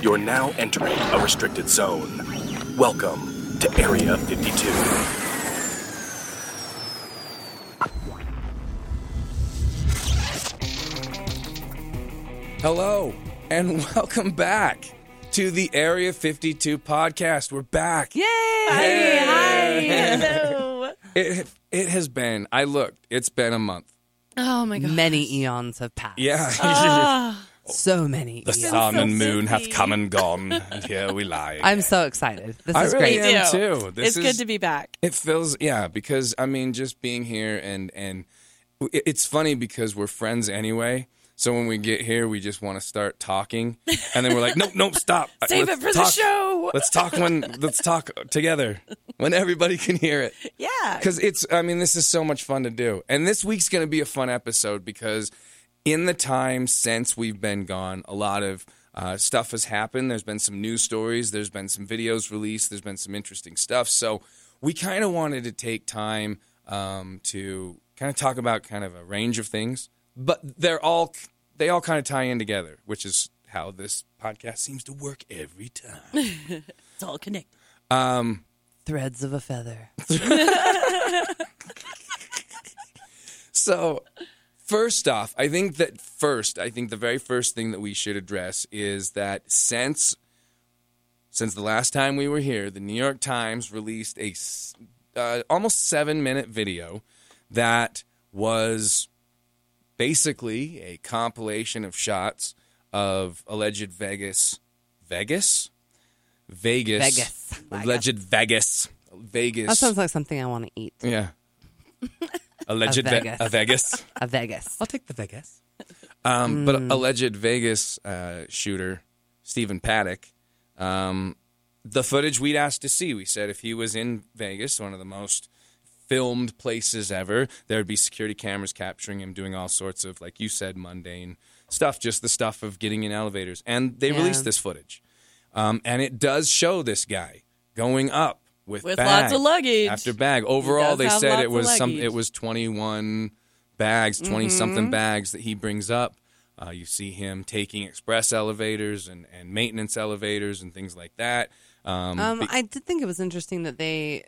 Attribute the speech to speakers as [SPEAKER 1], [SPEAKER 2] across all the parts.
[SPEAKER 1] You're now entering a restricted zone. Welcome to Area 52.
[SPEAKER 2] Hello, and welcome back to the Area 52 podcast. We're back.
[SPEAKER 3] Yay!
[SPEAKER 2] Hey!
[SPEAKER 3] Hello.
[SPEAKER 2] It, it has been, I looked, it's been a month.
[SPEAKER 3] Oh my god.
[SPEAKER 4] Many eons have passed.
[SPEAKER 2] Yeah.
[SPEAKER 4] So many
[SPEAKER 2] the
[SPEAKER 4] eons.
[SPEAKER 2] sun
[SPEAKER 3] Ah, so
[SPEAKER 2] and moon have
[SPEAKER 3] silly.
[SPEAKER 2] come and gone, and here we lie.
[SPEAKER 4] I'm so excited. This
[SPEAKER 2] I
[SPEAKER 4] is
[SPEAKER 2] really
[SPEAKER 4] great.
[SPEAKER 2] am
[SPEAKER 3] Me
[SPEAKER 2] too. This
[SPEAKER 3] it's
[SPEAKER 2] is,
[SPEAKER 3] good to be back.
[SPEAKER 2] It feels yeah, because I mean, just being here and and it- it's funny because we're friends anyway. So when we get here, we just want to start talking, and then we're like, nope, nope, stop.
[SPEAKER 3] Save
[SPEAKER 2] Let's
[SPEAKER 3] it for the
[SPEAKER 2] talk-
[SPEAKER 3] show.
[SPEAKER 2] Let's talk when let's talk together when everybody can hear it.
[SPEAKER 3] Yeah.
[SPEAKER 2] Because it's, I mean, this is so much fun to do. And this week's going to be a fun episode because in the time since we've been gone, a lot of uh, stuff has happened. There's been some news stories, there's been some videos released, there's been some interesting stuff. So we kind of wanted to take time um, to kind of talk about kind of a range of things, but they're all, they all kind of tie in together, which is how this podcast seems to work every time.
[SPEAKER 3] It's all connected.
[SPEAKER 4] Threads of a feather.
[SPEAKER 2] So, first off, I think that first, I think the very first thing that we should address is that since since the last time we were here, the New York Times released a s- uh, almost seven minute video that was basically a compilation of shots of alleged Vegas, Vegas, Vegas,
[SPEAKER 4] Vegas.
[SPEAKER 2] alleged Vegas, Vegas.
[SPEAKER 4] That sounds like something I want to eat.
[SPEAKER 2] Yeah. Alleged Ve-
[SPEAKER 4] Vegas.
[SPEAKER 2] a Vegas.
[SPEAKER 4] A Vegas.
[SPEAKER 2] I'll take the Vegas. Um, But alleged Vegas uh, shooter Stephen Paddock. Um, the footage we'd asked to see, we said if he was in Vegas, one of the most filmed places ever, there would be security cameras capturing him doing all sorts of, like you said, mundane stuff, just the stuff of getting in elevators. And they
[SPEAKER 4] Yeah.
[SPEAKER 2] released this footage. Um, and it does show this guy going up with,
[SPEAKER 3] With
[SPEAKER 2] bag
[SPEAKER 3] lots of luggage.
[SPEAKER 2] after bag. Overall,
[SPEAKER 3] does
[SPEAKER 2] they
[SPEAKER 3] have
[SPEAKER 2] said
[SPEAKER 3] lots
[SPEAKER 2] it
[SPEAKER 3] of
[SPEAKER 2] was some.
[SPEAKER 3] luggage. Mm-hmm.
[SPEAKER 2] It was twenty one bags, 20 something bags that he brings up. Uh, you see him taking express elevators and, and maintenance elevators and things like that. Um,
[SPEAKER 3] Oh.
[SPEAKER 4] Um,
[SPEAKER 2] be-
[SPEAKER 4] I did think it was interesting that they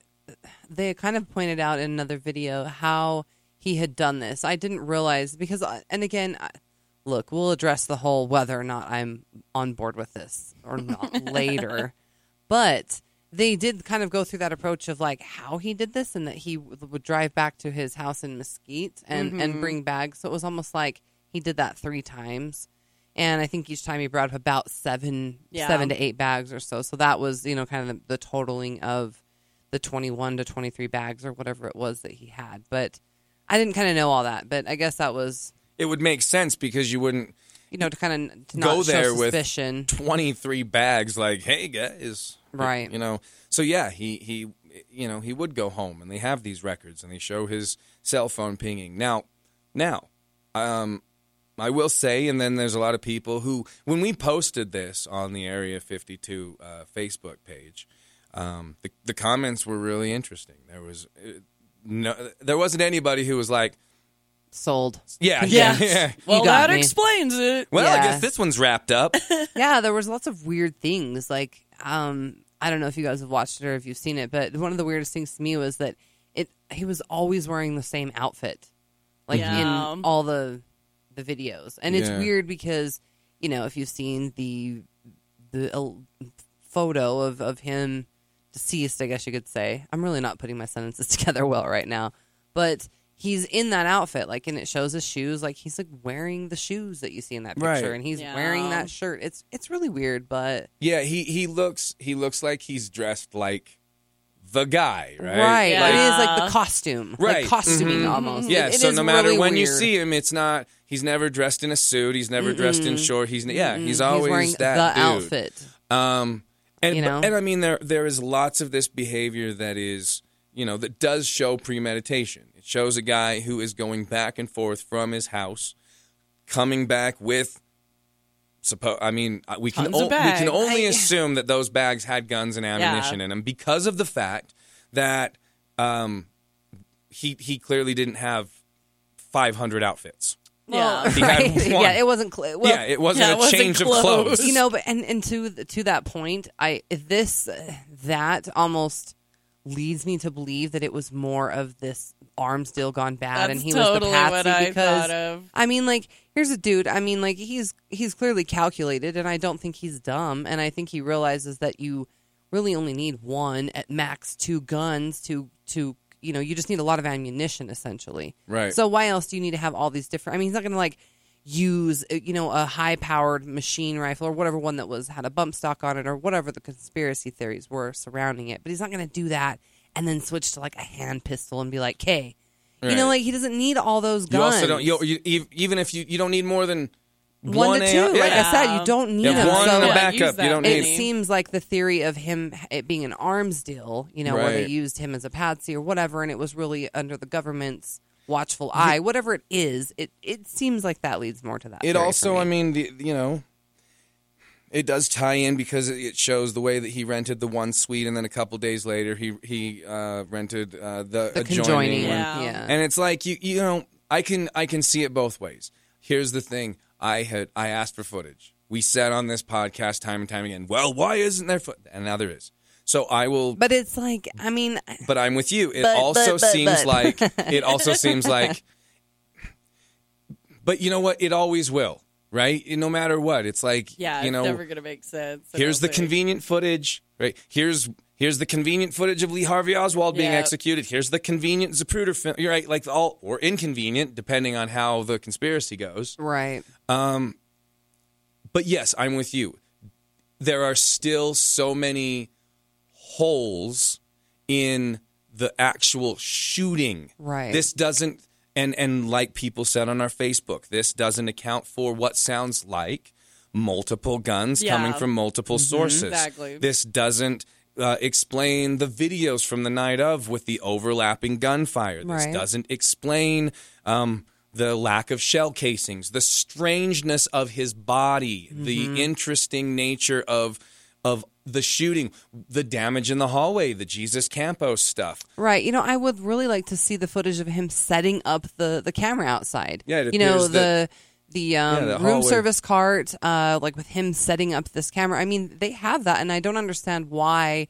[SPEAKER 4] they kind of pointed out in another video how he had done this. I didn't realize because, uh, and again, I- look, we'll address the whole whether or not I'm on board with this or not later. But they did kind of go through that approach of like how he did this and that he w- would drive back to his house in Mesquite and, and bring bags. So it was almost like he did that three times. And I think each time he brought up about seven,
[SPEAKER 3] Yeah.
[SPEAKER 4] seven to eight bags or so. So that was, you know, kind of the, the totaling of the 21 to 23 bags or whatever it was that he had. But I didn't kind of know all that, but I guess that was,
[SPEAKER 2] it would make sense because you wouldn't
[SPEAKER 4] you know, to kind of to
[SPEAKER 2] go
[SPEAKER 4] not show
[SPEAKER 2] there with
[SPEAKER 4] suspicion.
[SPEAKER 2] 23 bags like hey guys
[SPEAKER 4] Right.
[SPEAKER 2] you know so yeah he he you know he would go home and they have these records and they show his cell phone pinging now now um I will say, and then there's a lot of people who, when we posted this on the Area 52 uh, Facebook page, um, the, the comments were really interesting. There was uh, no, there wasn't anybody who was like,
[SPEAKER 4] Sold.
[SPEAKER 2] "Yeah,
[SPEAKER 3] Yeah.
[SPEAKER 2] yeah."
[SPEAKER 3] Well,
[SPEAKER 4] got
[SPEAKER 3] that
[SPEAKER 4] me.
[SPEAKER 3] explains it.
[SPEAKER 2] Well, I
[SPEAKER 4] Yeah.
[SPEAKER 2] guess this one's wrapped up.
[SPEAKER 4] yeah, there was lots of weird things. Like, um, I don't know if you guys have watched it or if you've seen it, but one of the weirdest things to me was that it he was always wearing the same outfit, like
[SPEAKER 3] Yeah.
[SPEAKER 4] in all the the videos, and it's
[SPEAKER 2] Yeah.
[SPEAKER 4] weird because you know if you've seen the the el- photo of of him deceased, I guess you could say. I'm really not putting my sentences together well right now, but. He's in that outfit, like, and it shows his shoes. Like he's like wearing the shoes that you see in that picture,
[SPEAKER 2] Right.
[SPEAKER 4] and he's
[SPEAKER 3] Yeah.
[SPEAKER 4] wearing that shirt. It's it's really weird, but
[SPEAKER 2] Yeah, he he looks he looks like he's dressed like the guy, right?
[SPEAKER 4] right,
[SPEAKER 2] Like,
[SPEAKER 4] it
[SPEAKER 3] Yeah. Mm-hmm.
[SPEAKER 4] is like the costume,
[SPEAKER 2] Right.
[SPEAKER 4] like costuming almost.
[SPEAKER 2] yeah.
[SPEAKER 4] Mhm. It- it
[SPEAKER 2] so
[SPEAKER 4] is
[SPEAKER 2] no matter
[SPEAKER 4] really
[SPEAKER 2] when you
[SPEAKER 4] weird.
[SPEAKER 2] see him, it's not he's never dressed in a suit. He's never dressed in short. He's yeah. He's always
[SPEAKER 4] Mm-hmm. he's wearing
[SPEAKER 2] that
[SPEAKER 4] the
[SPEAKER 2] dude.
[SPEAKER 4] outfit.
[SPEAKER 2] Um, and
[SPEAKER 4] You know?
[SPEAKER 2] and I mean there there is lots of this behavior that is you know that does show premeditation. It shows a guy who is going back and forth from his house, coming back with. Suppo- I mean, uh, we can
[SPEAKER 3] Tons of
[SPEAKER 2] we can
[SPEAKER 3] bags.
[SPEAKER 2] only assume that those bags had guns and ammunition in them because of the fact that um, he he clearly didn't have 500 outfits.
[SPEAKER 3] Yeah.
[SPEAKER 2] He had
[SPEAKER 4] Right?
[SPEAKER 2] one.
[SPEAKER 4] Yeah, it wasn't clear. Well,
[SPEAKER 2] yeah, it wasn't
[SPEAKER 3] yeah,
[SPEAKER 2] a
[SPEAKER 3] it wasn't
[SPEAKER 2] change
[SPEAKER 3] clothes.
[SPEAKER 2] of clothes.
[SPEAKER 4] you know, but and and to th- to that point, I this uh, that almost leads me to believe that it was more of this arms deal gone bad, and
[SPEAKER 3] That's
[SPEAKER 4] he was the
[SPEAKER 3] totally
[SPEAKER 4] patsy
[SPEAKER 3] what I
[SPEAKER 4] because
[SPEAKER 3] thought of.
[SPEAKER 4] I mean, like here's a dude. I mean, like he's he's clearly calculated, and I don't think he's dumb, and I think he realizes that you really only need one at max two guns to to you know you just need a lot of ammunition essentially
[SPEAKER 2] Right.
[SPEAKER 4] so why else do you need to have all these different i mean he's not going to like use uh, you know a high powered machine rifle or whatever one that was had a bump stock on it or whatever the conspiracy theories were surrounding it but he's not going to do that and then switch to like a hand pistol and be like hey you know
[SPEAKER 2] Right.
[SPEAKER 4] like he doesn't need all those
[SPEAKER 2] You
[SPEAKER 4] guns
[SPEAKER 2] also don't. You, you, ev- even if you, you don't need more than
[SPEAKER 4] one, to two
[SPEAKER 2] AM,
[SPEAKER 4] like
[SPEAKER 2] yeah.
[SPEAKER 4] i said you don't need
[SPEAKER 2] You have
[SPEAKER 4] them
[SPEAKER 2] one
[SPEAKER 4] so
[SPEAKER 2] and a
[SPEAKER 3] Yeah, use
[SPEAKER 2] backup. You
[SPEAKER 3] that
[SPEAKER 2] don't
[SPEAKER 4] it
[SPEAKER 2] need.
[SPEAKER 3] many.
[SPEAKER 4] seems like the theory of him it being an arms deal, you know, where they
[SPEAKER 2] Right.
[SPEAKER 4] used him as a patsy or whatever, and it was really under the government's watchful eye, whatever it is. It it seems like that leads more to that.
[SPEAKER 2] It
[SPEAKER 4] theory
[SPEAKER 2] also,
[SPEAKER 4] for me.
[SPEAKER 2] I mean, the, you know, it does tie in because it- it shows the way that he rented the one suite, and then a couple days later he he uh, rented uh, the,
[SPEAKER 4] the
[SPEAKER 2] adjoining
[SPEAKER 4] conjoining,
[SPEAKER 2] one.
[SPEAKER 4] yeah.
[SPEAKER 3] Yeah.
[SPEAKER 2] And it's like you you know, I can I can see it both ways. Here's the thing. I had I asked for footage. We said on this podcast time and time again, well, why isn't there foot and now there is. So I will
[SPEAKER 4] but it's like, I mean,
[SPEAKER 2] but I'm with you. It
[SPEAKER 4] But,
[SPEAKER 2] also
[SPEAKER 4] but, but,
[SPEAKER 2] seems
[SPEAKER 4] but.
[SPEAKER 2] like it also seems like. But you know what? It always will, right? No matter what, it's like
[SPEAKER 3] Yeah,
[SPEAKER 2] you know.
[SPEAKER 3] it's never gonna make sense. I
[SPEAKER 2] here's the
[SPEAKER 3] don't think.
[SPEAKER 2] convenient footage, right? Here's here's the convenient footage of Lee Harvey Oswald being
[SPEAKER 3] Yeah.
[SPEAKER 2] executed. Here's the convenient Zapruder film. You're right, like all or inconvenient, depending on how the conspiracy goes.
[SPEAKER 4] right.
[SPEAKER 2] But yes, I'm with you. There are still so many holes in the actual shooting.
[SPEAKER 4] Right.
[SPEAKER 2] This doesn't and and like people said on our Facebook, this doesn't account for what sounds like multiple guns
[SPEAKER 3] Yeah. Mm-hmm.
[SPEAKER 2] coming from multiple sources.
[SPEAKER 3] Exactly.
[SPEAKER 2] This doesn't uh, explain the videos from the night of with the overlapping gunfire. This
[SPEAKER 4] Right.
[SPEAKER 2] doesn't explain um, the lack of shell casings, the strangeness of his body,
[SPEAKER 4] Mm-hmm.
[SPEAKER 2] the interesting nature of of the shooting, the damage in the hallway, the Jesus Campos stuff.
[SPEAKER 4] Right. You know, I would really like to see the footage of him setting up the the camera outside.
[SPEAKER 2] Yeah, it
[SPEAKER 4] you know
[SPEAKER 2] appears that-
[SPEAKER 4] the the um,
[SPEAKER 2] Yeah, the
[SPEAKER 4] room
[SPEAKER 2] hallway.
[SPEAKER 4] service cart, uh, like with him setting up this camera. I mean, they have that, and I don't understand why.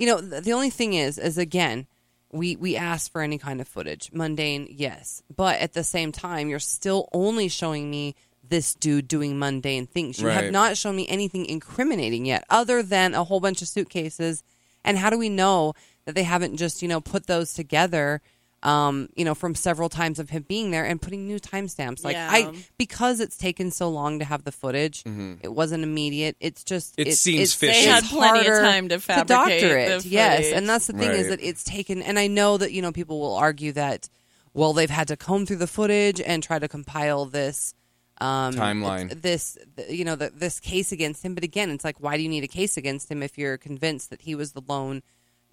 [SPEAKER 4] You know, th- the only thing is, is again, we we asked for any kind of footage, mundane, yes, but at the same time, you're still only showing me this dude doing mundane things. You
[SPEAKER 2] Right.
[SPEAKER 4] have not shown me anything incriminating yet, other than a whole bunch of suitcases. And how do we know that they haven't just you know put those together? Um, you know, from several times of him being there and putting new timestamps. Like
[SPEAKER 3] Yeah.
[SPEAKER 4] I, because it's taken so long to have the footage, it wasn't immediate. It's just
[SPEAKER 2] Mm-hmm. It seems
[SPEAKER 4] it's
[SPEAKER 2] fishy. They had
[SPEAKER 4] just
[SPEAKER 3] plenty of
[SPEAKER 4] harder
[SPEAKER 3] time to fabricate
[SPEAKER 4] doctor
[SPEAKER 3] the
[SPEAKER 4] it. yes,
[SPEAKER 3] footage.
[SPEAKER 4] and that's the thing is
[SPEAKER 2] Right.
[SPEAKER 4] that it's taken. And I know that you know people will argue that well they've had to comb through the footage and try to compile this um,
[SPEAKER 2] Timeline.
[SPEAKER 4] th- This th- you know the, this case against him. But again, it's like why do you need a case against him if you're convinced that he was the lone.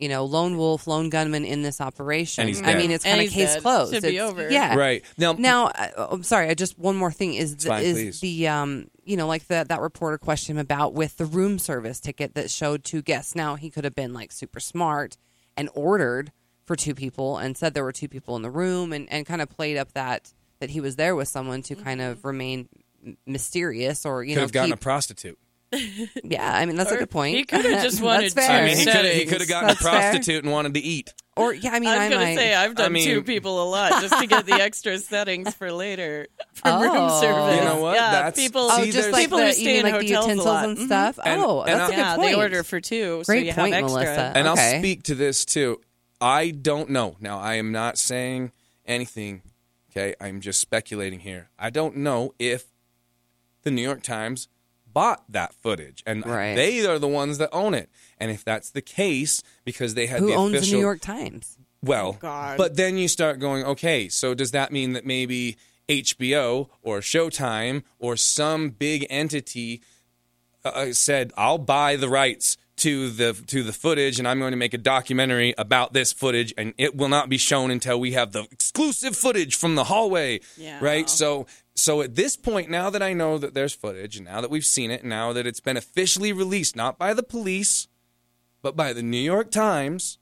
[SPEAKER 4] You know, lone wolf, lone gunman in this operation.
[SPEAKER 2] And he's
[SPEAKER 4] I
[SPEAKER 2] dead.
[SPEAKER 4] mean, it's
[SPEAKER 3] And
[SPEAKER 4] kind of
[SPEAKER 3] he's
[SPEAKER 4] case
[SPEAKER 3] dead.
[SPEAKER 4] closed.
[SPEAKER 3] Should be
[SPEAKER 4] It's-
[SPEAKER 3] over.
[SPEAKER 4] Yeah,
[SPEAKER 2] Right. Now-
[SPEAKER 4] Uh, now I, oh, I'm sorry. I just one more thing is the,
[SPEAKER 2] Mm-hmm. fine,
[SPEAKER 4] is
[SPEAKER 2] please.
[SPEAKER 4] the um you know like the that reporter questioned him about with the room service ticket that showed two guests. Now he could have been like super smart and ordered for two people and said there were two people in the room and and kind of played up that that he was there with someone to kind of remain m- mysterious or
[SPEAKER 2] Could
[SPEAKER 4] you know
[SPEAKER 2] have Mm-hmm. gotten
[SPEAKER 4] keep-
[SPEAKER 2] a prostitute.
[SPEAKER 4] yeah. I mean that's a
[SPEAKER 3] Or
[SPEAKER 4] good point.
[SPEAKER 3] he could have just
[SPEAKER 4] That's
[SPEAKER 3] wanted to-
[SPEAKER 4] fair.
[SPEAKER 2] I mean, he
[SPEAKER 3] Settings.
[SPEAKER 2] could have he could have gotten
[SPEAKER 4] That's
[SPEAKER 2] a
[SPEAKER 4] fair.
[SPEAKER 2] prostitute and wanted to eat.
[SPEAKER 4] or yeah. I mean,
[SPEAKER 3] I was gonna
[SPEAKER 4] might.
[SPEAKER 3] say uh, I've done two
[SPEAKER 2] mean-
[SPEAKER 3] people a lot just to get the extra settings for later from
[SPEAKER 4] Oh.
[SPEAKER 3] room service.
[SPEAKER 4] You know
[SPEAKER 2] what?
[SPEAKER 3] Yeah,
[SPEAKER 2] That's-
[SPEAKER 3] people.
[SPEAKER 4] Oh,
[SPEAKER 2] See,
[SPEAKER 4] just
[SPEAKER 2] there's-
[SPEAKER 4] like
[SPEAKER 3] people
[SPEAKER 4] the,
[SPEAKER 3] who
[SPEAKER 4] you mean
[SPEAKER 3] stay in
[SPEAKER 4] like the
[SPEAKER 3] hotels a
[SPEAKER 4] utensils
[SPEAKER 3] lot. Mm, Mm-hmm.
[SPEAKER 4] and stuff.
[SPEAKER 2] And-
[SPEAKER 4] oh,
[SPEAKER 2] and
[SPEAKER 4] that's a
[SPEAKER 2] I-
[SPEAKER 4] good
[SPEAKER 3] yeah,
[SPEAKER 4] point.
[SPEAKER 3] they order for two, so
[SPEAKER 4] Great
[SPEAKER 3] you
[SPEAKER 4] point,
[SPEAKER 3] have extra.
[SPEAKER 4] Melissa.
[SPEAKER 2] And
[SPEAKER 4] Okay.
[SPEAKER 2] I'll speak to this too. I don't know. Now, I am not saying anything. Okay. I'm just speculating here. I don't know if the New York Times bought that footage and
[SPEAKER 4] Right.
[SPEAKER 2] they are the ones that own it. And if that's the case, because they had
[SPEAKER 4] Who
[SPEAKER 2] the
[SPEAKER 4] owns
[SPEAKER 2] official,
[SPEAKER 4] the New York Times?
[SPEAKER 2] well,
[SPEAKER 3] God.
[SPEAKER 2] but then you start going, okay, so does that mean that maybe HBO or Showtime or some big entity uh, said, "I'll buy the rights to the to the footage, and I'm going to make a documentary about this footage, and it will not be shown until we have the exclusive footage from the hallway."
[SPEAKER 3] Yeah.
[SPEAKER 2] Right. So so at this point, now that I know that there's footage, and now that we've seen it, and now that it's been officially released, not by the police, but by the New York Times.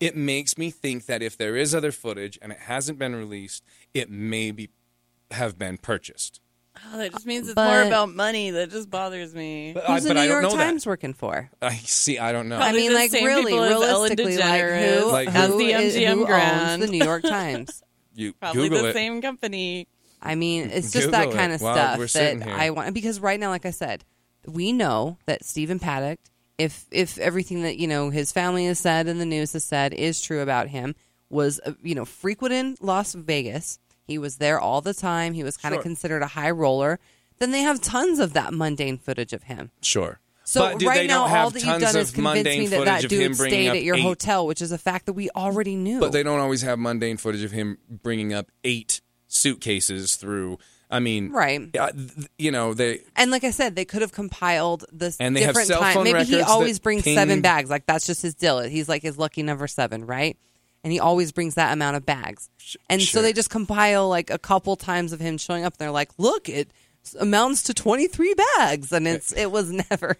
[SPEAKER 2] It makes me think that if there is other footage and it hasn't been released, it may be have been purchased.
[SPEAKER 3] Oh, that just means it's more
[SPEAKER 4] But-
[SPEAKER 3] about money. That just bothers me.
[SPEAKER 2] But,
[SPEAKER 4] Who's
[SPEAKER 2] I,
[SPEAKER 4] the
[SPEAKER 2] but
[SPEAKER 4] New
[SPEAKER 2] I
[SPEAKER 4] York
[SPEAKER 2] don't know
[SPEAKER 4] Times Oh, working for?
[SPEAKER 2] that. I see. I don't know.
[SPEAKER 4] I
[SPEAKER 3] Probably
[SPEAKER 4] mean,
[SPEAKER 3] the
[SPEAKER 4] like
[SPEAKER 3] same
[SPEAKER 4] really,
[SPEAKER 3] people as Ellen
[SPEAKER 4] realistically, like who,
[SPEAKER 3] DeGeneres
[SPEAKER 2] Like
[SPEAKER 4] who
[SPEAKER 2] has
[SPEAKER 3] the
[SPEAKER 4] is-
[SPEAKER 3] MGM
[SPEAKER 4] who
[SPEAKER 3] Grand.
[SPEAKER 4] owns the New York Times?
[SPEAKER 2] you
[SPEAKER 3] Probably
[SPEAKER 2] Google
[SPEAKER 3] the
[SPEAKER 2] it.
[SPEAKER 3] same company.
[SPEAKER 4] I mean, it's just
[SPEAKER 2] Google
[SPEAKER 4] that
[SPEAKER 2] it
[SPEAKER 4] kind of
[SPEAKER 2] while
[SPEAKER 4] stuff
[SPEAKER 2] we're sitting
[SPEAKER 4] that
[SPEAKER 2] here.
[SPEAKER 4] I want because right now, like I said, we know that Stephen Paddock, if if everything that you know his family has said and the news has said is true about him, was uh, you know frequent in Las Vegas. He was there all the time. He was kind of
[SPEAKER 2] Sure.
[SPEAKER 4] considered a high roller. Then they have tons of that mundane footage of him.
[SPEAKER 2] Sure.
[SPEAKER 4] So
[SPEAKER 2] but, dude,
[SPEAKER 4] right
[SPEAKER 2] they
[SPEAKER 4] now,
[SPEAKER 2] don't have
[SPEAKER 4] all that you've
[SPEAKER 2] tons
[SPEAKER 4] done
[SPEAKER 2] of
[SPEAKER 4] is convince
[SPEAKER 2] mundane
[SPEAKER 4] me that
[SPEAKER 2] footage
[SPEAKER 4] that
[SPEAKER 2] of him
[SPEAKER 4] dude
[SPEAKER 2] bringing
[SPEAKER 4] stayed
[SPEAKER 2] up
[SPEAKER 4] at your
[SPEAKER 2] eight-
[SPEAKER 4] hotel, which is a fact that we already knew.
[SPEAKER 2] But they don't always have mundane footage of him bringing up eight suitcases through. I mean,
[SPEAKER 4] Right.
[SPEAKER 2] yeah, th- You know, they
[SPEAKER 4] And like I said, they could have compiled this
[SPEAKER 2] And they have
[SPEAKER 4] different
[SPEAKER 2] cell
[SPEAKER 4] time.
[SPEAKER 2] phone
[SPEAKER 4] Maybe he
[SPEAKER 2] records
[SPEAKER 4] always
[SPEAKER 2] that
[SPEAKER 4] brings
[SPEAKER 2] ping-
[SPEAKER 4] seven bags. Like that's just his deal. He's like his lucky number seven, right? And he always brings that amount of bags. And
[SPEAKER 2] sure.
[SPEAKER 4] so they just compile like a couple times of him showing up. And they're like, look, it amounts to twenty three bags, and it's it was never.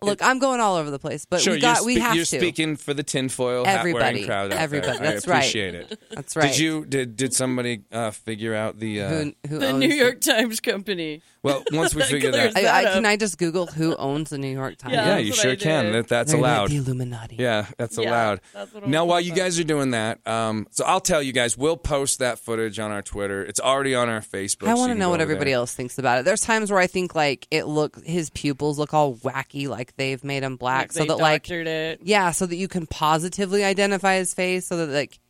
[SPEAKER 4] Look, I'm going all over the place, but
[SPEAKER 2] sure
[SPEAKER 4] we got
[SPEAKER 2] you're,
[SPEAKER 4] we
[SPEAKER 2] spe-
[SPEAKER 4] have
[SPEAKER 2] you're
[SPEAKER 4] to.
[SPEAKER 2] speaking for the tinfoil hat wearing
[SPEAKER 4] Everybody.
[SPEAKER 2] crowd. Out
[SPEAKER 4] Everybody.
[SPEAKER 2] there.
[SPEAKER 4] That's
[SPEAKER 2] I
[SPEAKER 4] right.
[SPEAKER 2] appreciate it.
[SPEAKER 4] That's right.
[SPEAKER 2] Did you did did somebody uh, figure out the? Uh,
[SPEAKER 4] Who, who
[SPEAKER 3] The
[SPEAKER 4] owns
[SPEAKER 3] New York Times company.
[SPEAKER 2] well, once we
[SPEAKER 3] That
[SPEAKER 2] figure that,
[SPEAKER 3] clears
[SPEAKER 4] I,
[SPEAKER 3] that
[SPEAKER 4] I,
[SPEAKER 3] up.
[SPEAKER 4] can I just Google who owns the New York Times?
[SPEAKER 2] yeah,
[SPEAKER 3] That's
[SPEAKER 2] you
[SPEAKER 3] what
[SPEAKER 2] sure
[SPEAKER 3] I
[SPEAKER 2] can.
[SPEAKER 3] did.
[SPEAKER 2] That, that's
[SPEAKER 4] They're like
[SPEAKER 2] allowed.
[SPEAKER 4] The Illuminati.
[SPEAKER 2] Yeah, that's
[SPEAKER 3] Yeah,
[SPEAKER 2] allowed.
[SPEAKER 3] that's what I'm
[SPEAKER 2] now, while
[SPEAKER 3] talking
[SPEAKER 2] you
[SPEAKER 3] about.
[SPEAKER 2] guys are doing that, um, so I'll tell you guys, we'll post that footage on our Twitter. It's already on our Facebook.
[SPEAKER 4] I
[SPEAKER 2] so
[SPEAKER 4] want
[SPEAKER 2] you
[SPEAKER 4] to
[SPEAKER 2] can
[SPEAKER 4] know
[SPEAKER 2] go
[SPEAKER 4] what
[SPEAKER 2] over
[SPEAKER 4] everybody
[SPEAKER 2] there.
[SPEAKER 4] else thinks about it. There's times where I think like it look his pupils look all wacky, like they've made him black, so
[SPEAKER 3] they
[SPEAKER 4] that like
[SPEAKER 3] doctored it.
[SPEAKER 4] yeah, so that you can positively identify his face, so that like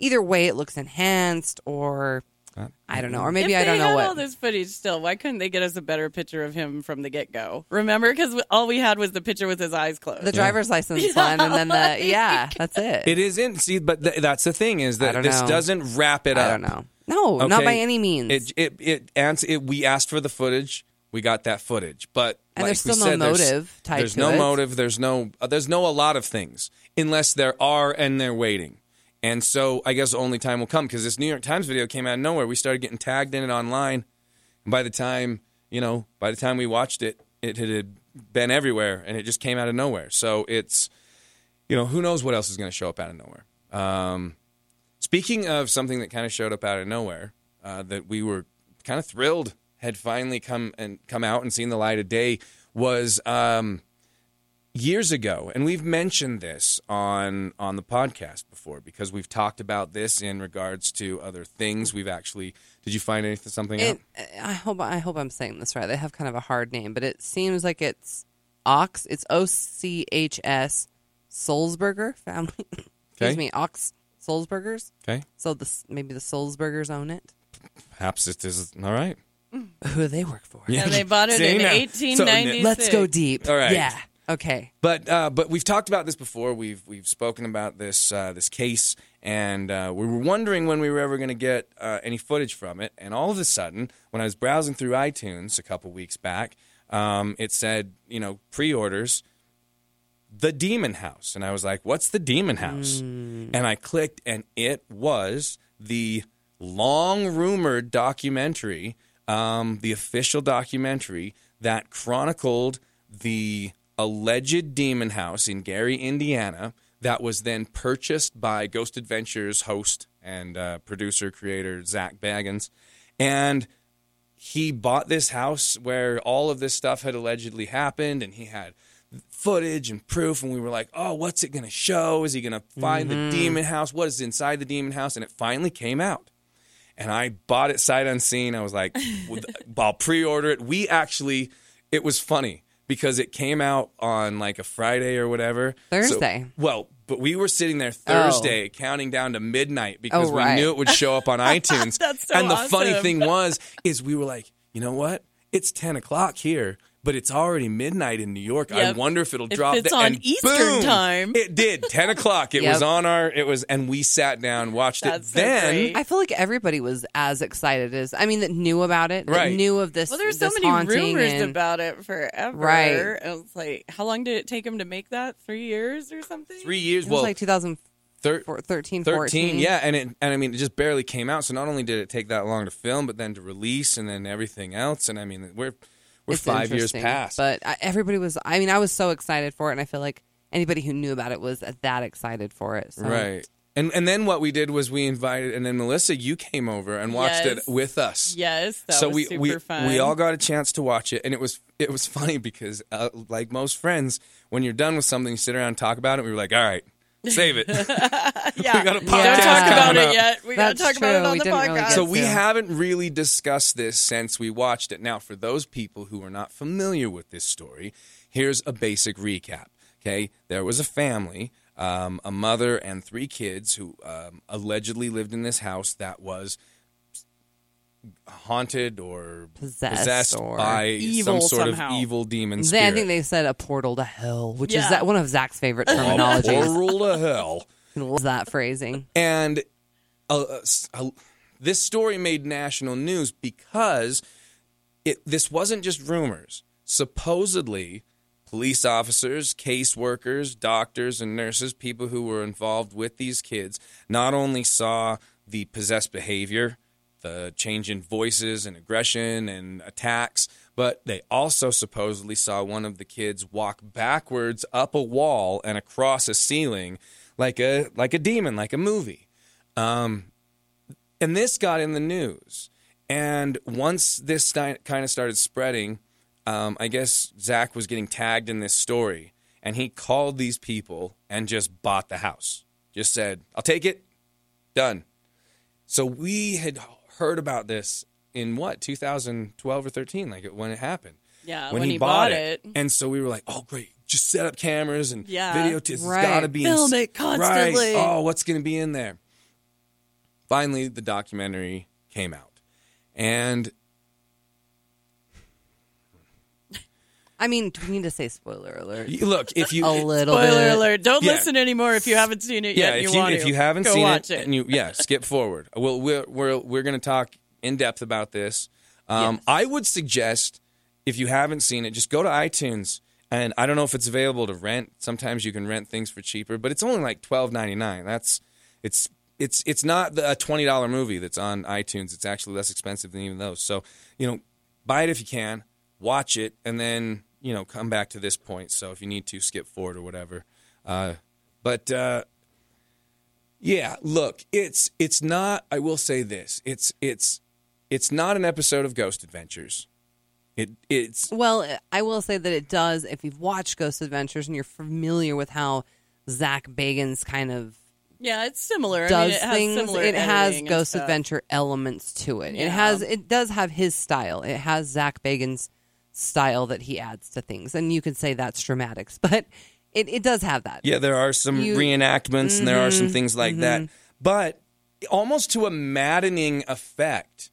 [SPEAKER 4] either way it looks enhanced or
[SPEAKER 2] Uh,
[SPEAKER 4] I don't know,
[SPEAKER 2] mm-hmm.
[SPEAKER 4] or maybe
[SPEAKER 3] if
[SPEAKER 4] I
[SPEAKER 3] they
[SPEAKER 4] don't know
[SPEAKER 3] had
[SPEAKER 4] what.
[SPEAKER 3] all this footage still, why couldn't they get us a better picture of him from the get go? Remember, because all we had was the picture with his eyes closed.
[SPEAKER 4] the driver's license one, and then the yeah, that's it.
[SPEAKER 2] It is in. See, but th- that's the thing is
[SPEAKER 4] I
[SPEAKER 2] that
[SPEAKER 4] don't
[SPEAKER 2] this
[SPEAKER 4] know.
[SPEAKER 2] doesn't wrap it up.
[SPEAKER 4] I don't know. No, not
[SPEAKER 2] Okay?
[SPEAKER 4] by any means.
[SPEAKER 2] It it it, ans- it we asked for the footage. We got that footage, but
[SPEAKER 4] And
[SPEAKER 2] like
[SPEAKER 4] there's
[SPEAKER 2] we
[SPEAKER 4] still no
[SPEAKER 2] said, there's-
[SPEAKER 4] motive tied
[SPEAKER 2] There's
[SPEAKER 4] to
[SPEAKER 2] no
[SPEAKER 4] it.
[SPEAKER 2] motive. There's no. Uh, there's no a lot of things unless there are, and they're waiting. And so I guess only time will come because this New York Times video came out of nowhere. We started getting tagged in it online, and by the time you know, by the time we watched it, it had been everywhere, and it just came out of nowhere. So it's, you know, who knows what else is going to show up out of nowhere. Um, Speaking of something that kind of showed up out of nowhere, uh, that we were kind of thrilled had finally come and come out and seen the light of day was um, years ago, and we've mentioned this on on the podcast before because we've talked about this in regards to other things. We've actually did you find anything something out?
[SPEAKER 4] It, I hope I hope I'm saying this right. They have kind of a hard name, but it seems like it's Ox. It's O C H S Solzberger family.
[SPEAKER 2] Okay.
[SPEAKER 4] Excuse me, Ox Solzbergers.
[SPEAKER 2] Okay,
[SPEAKER 4] So this maybe the Solzbergers own it.
[SPEAKER 2] perhaps it is all right.
[SPEAKER 4] Who they work for?
[SPEAKER 2] Yeah.
[SPEAKER 3] and they bought it
[SPEAKER 2] See,
[SPEAKER 3] in
[SPEAKER 2] now- so-
[SPEAKER 3] 1896.
[SPEAKER 4] Let's go deep.
[SPEAKER 2] All right.
[SPEAKER 4] Yeah. Okay.
[SPEAKER 2] But uh, but we've talked about this before. We've we've spoken about this uh, this case, and uh, we were wondering when we were ever going to get uh, any footage from it. And all of a sudden, when I was browsing through iTunes a couple weeks back, um, it said you know pre-orders, the Demon House, and I was like, what's the Demon House? And I clicked, and it was the long rumored documentary, um, the official documentary that chronicled the alleged demon house in Gary, Indiana, that was then purchased by Ghost Adventures host and uh, producer creator Zach Baggins. And he bought this house where all of this stuff had allegedly happened and he had footage and proof and we were like oh what's it going to show is he going to find the demon house what is inside the demon house and it finally came out and i bought it sight unseen i was like with- i'll pre-order it we actually it was funny because it came out on like a friday or whatever So-
[SPEAKER 4] Thursday.
[SPEAKER 2] well but we were sitting there thursday counting down to midnight because
[SPEAKER 4] right.
[SPEAKER 2] we knew it would show up on itunes
[SPEAKER 3] That's so
[SPEAKER 2] and the funny
[SPEAKER 3] awesome.
[SPEAKER 2] thing was is we were like you know what it's 10 o'clock here but it's already midnight in new york i
[SPEAKER 3] Yep.
[SPEAKER 2] wonder if it'll
[SPEAKER 3] If
[SPEAKER 2] drop
[SPEAKER 3] it's
[SPEAKER 2] the-
[SPEAKER 3] on
[SPEAKER 2] and
[SPEAKER 3] Eastern
[SPEAKER 2] boom,
[SPEAKER 3] time.
[SPEAKER 2] it did 10 o'clock it was
[SPEAKER 4] Yep.
[SPEAKER 2] on our it was and we sat down watched
[SPEAKER 3] That's
[SPEAKER 2] it
[SPEAKER 3] so
[SPEAKER 2] then
[SPEAKER 3] great.
[SPEAKER 4] I feel like everybody was as excited as I mean that knew about it, that
[SPEAKER 2] Right.
[SPEAKER 4] knew of this.
[SPEAKER 3] Well, there's so
[SPEAKER 4] this
[SPEAKER 3] many
[SPEAKER 4] haunting
[SPEAKER 3] rumors
[SPEAKER 4] and-
[SPEAKER 3] about it forever.
[SPEAKER 4] Right.
[SPEAKER 3] And it's like, how long did it take him to make that? Three years or something?
[SPEAKER 2] three
[SPEAKER 4] It
[SPEAKER 2] years
[SPEAKER 4] was
[SPEAKER 2] well
[SPEAKER 4] like 2013,
[SPEAKER 2] thir-
[SPEAKER 4] 14.
[SPEAKER 2] yeah and it and i mean it just barely came out so not only did it take that long to film but then to release and then everything else and i mean we're we're
[SPEAKER 4] It's
[SPEAKER 2] five years
[SPEAKER 4] interesting,
[SPEAKER 2] past
[SPEAKER 4] But I, everybody was. I
[SPEAKER 3] um,
[SPEAKER 4] mean, I was so excited for it, and I feel like anybody who knew about it was that excited for it. So
[SPEAKER 2] right And and then what we did was we invited, and then Melissa, you came over and watched
[SPEAKER 3] Yes.
[SPEAKER 2] it with us.
[SPEAKER 3] Yes, that
[SPEAKER 2] so
[SPEAKER 3] was
[SPEAKER 2] we
[SPEAKER 3] super
[SPEAKER 2] we
[SPEAKER 3] fun.
[SPEAKER 2] we all got a chance to watch it, and it was it was funny because uh, like most friends, when you're done with something, you sit around and talk about it. We were like, all right, save it.
[SPEAKER 3] yeah.
[SPEAKER 2] we got a
[SPEAKER 3] Don't
[SPEAKER 2] podcast
[SPEAKER 3] talk about
[SPEAKER 2] coming
[SPEAKER 3] it
[SPEAKER 2] up.
[SPEAKER 3] yet. We got
[SPEAKER 4] That's
[SPEAKER 3] to talk about it
[SPEAKER 4] true.
[SPEAKER 3] on
[SPEAKER 4] We
[SPEAKER 3] the
[SPEAKER 4] didn't really
[SPEAKER 3] podcast.
[SPEAKER 4] get
[SPEAKER 2] So we
[SPEAKER 4] Yeah.
[SPEAKER 2] haven't really discussed this since we watched it. Now, for those people who are not familiar with this story, here's a basic recap. Okay, there was a family, um, a mother and three kids who um, allegedly lived in this house that was haunted or
[SPEAKER 4] Possessed or
[SPEAKER 2] by
[SPEAKER 3] Evil
[SPEAKER 2] some sort
[SPEAKER 3] somehow.
[SPEAKER 2] of evil demon
[SPEAKER 4] They,
[SPEAKER 2] spirit.
[SPEAKER 4] I think they said a portal to hell, which
[SPEAKER 3] Yeah.
[SPEAKER 4] is that one of Zach's favorite
[SPEAKER 2] a
[SPEAKER 4] terminologies.
[SPEAKER 2] portal to hell.
[SPEAKER 4] I love that phrasing.
[SPEAKER 2] And uh, uh, s- uh, this story made national news because it, this wasn't just rumors. Supposedly, police officers, caseworkers, doctors, and nurses, people who were involved with these kids, not only saw the possessed behavior, the change in voices and aggression and attacks, but they also supposedly saw one of the kids walk backwards up a wall and across a ceiling like a like a demon, like a movie. And this got in the news. And once this sti- kind of started spreading, um, I guess Zach was getting tagged in this story. And he called these people and just bought the house. Just said, I'll take it. Done. So we had heard about this in what, 2012 or 13, like when it happened.
[SPEAKER 3] Yeah, when he bought it.
[SPEAKER 2] And so we were like, oh, great. Just set up cameras and
[SPEAKER 3] Yeah.
[SPEAKER 2] video tapes. It's
[SPEAKER 4] Right.
[SPEAKER 2] got to be in-
[SPEAKER 3] Film it constantly.
[SPEAKER 2] Right. Oh, what's going to be in there? Finally, the documentary came out, and
[SPEAKER 4] I mean, we need to say spoiler alert
[SPEAKER 2] y- look if you
[SPEAKER 4] a little
[SPEAKER 3] Spoiler
[SPEAKER 4] bit.
[SPEAKER 3] alert! Don't
[SPEAKER 2] Yeah.
[SPEAKER 3] listen anymore if you haven't seen it
[SPEAKER 2] yeah
[SPEAKER 3] yet.
[SPEAKER 2] if
[SPEAKER 3] you,
[SPEAKER 2] you,
[SPEAKER 3] want
[SPEAKER 2] if
[SPEAKER 3] to.
[SPEAKER 2] you haven't
[SPEAKER 3] Go
[SPEAKER 2] seen
[SPEAKER 3] watch
[SPEAKER 2] it, and you yeah skip forward. Well, we're we're we're going to talk in depth about this. Um, I would suggest if you haven't seen it, just go to iTunes. And I don't know if it's available to rent. Sometimes you can rent things for cheaper, but it's only like twelve ninety nine. That's it's it's it's not the, a twenty dollar movie that's on iTunes. It's actually less expensive than even those. So you know, buy it if you can, watch it, and then you know come back to this point. So if you need to skip forward or whatever, uh, but uh, yeah, look, it's it's not. I will say this: it's it's it's not an episode of Ghost Adventures. It it's
[SPEAKER 4] Well, I will say that it does. If you've watched Ghost Adventures and you're familiar with how Zach Bagans kind of
[SPEAKER 3] Yeah, it's similar. I
[SPEAKER 4] does
[SPEAKER 3] mean, it has
[SPEAKER 4] things,
[SPEAKER 3] similar
[SPEAKER 4] it has
[SPEAKER 3] editing and
[SPEAKER 4] Ghost
[SPEAKER 3] stuff.
[SPEAKER 4] Adventure elements to it.
[SPEAKER 3] Yeah.
[SPEAKER 4] It has it does have his style. It has Zach Bagans' style that he adds to things, and you can say that's dramatics, but it, it does have that.
[SPEAKER 2] Yeah, there are some
[SPEAKER 4] You-
[SPEAKER 2] reenactments and there are some things like that. But almost to a maddening effect,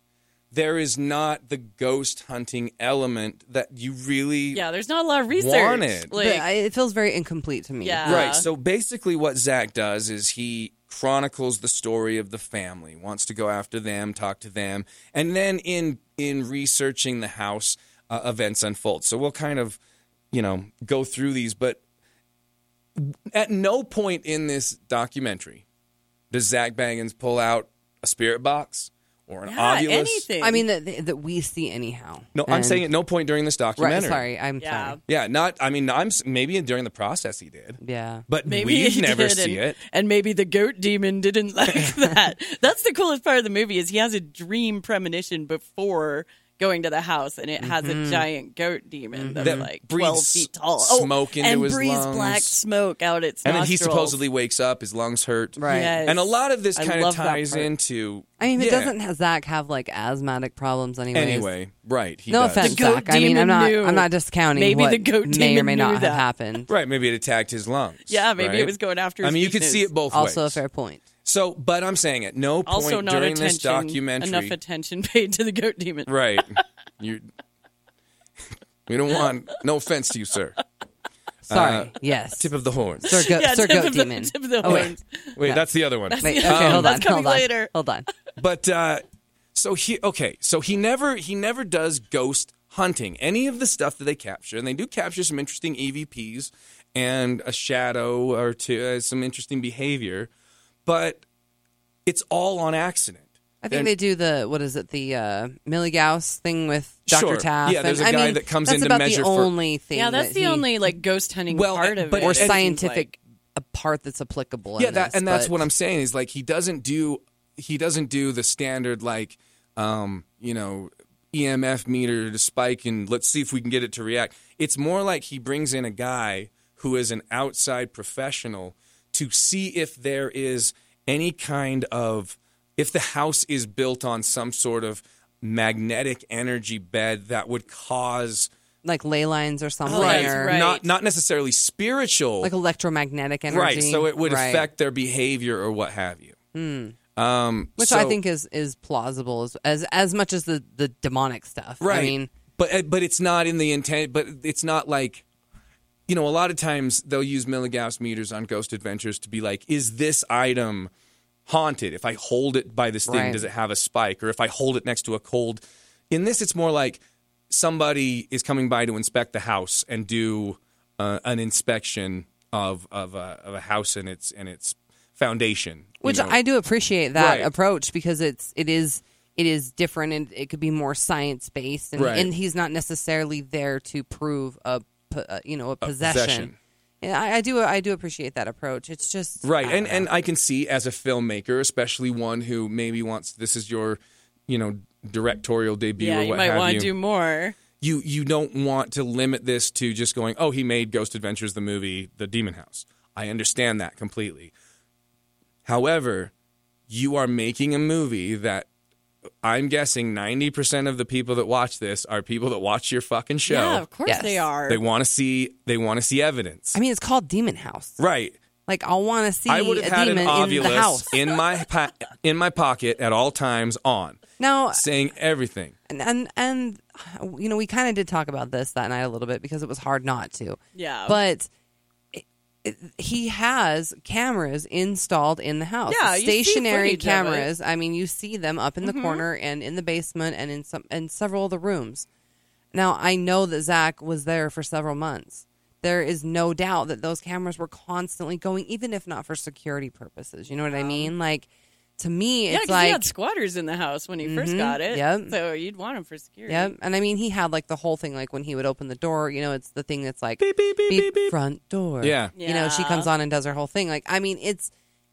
[SPEAKER 2] there is not the ghost hunting element that you really.
[SPEAKER 3] Yeah, there's not a lot of research.
[SPEAKER 2] Wanted.
[SPEAKER 4] But
[SPEAKER 3] Like,
[SPEAKER 4] I- it feels very incomplete to me.
[SPEAKER 3] Yeah.
[SPEAKER 2] Right. So basically, what Zach does is he chronicles the story of the family, wants to go after them, talk to them, and then in in researching the house, uh, events unfold. So we'll kind of, you know, go through these, but at no point in this documentary does Zach Baggins pull out a spirit box or an
[SPEAKER 3] yeah,
[SPEAKER 2] ovulus.
[SPEAKER 3] anything.
[SPEAKER 4] I mean that that we see anyhow.
[SPEAKER 2] No, I'm
[SPEAKER 4] And-
[SPEAKER 2] saying at no point during this documentary.
[SPEAKER 4] right. Sorry, I'm
[SPEAKER 3] Yeah.
[SPEAKER 4] sorry.
[SPEAKER 2] Yeah, not. I mean, I'm s- maybe during the process he did,
[SPEAKER 4] Yeah.
[SPEAKER 2] but
[SPEAKER 3] maybe
[SPEAKER 2] we
[SPEAKER 3] he
[SPEAKER 2] never
[SPEAKER 3] did,
[SPEAKER 2] see
[SPEAKER 3] and,
[SPEAKER 2] it.
[SPEAKER 3] and maybe the goat demon didn't like that. That's the coolest part of the movie is he has a dream premonition before going to the house, and it has
[SPEAKER 4] Mm-hmm.
[SPEAKER 3] a giant goat demon that's
[SPEAKER 2] That
[SPEAKER 3] like
[SPEAKER 2] breathes
[SPEAKER 3] twelve feet tall.
[SPEAKER 2] smoke
[SPEAKER 3] oh,
[SPEAKER 2] into
[SPEAKER 3] and
[SPEAKER 2] his
[SPEAKER 3] breathes black
[SPEAKER 2] lungs.
[SPEAKER 3] smoke out its
[SPEAKER 2] And then he
[SPEAKER 3] nostrils.
[SPEAKER 2] supposedly wakes up, his lungs hurt.
[SPEAKER 4] Right.
[SPEAKER 3] Yes.
[SPEAKER 2] And a lot of this
[SPEAKER 3] I
[SPEAKER 2] kind of
[SPEAKER 3] love that
[SPEAKER 2] ties
[SPEAKER 3] part.
[SPEAKER 2] into.
[SPEAKER 4] I mean, if
[SPEAKER 2] Yeah.
[SPEAKER 4] it doesn't have Zach have like asthmatic problems anyways.
[SPEAKER 2] Anyway, right. He
[SPEAKER 4] No
[SPEAKER 2] does.
[SPEAKER 4] offense,
[SPEAKER 3] The goat
[SPEAKER 4] Zach. I mean,
[SPEAKER 3] demon
[SPEAKER 4] I'm not.
[SPEAKER 3] knew.
[SPEAKER 4] I'm not discounting
[SPEAKER 3] Maybe
[SPEAKER 4] what
[SPEAKER 3] the goat
[SPEAKER 4] may or
[SPEAKER 3] demon
[SPEAKER 4] may not
[SPEAKER 3] knew
[SPEAKER 4] have
[SPEAKER 3] that.
[SPEAKER 4] happened.
[SPEAKER 2] Right. Maybe it attacked his lungs.
[SPEAKER 3] Yeah, maybe it
[SPEAKER 2] right?
[SPEAKER 3] was going after
[SPEAKER 2] I
[SPEAKER 3] his
[SPEAKER 2] mean, you could see
[SPEAKER 3] weakness.
[SPEAKER 2] it both
[SPEAKER 4] Also, a
[SPEAKER 2] ways.
[SPEAKER 4] fair point.
[SPEAKER 2] So, but I'm saying at no point
[SPEAKER 3] Also, not
[SPEAKER 2] during
[SPEAKER 3] attention,
[SPEAKER 2] this documentary.
[SPEAKER 3] enough attention paid to the goat demon.
[SPEAKER 2] right. You. We don't want. No offense to you, sir. Uh,
[SPEAKER 4] Sorry. yes.
[SPEAKER 2] Tip of the horn.
[SPEAKER 4] Sir, go,
[SPEAKER 3] Yeah,
[SPEAKER 4] Sir
[SPEAKER 3] tip
[SPEAKER 4] Goat
[SPEAKER 3] of the-
[SPEAKER 4] Demon.
[SPEAKER 3] tip of the
[SPEAKER 4] oh, wait,
[SPEAKER 3] horns.
[SPEAKER 2] Wait, that's the other one.
[SPEAKER 4] wait. Okay, hold
[SPEAKER 3] That's coming
[SPEAKER 4] on. Hold on.
[SPEAKER 3] later.
[SPEAKER 4] Hold on.
[SPEAKER 2] but uh, so he okay so he never he never does ghost hunting any of the stuff that they capture and they do capture some interesting evps and a shadow or two uh, some interesting behavior but it's all on accident
[SPEAKER 4] I think they do the what is it the uh, Millie Gauss thing with Doctor
[SPEAKER 2] Sure.
[SPEAKER 4] Taff.
[SPEAKER 2] Yeah, there's
[SPEAKER 4] and-
[SPEAKER 2] a guy
[SPEAKER 4] I mean,
[SPEAKER 2] that comes
[SPEAKER 4] that's
[SPEAKER 2] in to
[SPEAKER 4] about
[SPEAKER 2] measure
[SPEAKER 4] the
[SPEAKER 2] for-
[SPEAKER 4] only thing.
[SPEAKER 3] Yeah, that's
[SPEAKER 4] that
[SPEAKER 3] the
[SPEAKER 4] he-
[SPEAKER 3] only like ghost hunting
[SPEAKER 2] Well,
[SPEAKER 3] part
[SPEAKER 2] and-
[SPEAKER 3] of
[SPEAKER 2] but
[SPEAKER 3] it.
[SPEAKER 2] or
[SPEAKER 3] it seems
[SPEAKER 4] scientific
[SPEAKER 3] like.
[SPEAKER 4] a part that's applicable. in
[SPEAKER 2] yeah, that,
[SPEAKER 4] this,
[SPEAKER 2] and that's
[SPEAKER 4] but-
[SPEAKER 2] what I'm saying is like he doesn't do he doesn't do the standard like um, you know EMF meter to spike and let's see if we can get it to react. It's more like he brings in a guy who is an outside professional to see if there is any kind of if the house is built on some sort of magnetic energy bed that would cause
[SPEAKER 4] like ley lines or something,
[SPEAKER 3] Right,
[SPEAKER 4] or
[SPEAKER 3] right.
[SPEAKER 2] not not necessarily spiritual
[SPEAKER 4] like electromagnetic energy.
[SPEAKER 2] Right, so it would
[SPEAKER 4] Right.
[SPEAKER 2] affect their behavior or what have you. Um,
[SPEAKER 4] Hmm. which I
[SPEAKER 2] so-
[SPEAKER 4] think is is plausible as as, as much as the the demonic stuff.
[SPEAKER 2] right.
[SPEAKER 4] I mean,
[SPEAKER 2] but but it's not in the intent. But it's not like, you know, a lot of times they'll use Milligauss meters on Ghost Adventures to be like, is this item haunted? If I hold it by this thing,
[SPEAKER 4] Right.
[SPEAKER 2] does it have a spike? Or if I hold it next to a cold, in this, it's more like somebody is coming by to inspect the house and do uh, an inspection of of a, of a house and its and its foundation. you
[SPEAKER 4] which
[SPEAKER 2] know?
[SPEAKER 4] I do appreciate that
[SPEAKER 2] Right.
[SPEAKER 4] approach because it's it is it is different and it could be more science based, and,
[SPEAKER 2] Right.
[SPEAKER 4] and he's not necessarily there to prove a po- uh, you know a possession.
[SPEAKER 2] possession.
[SPEAKER 4] Yeah, I, I do I do appreciate that approach. It's just
[SPEAKER 2] right
[SPEAKER 4] I don't
[SPEAKER 2] and
[SPEAKER 4] know.
[SPEAKER 2] and i can see as a filmmaker especially one who maybe wants this is your you know directorial debut
[SPEAKER 3] yeah,
[SPEAKER 2] or
[SPEAKER 3] you
[SPEAKER 2] what
[SPEAKER 3] might
[SPEAKER 2] have
[SPEAKER 3] want
[SPEAKER 2] you
[SPEAKER 3] to do more.
[SPEAKER 2] you you don't want to limit this to just going oh he made ghost adventures the movie the demon house i understand that completely however you are making a movie that i'm guessing 90% of the people that watch this are people that watch your fucking show
[SPEAKER 3] Yeah, of course
[SPEAKER 4] Yes.
[SPEAKER 3] they are.
[SPEAKER 2] they want to see they want to see evidence
[SPEAKER 4] I mean, it's called Demon House.
[SPEAKER 2] right
[SPEAKER 4] Like I want to see
[SPEAKER 2] I would
[SPEAKER 4] a
[SPEAKER 2] have had an
[SPEAKER 4] demon in the house.
[SPEAKER 2] ovulus in my pa- in my pocket at all times on,
[SPEAKER 4] Now,
[SPEAKER 2] saying everything.
[SPEAKER 4] and and, and you know, we kind of did talk about this that night a little bit because it was hard not to.
[SPEAKER 3] Yeah.
[SPEAKER 4] but it, it, he has cameras installed in the house.
[SPEAKER 3] Yeah, you see
[SPEAKER 4] stationary
[SPEAKER 3] footage of it. Mm-hmm.
[SPEAKER 4] cameras. I mean, you see them up in the corner and in the basement and in some and several of the rooms. Now, I know that Zach was there for several months. There is no doubt that those cameras were constantly going, even if not for security purposes. You know what I mean? Like, to me,
[SPEAKER 3] yeah,
[SPEAKER 4] it's
[SPEAKER 3] because
[SPEAKER 4] like Mm-hmm.
[SPEAKER 3] he had squatters in the house when he first got it.
[SPEAKER 4] Yep.
[SPEAKER 3] So you'd want him for security.
[SPEAKER 4] Yep. And I mean, he had like the whole thing, like when he would open the door, you know, it's the thing that's like
[SPEAKER 2] Beep, beep, beep, beep, beep.
[SPEAKER 4] front door.
[SPEAKER 2] Yeah.
[SPEAKER 4] You know, she
[SPEAKER 3] Yeah.
[SPEAKER 4] comes on and does her whole thing. Like, I mean, it's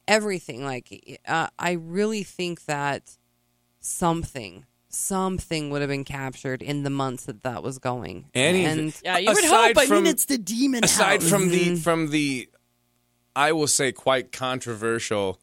[SPEAKER 4] everything. Like, uh, I really think that something, something would have been captured in the months that that was going.
[SPEAKER 2] Anything.
[SPEAKER 4] And Mm-hmm.
[SPEAKER 3] Yeah, you would
[SPEAKER 2] Aside
[SPEAKER 3] hope. I
[SPEAKER 2] from-
[SPEAKER 3] mean, it's the demon
[SPEAKER 2] Aside
[SPEAKER 3] house.
[SPEAKER 2] from the from the, I will say quite controversial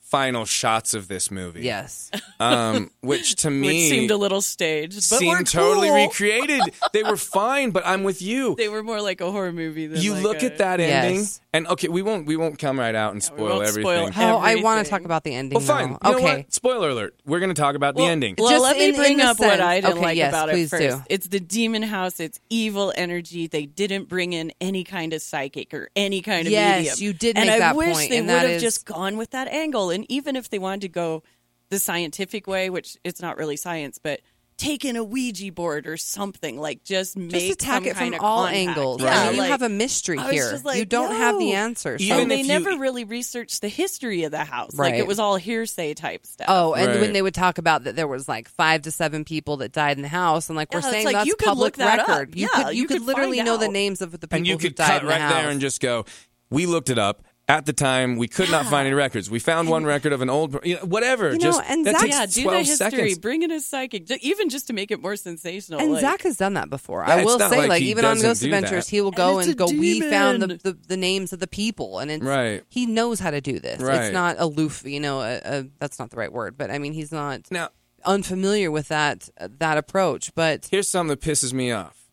[SPEAKER 2] final shots of this movie.
[SPEAKER 4] yes.
[SPEAKER 2] um, which to me
[SPEAKER 3] which seemed a little staged, but
[SPEAKER 2] seemed
[SPEAKER 3] were
[SPEAKER 2] totally
[SPEAKER 3] cool.
[SPEAKER 2] recreated. they were fine, but I'm with you.
[SPEAKER 3] They were more like a horror movie than
[SPEAKER 2] you
[SPEAKER 3] like
[SPEAKER 2] look
[SPEAKER 3] a-
[SPEAKER 2] at that
[SPEAKER 4] Yes.
[SPEAKER 2] ending, and okay, we won't we won't come right out and
[SPEAKER 3] we
[SPEAKER 2] spoil
[SPEAKER 3] won't
[SPEAKER 2] everything.
[SPEAKER 3] spoil
[SPEAKER 4] Oh, I want to
[SPEAKER 3] Everything.
[SPEAKER 4] talk about the ending.
[SPEAKER 2] well, fine. You
[SPEAKER 4] though.
[SPEAKER 2] know
[SPEAKER 4] okay.
[SPEAKER 2] what? Spoiler alert. We're going to talk about the
[SPEAKER 3] Well-
[SPEAKER 2] ending.
[SPEAKER 3] Well,
[SPEAKER 4] Just
[SPEAKER 3] let me
[SPEAKER 4] in- in
[SPEAKER 3] bring
[SPEAKER 4] the
[SPEAKER 3] up what I
[SPEAKER 4] sense-
[SPEAKER 3] didn't
[SPEAKER 4] okay,
[SPEAKER 3] like
[SPEAKER 4] yes,
[SPEAKER 3] about it
[SPEAKER 4] please
[SPEAKER 3] first.
[SPEAKER 4] do.
[SPEAKER 3] It's the demon house. It's evil energy. They didn't bring in any kind of psychic or any kind of
[SPEAKER 4] Yes,
[SPEAKER 3] medium.
[SPEAKER 4] you did
[SPEAKER 3] and
[SPEAKER 4] make
[SPEAKER 3] I
[SPEAKER 4] that
[SPEAKER 3] wish
[SPEAKER 4] point,
[SPEAKER 3] they
[SPEAKER 4] and
[SPEAKER 3] would
[SPEAKER 4] that
[SPEAKER 3] have
[SPEAKER 4] is-
[SPEAKER 3] just gone with that angle. And even if they wanted to go the scientific way, which it's not really science, but take in a Ouija board or something like just make
[SPEAKER 4] Just attack
[SPEAKER 3] some
[SPEAKER 4] it from
[SPEAKER 3] kind of
[SPEAKER 4] all
[SPEAKER 3] contact.
[SPEAKER 4] angles.
[SPEAKER 3] Yeah,
[SPEAKER 4] I mean, you
[SPEAKER 3] like-
[SPEAKER 4] have a mystery
[SPEAKER 3] I was
[SPEAKER 4] here.
[SPEAKER 3] just like,
[SPEAKER 4] you don't have the
[SPEAKER 3] no.
[SPEAKER 4] answer.
[SPEAKER 2] Even
[SPEAKER 4] so-
[SPEAKER 3] and they
[SPEAKER 2] if you-
[SPEAKER 3] never really researched the history of the house. Like
[SPEAKER 4] e Right.
[SPEAKER 3] it was all hearsay type stuff.
[SPEAKER 4] Oh, and
[SPEAKER 2] Right.
[SPEAKER 4] when they would talk about that, there was like five to seven people that died in the house, and like we're
[SPEAKER 3] Yeah, it's
[SPEAKER 4] saying
[SPEAKER 3] like,
[SPEAKER 4] that's
[SPEAKER 3] you could
[SPEAKER 4] public
[SPEAKER 3] look that up.
[SPEAKER 4] record. You
[SPEAKER 3] Yeah,
[SPEAKER 4] could
[SPEAKER 3] you could
[SPEAKER 4] literally
[SPEAKER 3] find
[SPEAKER 4] know the
[SPEAKER 3] out.
[SPEAKER 4] names of the people
[SPEAKER 2] and you
[SPEAKER 4] who
[SPEAKER 2] could
[SPEAKER 4] died
[SPEAKER 2] cut
[SPEAKER 4] in
[SPEAKER 2] right
[SPEAKER 4] the house.
[SPEAKER 2] there and just go we looked it up at the time we could not find any records we found one record of an old you know, whatever
[SPEAKER 4] You
[SPEAKER 2] just
[SPEAKER 4] know, and
[SPEAKER 2] that
[SPEAKER 4] Zach-
[SPEAKER 2] takes
[SPEAKER 3] Yeah, do
[SPEAKER 2] 12
[SPEAKER 3] the history.
[SPEAKER 2] seconds
[SPEAKER 3] Bring in a psychic, ju- even just to make it more sensational.
[SPEAKER 4] and
[SPEAKER 3] like-
[SPEAKER 4] Zach has done that before.
[SPEAKER 2] Yeah,
[SPEAKER 4] I
[SPEAKER 2] it's
[SPEAKER 4] will
[SPEAKER 2] not
[SPEAKER 4] say,
[SPEAKER 2] like
[SPEAKER 4] like,
[SPEAKER 2] he
[SPEAKER 4] even on
[SPEAKER 2] doesn't
[SPEAKER 4] Ghost
[SPEAKER 2] do
[SPEAKER 4] Adventures,
[SPEAKER 2] that.
[SPEAKER 4] he will go
[SPEAKER 3] it's
[SPEAKER 4] and,
[SPEAKER 3] a
[SPEAKER 4] go. We found the,
[SPEAKER 3] demon."
[SPEAKER 4] the, the names of the people, and it's
[SPEAKER 2] Right.
[SPEAKER 4] He knows how to do this.
[SPEAKER 2] Right.
[SPEAKER 4] It's not aloof. You know, uh, uh, that's not the right word, but I mean, he's not
[SPEAKER 2] now
[SPEAKER 4] unfamiliar with that uh, that approach. But
[SPEAKER 2] here's something that pisses me off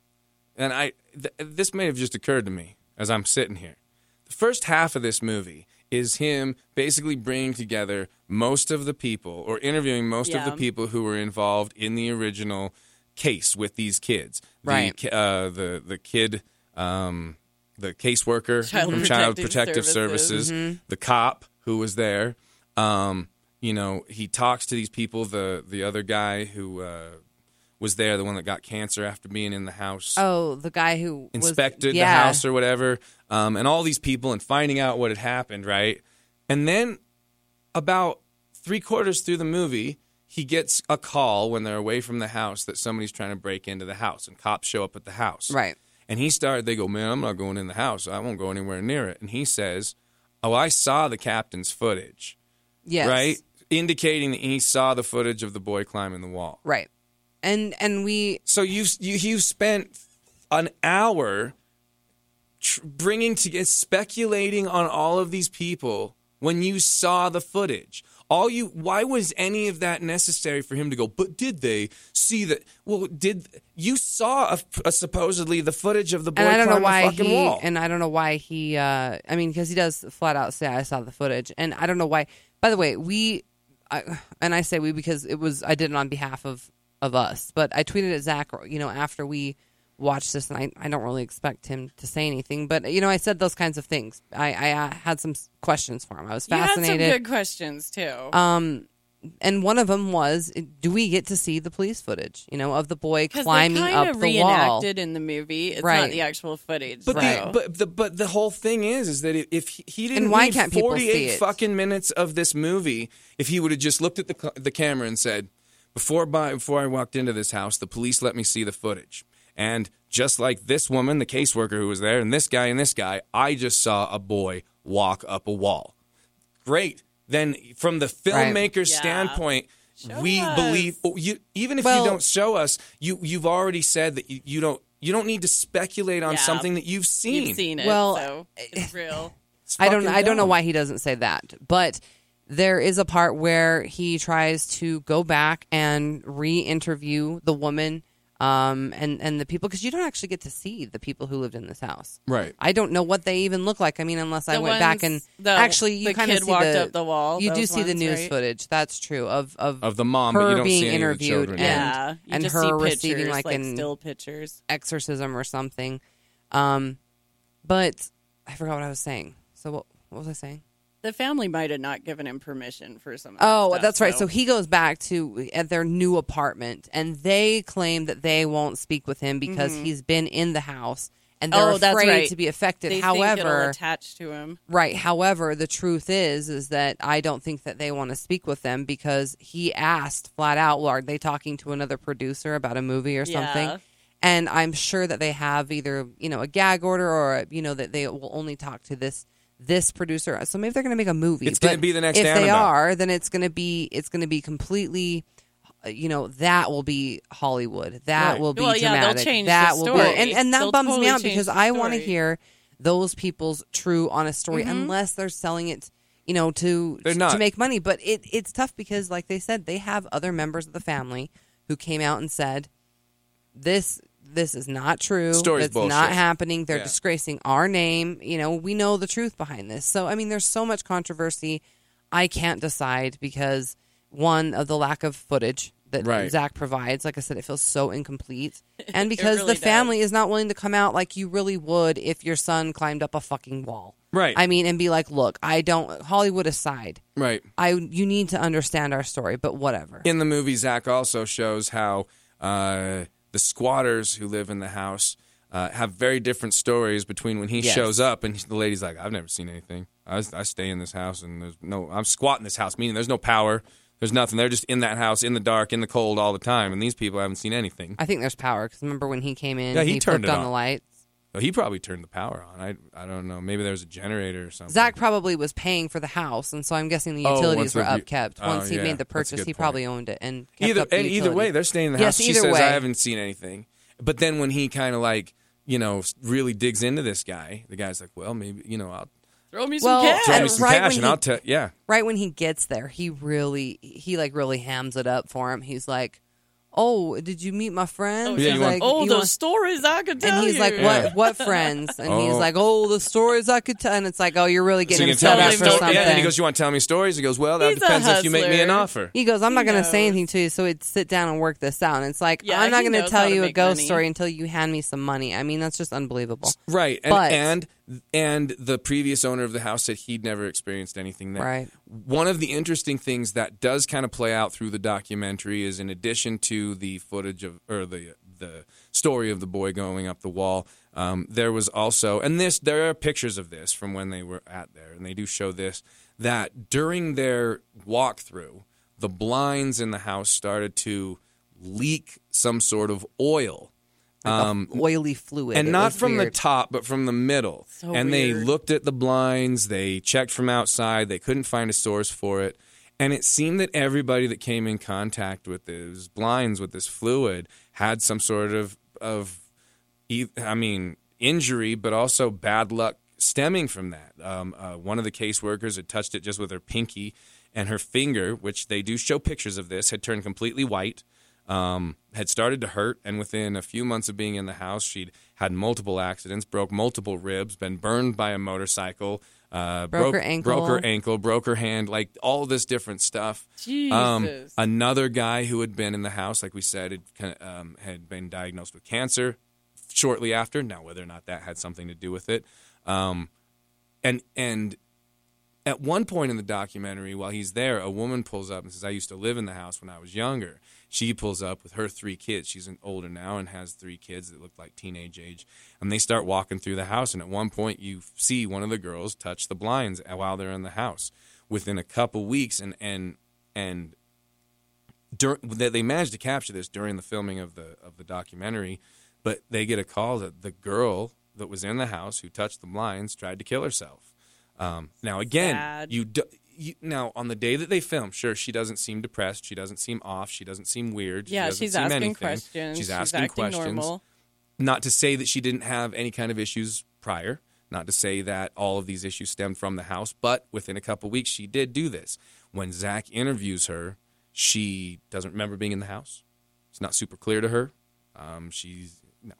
[SPEAKER 2] and i th- this may have just occurred to me as i'm sitting here the first half of this movie is him basically bringing together most of the people or interviewing most of
[SPEAKER 3] Yeah.
[SPEAKER 2] the people who were involved in the original case with these kids The
[SPEAKER 4] Right.
[SPEAKER 2] ki- uh, the the kid um, the caseworker
[SPEAKER 3] Child
[SPEAKER 2] from Child
[SPEAKER 3] Protective
[SPEAKER 2] Protective Services,
[SPEAKER 3] Services. Mm-hmm.
[SPEAKER 2] the cop who was there. Um, you know, he talks to these people. The the other guy who uh, was there, the one that got cancer after being in the house,
[SPEAKER 4] oh, the guy who was-
[SPEAKER 2] inspected
[SPEAKER 4] yeah.
[SPEAKER 2] the house or whatever, um, and all these people and finding out what had happened, right? And then about three quarters through the movie, he gets a call when they're away from the house that somebody's trying to break into the house, and cops show up at the house,
[SPEAKER 4] Right.
[SPEAKER 2] and he started, they go, man, I'm not going in the house. I won't go anywhere near it. And he says, Oh, I saw the captain's footage,
[SPEAKER 4] Yes.
[SPEAKER 2] right? Indicating that he saw the footage of the boy climbing the wall.
[SPEAKER 4] Right. And and we
[SPEAKER 2] So you've you, you've spent an hour tr- bringing to speculating on all of these people when you saw the footage. All you why was any of that necessary for him to go? But did they see that? Well, did you saw a, a supposedly the footage of the boy
[SPEAKER 4] and I don't know
[SPEAKER 2] climb
[SPEAKER 4] why
[SPEAKER 2] the fucking
[SPEAKER 4] he
[SPEAKER 2] wall?
[SPEAKER 4] and I don't know why he uh I mean cuz he does flat out say I saw the footage and I don't know why by the way we I, and I say we because it was I did it on behalf of of us but I tweeted at Zach you know after we watched this and I, I don't really expect him to say anything but you know I said those kinds of things I I uh, had some s- questions for him I was
[SPEAKER 3] You had some
[SPEAKER 4] fascinated Uh,
[SPEAKER 3] good questions too.
[SPEAKER 4] and one of them was do we get to see the police footage you know of the boy
[SPEAKER 3] Because
[SPEAKER 4] climbing
[SPEAKER 3] they
[SPEAKER 4] up
[SPEAKER 3] kind
[SPEAKER 4] the
[SPEAKER 3] of
[SPEAKER 4] wall
[SPEAKER 3] reenacted in the movie. It's
[SPEAKER 4] Right.
[SPEAKER 3] not the actual footage.
[SPEAKER 2] But
[SPEAKER 3] though.
[SPEAKER 2] the but the but the whole thing is is that if he, he didn't
[SPEAKER 4] why
[SPEAKER 2] need
[SPEAKER 4] can't people see
[SPEAKER 2] 48
[SPEAKER 4] it?
[SPEAKER 2] fucking minutes of this movie, if he would have just looked at the ca- the camera and said, before by, before I walked into this house, the police let me see the footage, and just like this woman, the caseworker who was there, and this guy and this guy, I just saw a boy walk up a wall. Great. Then from the
[SPEAKER 4] Right.
[SPEAKER 2] filmmaker's
[SPEAKER 3] Yeah.
[SPEAKER 2] standpoint. we
[SPEAKER 3] us.
[SPEAKER 2] believe oh, you, even if
[SPEAKER 4] Well-
[SPEAKER 2] you don't show us, you you've already said that you, you don't you don't need to speculate on
[SPEAKER 3] Yeah.
[SPEAKER 2] something that you've seen.
[SPEAKER 3] You've seen it,
[SPEAKER 4] Well,
[SPEAKER 3] so
[SPEAKER 2] eh,
[SPEAKER 3] it's real.
[SPEAKER 2] It's
[SPEAKER 4] I don't
[SPEAKER 2] fucking
[SPEAKER 4] I don't know
[SPEAKER 2] dumb.
[SPEAKER 4] why he doesn't say that, but there is a part where he tries to go back and re-interview the woman um, and and the people because you don't actually get to see the people who lived in this house.
[SPEAKER 2] Right.
[SPEAKER 4] I don't know what they even look like. I mean, unless I
[SPEAKER 3] The
[SPEAKER 4] went back and
[SPEAKER 3] ones- the-
[SPEAKER 4] actually you
[SPEAKER 3] the
[SPEAKER 4] kind of
[SPEAKER 3] kid
[SPEAKER 4] see
[SPEAKER 3] walked
[SPEAKER 4] the,
[SPEAKER 3] up the wall,
[SPEAKER 4] You do
[SPEAKER 3] those
[SPEAKER 4] see the
[SPEAKER 3] ones,
[SPEAKER 4] news
[SPEAKER 3] right?
[SPEAKER 4] footage. That's true of of,
[SPEAKER 2] Of the mom,
[SPEAKER 4] her
[SPEAKER 2] but you don't see
[SPEAKER 4] being
[SPEAKER 2] any of the
[SPEAKER 4] interviewed
[SPEAKER 2] children.
[SPEAKER 4] and
[SPEAKER 3] yeah, you
[SPEAKER 4] and
[SPEAKER 3] just
[SPEAKER 4] her
[SPEAKER 3] see
[SPEAKER 4] receiving
[SPEAKER 3] pictures,
[SPEAKER 4] like, an
[SPEAKER 3] still pictures.
[SPEAKER 4] exorcism or something. Um, but I forgot what I was saying. So what, what was I saying?
[SPEAKER 3] The family might have not given him permission for some. Of that
[SPEAKER 4] Oh,
[SPEAKER 3] stuff,
[SPEAKER 4] that's right. So he goes back to at their new apartment, and they claim that they won't speak with him because he's been in the house, and they're
[SPEAKER 3] Mm-hmm. Oh, that's
[SPEAKER 4] afraid
[SPEAKER 3] right.
[SPEAKER 4] to be affected.
[SPEAKER 3] they think it'll
[SPEAKER 4] however,
[SPEAKER 3] attach to him.
[SPEAKER 4] right. However, the truth is, is that I don't think that they want to speak with them because he asked flat out, "Well, are they talking to another producer about a movie or something?"
[SPEAKER 3] Yeah.
[SPEAKER 4] And I'm sure that they have either you know a gag order or you know that they will only talk to this this producer. So maybe they're going to make a movie.
[SPEAKER 2] It's gonna
[SPEAKER 4] but
[SPEAKER 2] be the next
[SPEAKER 4] If they
[SPEAKER 2] Annabelle.
[SPEAKER 4] are, then it's going to be it's going to be completely. uh, You know that will be Hollywood. That
[SPEAKER 2] Right.
[SPEAKER 4] will be
[SPEAKER 3] Well, yeah, they'll
[SPEAKER 4] dramatic.
[SPEAKER 3] change the
[SPEAKER 4] that will
[SPEAKER 3] story.
[SPEAKER 4] be, and and that
[SPEAKER 3] They'll
[SPEAKER 4] bums me
[SPEAKER 3] totally
[SPEAKER 4] out
[SPEAKER 3] change
[SPEAKER 4] because
[SPEAKER 3] the
[SPEAKER 4] I want to
[SPEAKER 3] story.
[SPEAKER 4] hear those people's true honest story unless they're selling it you know to
[SPEAKER 2] They're
[SPEAKER 4] to- to
[SPEAKER 2] not.
[SPEAKER 4] make money but it it's tough because like they said they have other members of the family who came out and said this this is not true
[SPEAKER 2] Story's
[SPEAKER 4] it's
[SPEAKER 2] bullshit.
[SPEAKER 4] not happening they're
[SPEAKER 2] Yeah.
[SPEAKER 4] disgracing our name you know we know the truth behind this so i mean there's so much controversy i can't decide because one of the lack of footage that
[SPEAKER 2] Right.
[SPEAKER 4] zach provides like i said it feels so incomplete and because
[SPEAKER 3] really
[SPEAKER 4] the family is not willing to come out like you really would if your son climbed up a fucking wall.
[SPEAKER 2] Right.
[SPEAKER 4] I mean, and be like, look, I don't. Hollywood aside,
[SPEAKER 2] Right.
[SPEAKER 4] I you need to understand our story, but whatever.
[SPEAKER 2] In the movie, Zach also shows how uh, the squatters who live in the house uh, have very different stories between when he
[SPEAKER 4] Yes.
[SPEAKER 2] shows up and the lady's like, I've never seen anything. I, s- I stay in this house and there's no, I'm squatting this house, meaning there's no power. There's nothing. They're just in that house, in the dark, in the cold all the time. And these people haven't seen anything.
[SPEAKER 4] I think there's power because remember when he came in,
[SPEAKER 2] Yeah, he turned
[SPEAKER 4] flipped
[SPEAKER 2] it
[SPEAKER 4] on,
[SPEAKER 2] on.
[SPEAKER 4] the lights.
[SPEAKER 2] So he probably turned the power on. I, I don't know. Maybe there was a generator or something.
[SPEAKER 4] Zach probably was paying for the house, and so I'm guessing the
[SPEAKER 2] Oh,
[SPEAKER 4] utilities
[SPEAKER 2] once the
[SPEAKER 4] were
[SPEAKER 2] u-
[SPEAKER 4] upkept.
[SPEAKER 2] oh,
[SPEAKER 4] Once he
[SPEAKER 2] yeah,
[SPEAKER 4] made
[SPEAKER 2] that's a
[SPEAKER 4] the purchase,
[SPEAKER 2] good
[SPEAKER 4] he
[SPEAKER 2] point.
[SPEAKER 4] probably owned it and kept
[SPEAKER 2] either
[SPEAKER 4] up the
[SPEAKER 2] and either
[SPEAKER 4] utilities.
[SPEAKER 2] way, they're staying in the
[SPEAKER 4] Yes,
[SPEAKER 2] house. She
[SPEAKER 4] either
[SPEAKER 2] says
[SPEAKER 4] way.
[SPEAKER 2] I haven't seen anything, but then when he kind of like you know s- really digs into this guy, the guy's like, well, maybe you know I'll
[SPEAKER 3] Throw me
[SPEAKER 4] Well,
[SPEAKER 3] some cash.
[SPEAKER 2] throw
[SPEAKER 4] And
[SPEAKER 2] me some
[SPEAKER 4] right
[SPEAKER 2] cash
[SPEAKER 4] when
[SPEAKER 2] and
[SPEAKER 4] he-
[SPEAKER 2] I'll tell yeah.
[SPEAKER 4] right when he gets there, he really he like really hams it up for him. He's like, "Oh, did you meet my friend?"
[SPEAKER 3] Oh,
[SPEAKER 2] Yeah,
[SPEAKER 4] He's
[SPEAKER 2] you want-
[SPEAKER 4] like,
[SPEAKER 3] oh,
[SPEAKER 4] he
[SPEAKER 3] those
[SPEAKER 4] wants-
[SPEAKER 3] stories I could tell
[SPEAKER 4] And he's
[SPEAKER 3] you.
[SPEAKER 4] like,
[SPEAKER 2] Yeah.
[SPEAKER 4] "What? What friends?" And he's
[SPEAKER 2] Oh.
[SPEAKER 4] like, "Oh, the stories I could tell." And it's like, "Oh, you're really
[SPEAKER 2] So
[SPEAKER 4] getting
[SPEAKER 2] you can tell
[SPEAKER 4] himself
[SPEAKER 2] me a
[SPEAKER 4] up for
[SPEAKER 3] himself up for
[SPEAKER 2] story.
[SPEAKER 4] something."
[SPEAKER 2] Yeah, and he goes, you want to tell me stories? He goes, well, that
[SPEAKER 3] He's a
[SPEAKER 2] depends if you make me an
[SPEAKER 3] hustler.
[SPEAKER 2] offer.
[SPEAKER 4] He goes, "I'm not going to say
[SPEAKER 3] knows.
[SPEAKER 4] anything to you, so it's sit down and work this out." And it's like,
[SPEAKER 3] Yeah,
[SPEAKER 4] "I'm not
[SPEAKER 3] he
[SPEAKER 4] going to
[SPEAKER 3] knows
[SPEAKER 4] tell
[SPEAKER 3] how to
[SPEAKER 4] you a
[SPEAKER 3] make
[SPEAKER 4] ghost
[SPEAKER 3] money.
[SPEAKER 4] story until you hand me some money." I mean, that's just unbelievable.
[SPEAKER 2] Right, and,
[SPEAKER 4] But-
[SPEAKER 2] and and the previous owner of the house said he'd never experienced anything there.
[SPEAKER 4] Right.
[SPEAKER 2] One of the interesting things that does kind of play out through the documentary is, in addition to the footage of or the the story of the boy going up the wall, um, there was also, and this there are pictures of this from when they were at there, and they do show this that during their walkthrough, the blinds in the house started to leak some sort of oil
[SPEAKER 4] um, oily fluid,
[SPEAKER 2] and
[SPEAKER 4] It
[SPEAKER 2] not
[SPEAKER 4] was
[SPEAKER 2] from the
[SPEAKER 4] weird.
[SPEAKER 2] top, but from the middle.
[SPEAKER 3] So
[SPEAKER 2] and they
[SPEAKER 3] weird.
[SPEAKER 2] looked at the blinds, they checked from outside, they couldn't find a source for it. And it seemed that everybody that came in contact with these blinds, with this fluid, had some sort of, of e- I mean, injury, but also bad luck stemming from that. Um, uh, one of the caseworkers had touched it just with her pinky, and her finger, which they do show pictures of this, had turned completely white, um, had started to hurt, and within a few months of being in the house, she'd had multiple accidents, broke multiple ribs, been burned by a motorcycle. Uh,
[SPEAKER 4] Broke her ankle.
[SPEAKER 2] broke her ankle, broke her hand, like all this different stuff.
[SPEAKER 3] Jesus.
[SPEAKER 2] Um, another guy who had been in the house, like we said, had, kind of, um, had been diagnosed with cancer shortly after. Now, whether or not that had something to do with it, um, and and at one point in the documentary, while he's there, a woman pulls up and says, "I used to live in the house when I was younger." She pulls up with her three kids. She's an- older now and has three kids that look like teenage age, and they start walking through the house. And at one point, you see one of the girls touch the blinds while they're in the house. Within a couple weeks, and and and dur- that they managed to capture this during the filming of the of the documentary, but they get a call that the girl that was in the house who touched the blinds tried to kill herself. Um, now again,
[SPEAKER 3] Sad.
[SPEAKER 2] you, do, you now on the day that they film, sure she doesn't seem depressed, she doesn't seem off, she doesn't seem weird. she
[SPEAKER 3] yeah,
[SPEAKER 2] doesn't
[SPEAKER 3] she's
[SPEAKER 2] seem
[SPEAKER 3] asking
[SPEAKER 2] anything.
[SPEAKER 3] questions.
[SPEAKER 2] She's asking
[SPEAKER 3] acting
[SPEAKER 2] questions
[SPEAKER 3] normal.
[SPEAKER 2] not to say that she didn't have any kind of issues prior, not to say that all of these issues stemmed from the house, but within a couple weeks, she did do this. When Zach interviews her, she doesn't remember being in the house. It's not super clear to her. Um, she's, no,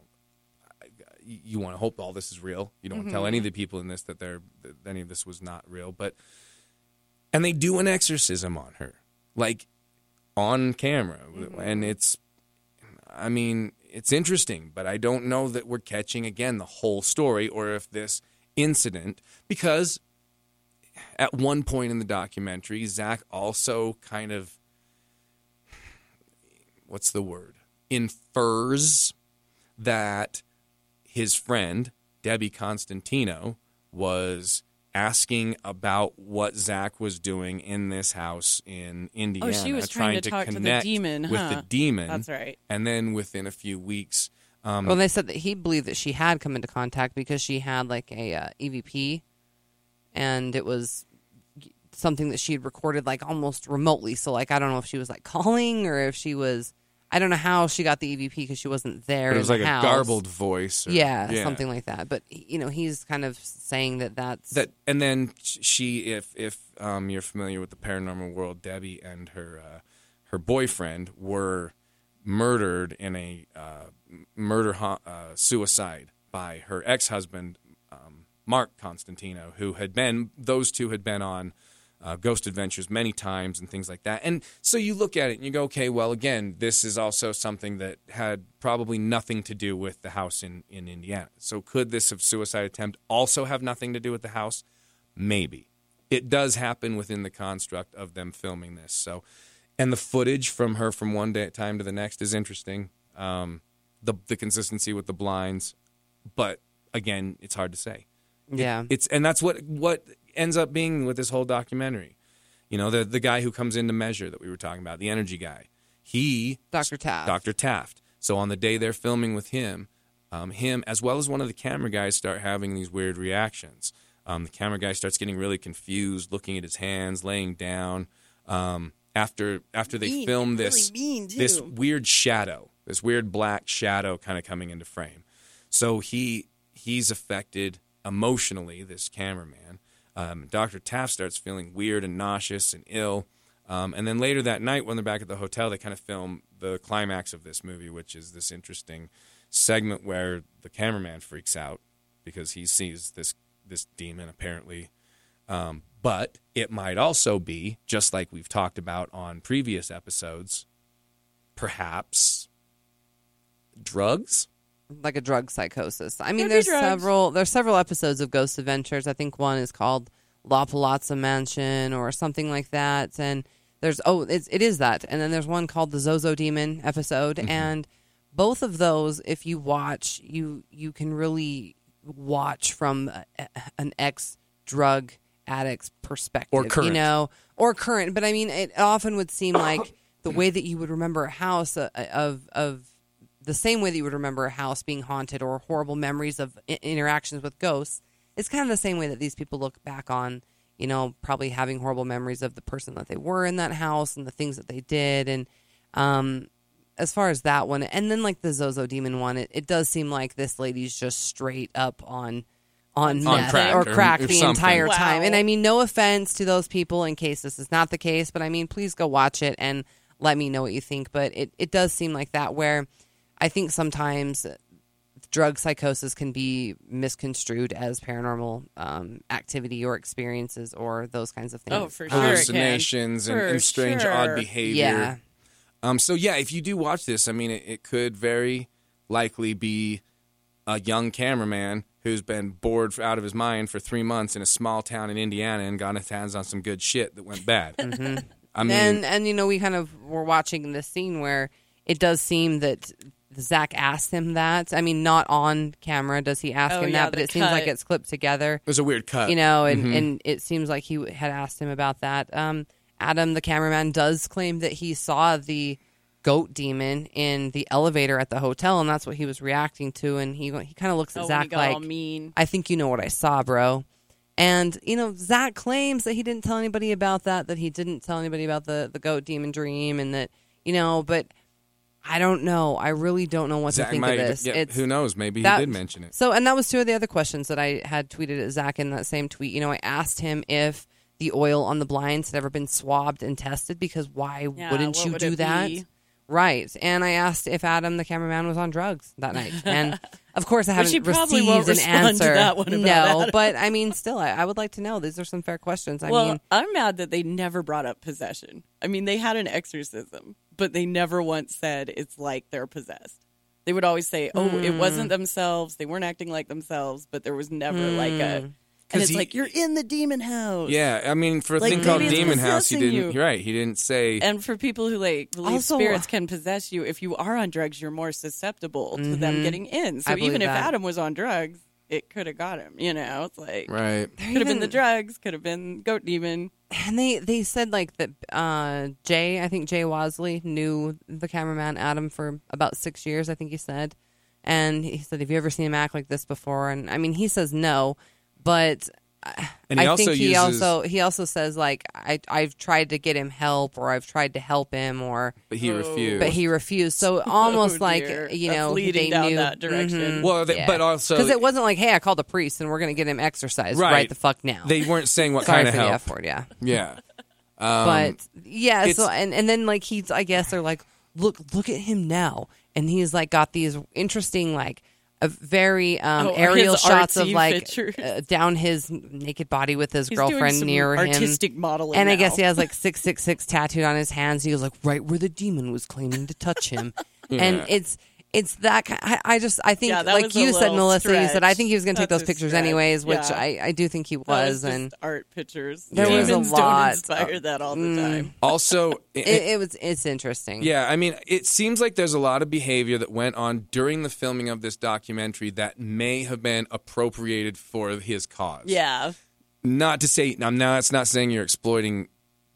[SPEAKER 2] I- I- you want to hope all this is real. You don't want to tell any of the people in this that they're, that any of this was not real, but, and they do an exorcism on her, like on camera. And it's I mean, it's interesting, but I don't know that we're catching again the whole story or if this incident, because at one point in the documentary, Zach also kind of, what's the word, infers that his friend, Debbie Constantino, was asking about what Zach was doing in this house in Indiana.
[SPEAKER 3] Oh, was trying to talk to the
[SPEAKER 2] connect
[SPEAKER 3] demon,
[SPEAKER 2] With
[SPEAKER 3] huh?
[SPEAKER 2] the demon.
[SPEAKER 3] That's right.
[SPEAKER 2] And then within a few weeks, um,
[SPEAKER 4] Well, they said that he believed that she had come into contact because she had like a uh, EVP, and it was something that she had recorded like almost remotely. So like I don't know if she was like calling or if she was I don't know how she got the E EVP because she wasn't there.
[SPEAKER 2] it was
[SPEAKER 4] in
[SPEAKER 2] like
[SPEAKER 4] the
[SPEAKER 2] a
[SPEAKER 4] house.
[SPEAKER 2] garbled voice. Or,
[SPEAKER 4] yeah, something like that. But you know, he's kind of saying that that's
[SPEAKER 2] that. And then she, if if um, you're familiar with the paranormal world, Debbie and her uh, her boyfriend were murdered in a uh, m- murder ho- uh, suicide by her ex husband um, Mark Constantino, who had been those two had been on uh, Ghost Adventures many times and things like that. And so you look at it and you go, okay, well, again, this is also something that had probably nothing to do with the house in in Indiana. So could this of suicide attempt also have nothing to do with the house? Maybe it does happen within the construct of them filming this. So, and the footage from her from one day time to the next is interesting. Um, the the consistency with the blinds, but again, it's hard to say.
[SPEAKER 4] yeah.
[SPEAKER 2] It's and that's what what ends up being with this whole documentary. You know, the the guy who comes in to measure that we were talking about, the energy guy. He
[SPEAKER 4] Dr. Taft.
[SPEAKER 2] Dr. Taft. So on the day they're filming with him, um, him as well as one of the camera guys start having these weird reactions. Um, the camera guy starts getting really confused, looking at his hands, laying down. Um, after after they
[SPEAKER 3] Mean,
[SPEAKER 2] film
[SPEAKER 3] really
[SPEAKER 2] this
[SPEAKER 3] mean,
[SPEAKER 2] this
[SPEAKER 3] too.
[SPEAKER 2] weird shadow, this weird black shadow kind of coming into frame. So he he's affected emotionally. This cameraman, um, Doctor Taft, starts feeling weird and nauseous and ill. Um, and then later that night, when they're back at the hotel, they kind of film the climax of this movie, which is this interesting segment where the cameraman freaks out because he sees this this demon apparently but it might also be, just like we've talked about on previous episodes, perhaps drugs?
[SPEAKER 4] like a drug psychosis. I mean,
[SPEAKER 3] be
[SPEAKER 4] there's
[SPEAKER 3] drugs.
[SPEAKER 4] several there's several episodes of Ghost Adventures. I think one is called La Palazza Mansion or something like that. And there's oh, it's, it is that. And then there's one called the Zozo Demon episode.
[SPEAKER 2] Mm-hmm.
[SPEAKER 4] And both of those, if you watch, you you can really watch from a, a- an ex drug addict's perspective,
[SPEAKER 2] Or
[SPEAKER 4] You
[SPEAKER 2] current.
[SPEAKER 4] know, or current. But I mean, it often would seem like the way that you would remember a house uh, of of the same way that you would remember a house being haunted or horrible memories of I- interactions with ghosts, it's kind of the same way that these people look back on, you know, probably having horrible memories of the person that they were in that house and the things that they did. And um, as far as that one, and then like the Zozo Demon one, it, it does seem like this lady's just straight up on. On, meth
[SPEAKER 2] crack
[SPEAKER 4] or
[SPEAKER 2] or-
[SPEAKER 4] crack
[SPEAKER 2] or
[SPEAKER 4] the
[SPEAKER 2] something.
[SPEAKER 4] entire
[SPEAKER 3] Wow.
[SPEAKER 4] time, and I mean no offense to those people in case this is not the case, but I mean please go watch it and let me know what you think. But it it does seem like that where I think sometimes drug psychosis can be misconstrued as paranormal um, activity or experiences or those kinds of things.
[SPEAKER 3] Oh, for sure.
[SPEAKER 4] Um,
[SPEAKER 3] it can.
[SPEAKER 2] hallucinations and,
[SPEAKER 3] For
[SPEAKER 2] and strange odd
[SPEAKER 3] sure.
[SPEAKER 2] behavior.
[SPEAKER 4] yeah,
[SPEAKER 2] Um, so yeah, if you do watch this, I mean, it, it could very likely be a young cameraman who's been bored f- out of his mind for three months in a small town in Indiana and got his hands on some good shit that went bad.
[SPEAKER 4] Mm-hmm.
[SPEAKER 2] I mean,
[SPEAKER 4] and and you know we kind of were watching this scene where it does seem that Zach asked him that. I mean, not on camera does he ask
[SPEAKER 3] Oh,
[SPEAKER 4] him
[SPEAKER 3] yeah,
[SPEAKER 4] that, but
[SPEAKER 3] the
[SPEAKER 4] it seems like
[SPEAKER 3] cut. Mm-hmm.
[SPEAKER 4] it's clipped together.
[SPEAKER 2] it was a weird cut.
[SPEAKER 4] you know, and, and it seems like he had asked him about that. Um, Adam, the cameraman, does claim that he saw the goat demon in the elevator at the hotel, and that's what he was reacting to. And he he kind of looks at
[SPEAKER 3] Oh, when he
[SPEAKER 4] Zach
[SPEAKER 3] got all
[SPEAKER 4] like,
[SPEAKER 3] mean.
[SPEAKER 4] "I think you know what I saw, bro." And you know, Zach claims that he didn't tell anybody about that, that he didn't tell anybody about the the goat demon dream, and that you know, but. I don't know. I really don't know what to
[SPEAKER 2] Zach
[SPEAKER 4] think
[SPEAKER 2] might,
[SPEAKER 4] of this.
[SPEAKER 2] yeah,
[SPEAKER 4] It's-
[SPEAKER 2] who knows? Maybe
[SPEAKER 4] that-
[SPEAKER 2] he did mention it.
[SPEAKER 4] so, and that was two of the other questions that I had tweeted at Zach in that same tweet. You know, I asked him if the oil on the blinds had ever been swabbed and tested because why
[SPEAKER 3] Yeah,
[SPEAKER 4] wouldn't
[SPEAKER 3] what
[SPEAKER 4] you
[SPEAKER 3] would
[SPEAKER 4] do
[SPEAKER 3] it
[SPEAKER 4] that?
[SPEAKER 3] be?
[SPEAKER 4] Right. And I asked if Adam, the cameraman, was on drugs that night. And of course, I haven't
[SPEAKER 3] he probably
[SPEAKER 4] received
[SPEAKER 3] won't
[SPEAKER 4] an
[SPEAKER 3] respond to
[SPEAKER 4] answer.
[SPEAKER 3] that one about
[SPEAKER 4] no,
[SPEAKER 3] Adam.
[SPEAKER 4] but I mean, still, I, I would like to know. These are some fair questions. I
[SPEAKER 3] well,
[SPEAKER 4] mean,
[SPEAKER 3] I'm mad that they never brought up possession. I mean, they had an exorcism, but they never once said it's like they're possessed. They would always say, "Oh,
[SPEAKER 4] Hmm.
[SPEAKER 3] it wasn't themselves. They weren't acting like themselves." But there was never like
[SPEAKER 4] Hmm.
[SPEAKER 3] a. And
[SPEAKER 2] 'Cause
[SPEAKER 3] it's
[SPEAKER 2] he-
[SPEAKER 3] like you're in the demon house.
[SPEAKER 2] Yeah, I mean, for a
[SPEAKER 3] Like,
[SPEAKER 2] thing
[SPEAKER 3] maybe
[SPEAKER 2] called
[SPEAKER 3] it's
[SPEAKER 2] Demon House, he
[SPEAKER 3] possessing
[SPEAKER 2] didn't.
[SPEAKER 3] you.
[SPEAKER 2] You're right. He didn't say.
[SPEAKER 3] And for people who like believe
[SPEAKER 4] Also-
[SPEAKER 3] spirits can possess you, if you are on drugs, you're more susceptible to them getting in. So
[SPEAKER 4] Mm-hmm. I believe
[SPEAKER 3] even if
[SPEAKER 4] that.
[SPEAKER 3] Adam was on drugs, it could have got him. You know, it's like
[SPEAKER 2] right.
[SPEAKER 3] could have been the drugs, could have been goat demon.
[SPEAKER 4] And they they said like that uh, Jay, I think Jay Wasley knew the cameraman Adam for about six years. I think he said, and he said, "Have you ever seen him act like this before?" And I mean, he says no, but
[SPEAKER 2] And he
[SPEAKER 4] I
[SPEAKER 2] also
[SPEAKER 4] think he
[SPEAKER 2] uses.
[SPEAKER 4] also he also says like I I've tried to get him help or I've tried to help him or
[SPEAKER 2] but he refused.
[SPEAKER 4] Oh, but he refused. So almost
[SPEAKER 3] Oh,
[SPEAKER 4] like
[SPEAKER 3] dear.
[SPEAKER 4] you
[SPEAKER 3] That's
[SPEAKER 4] know
[SPEAKER 3] leading
[SPEAKER 4] they
[SPEAKER 3] down
[SPEAKER 4] knew Mm-hmm.
[SPEAKER 3] that direction.
[SPEAKER 2] well, Oh, they,
[SPEAKER 4] Yeah.
[SPEAKER 2] but also
[SPEAKER 4] because it wasn't like hey I called a priest and we're gonna get him exercised right,
[SPEAKER 2] Right.
[SPEAKER 4] the fuck now.
[SPEAKER 2] They weren't saying what
[SPEAKER 4] Sorry
[SPEAKER 2] kind of
[SPEAKER 4] for the
[SPEAKER 2] help.
[SPEAKER 4] F word, yeah.
[SPEAKER 2] Yeah.
[SPEAKER 3] Um,
[SPEAKER 4] but yeah so
[SPEAKER 2] it's-
[SPEAKER 4] and, and then like he's i guess they're like look look at him now and he's like got these interesting like a very um,
[SPEAKER 3] Oh,
[SPEAKER 4] aerial
[SPEAKER 3] his
[SPEAKER 4] shots of
[SPEAKER 3] artsy
[SPEAKER 4] like
[SPEAKER 3] pictures.
[SPEAKER 4] uh, down his naked body with his
[SPEAKER 3] He's doing
[SPEAKER 4] girlfriend
[SPEAKER 3] some
[SPEAKER 4] near
[SPEAKER 3] artistic
[SPEAKER 4] him
[SPEAKER 3] modeling
[SPEAKER 4] and i
[SPEAKER 3] now.
[SPEAKER 4] guess he has like 666 tattooed on his hands he was like right where the demon was claiming to touch him and it's it's that kind I, I just i think
[SPEAKER 3] Yeah, that
[SPEAKER 4] like
[SPEAKER 3] was a
[SPEAKER 4] you said
[SPEAKER 3] little
[SPEAKER 4] melissa you said
[SPEAKER 3] stretch.
[SPEAKER 4] i think he was going to take
[SPEAKER 3] That's
[SPEAKER 4] those
[SPEAKER 3] a
[SPEAKER 4] pictures
[SPEAKER 3] stretch.
[SPEAKER 4] anyways which
[SPEAKER 3] Yeah.
[SPEAKER 4] i i do think he was,
[SPEAKER 3] That was just
[SPEAKER 4] and
[SPEAKER 3] art pictures.
[SPEAKER 4] There was a
[SPEAKER 3] Demons
[SPEAKER 4] lot. Mm.
[SPEAKER 3] don't inspire that all the time.
[SPEAKER 2] Also,
[SPEAKER 4] it, it was it's interesting
[SPEAKER 2] Yeah, I mean, it seems like there's a lot of behavior that went on during the filming of this documentary that may have been appropriated for his cause.
[SPEAKER 3] Yeah,
[SPEAKER 2] Not to say, I'm now, it's not saying you're exploiting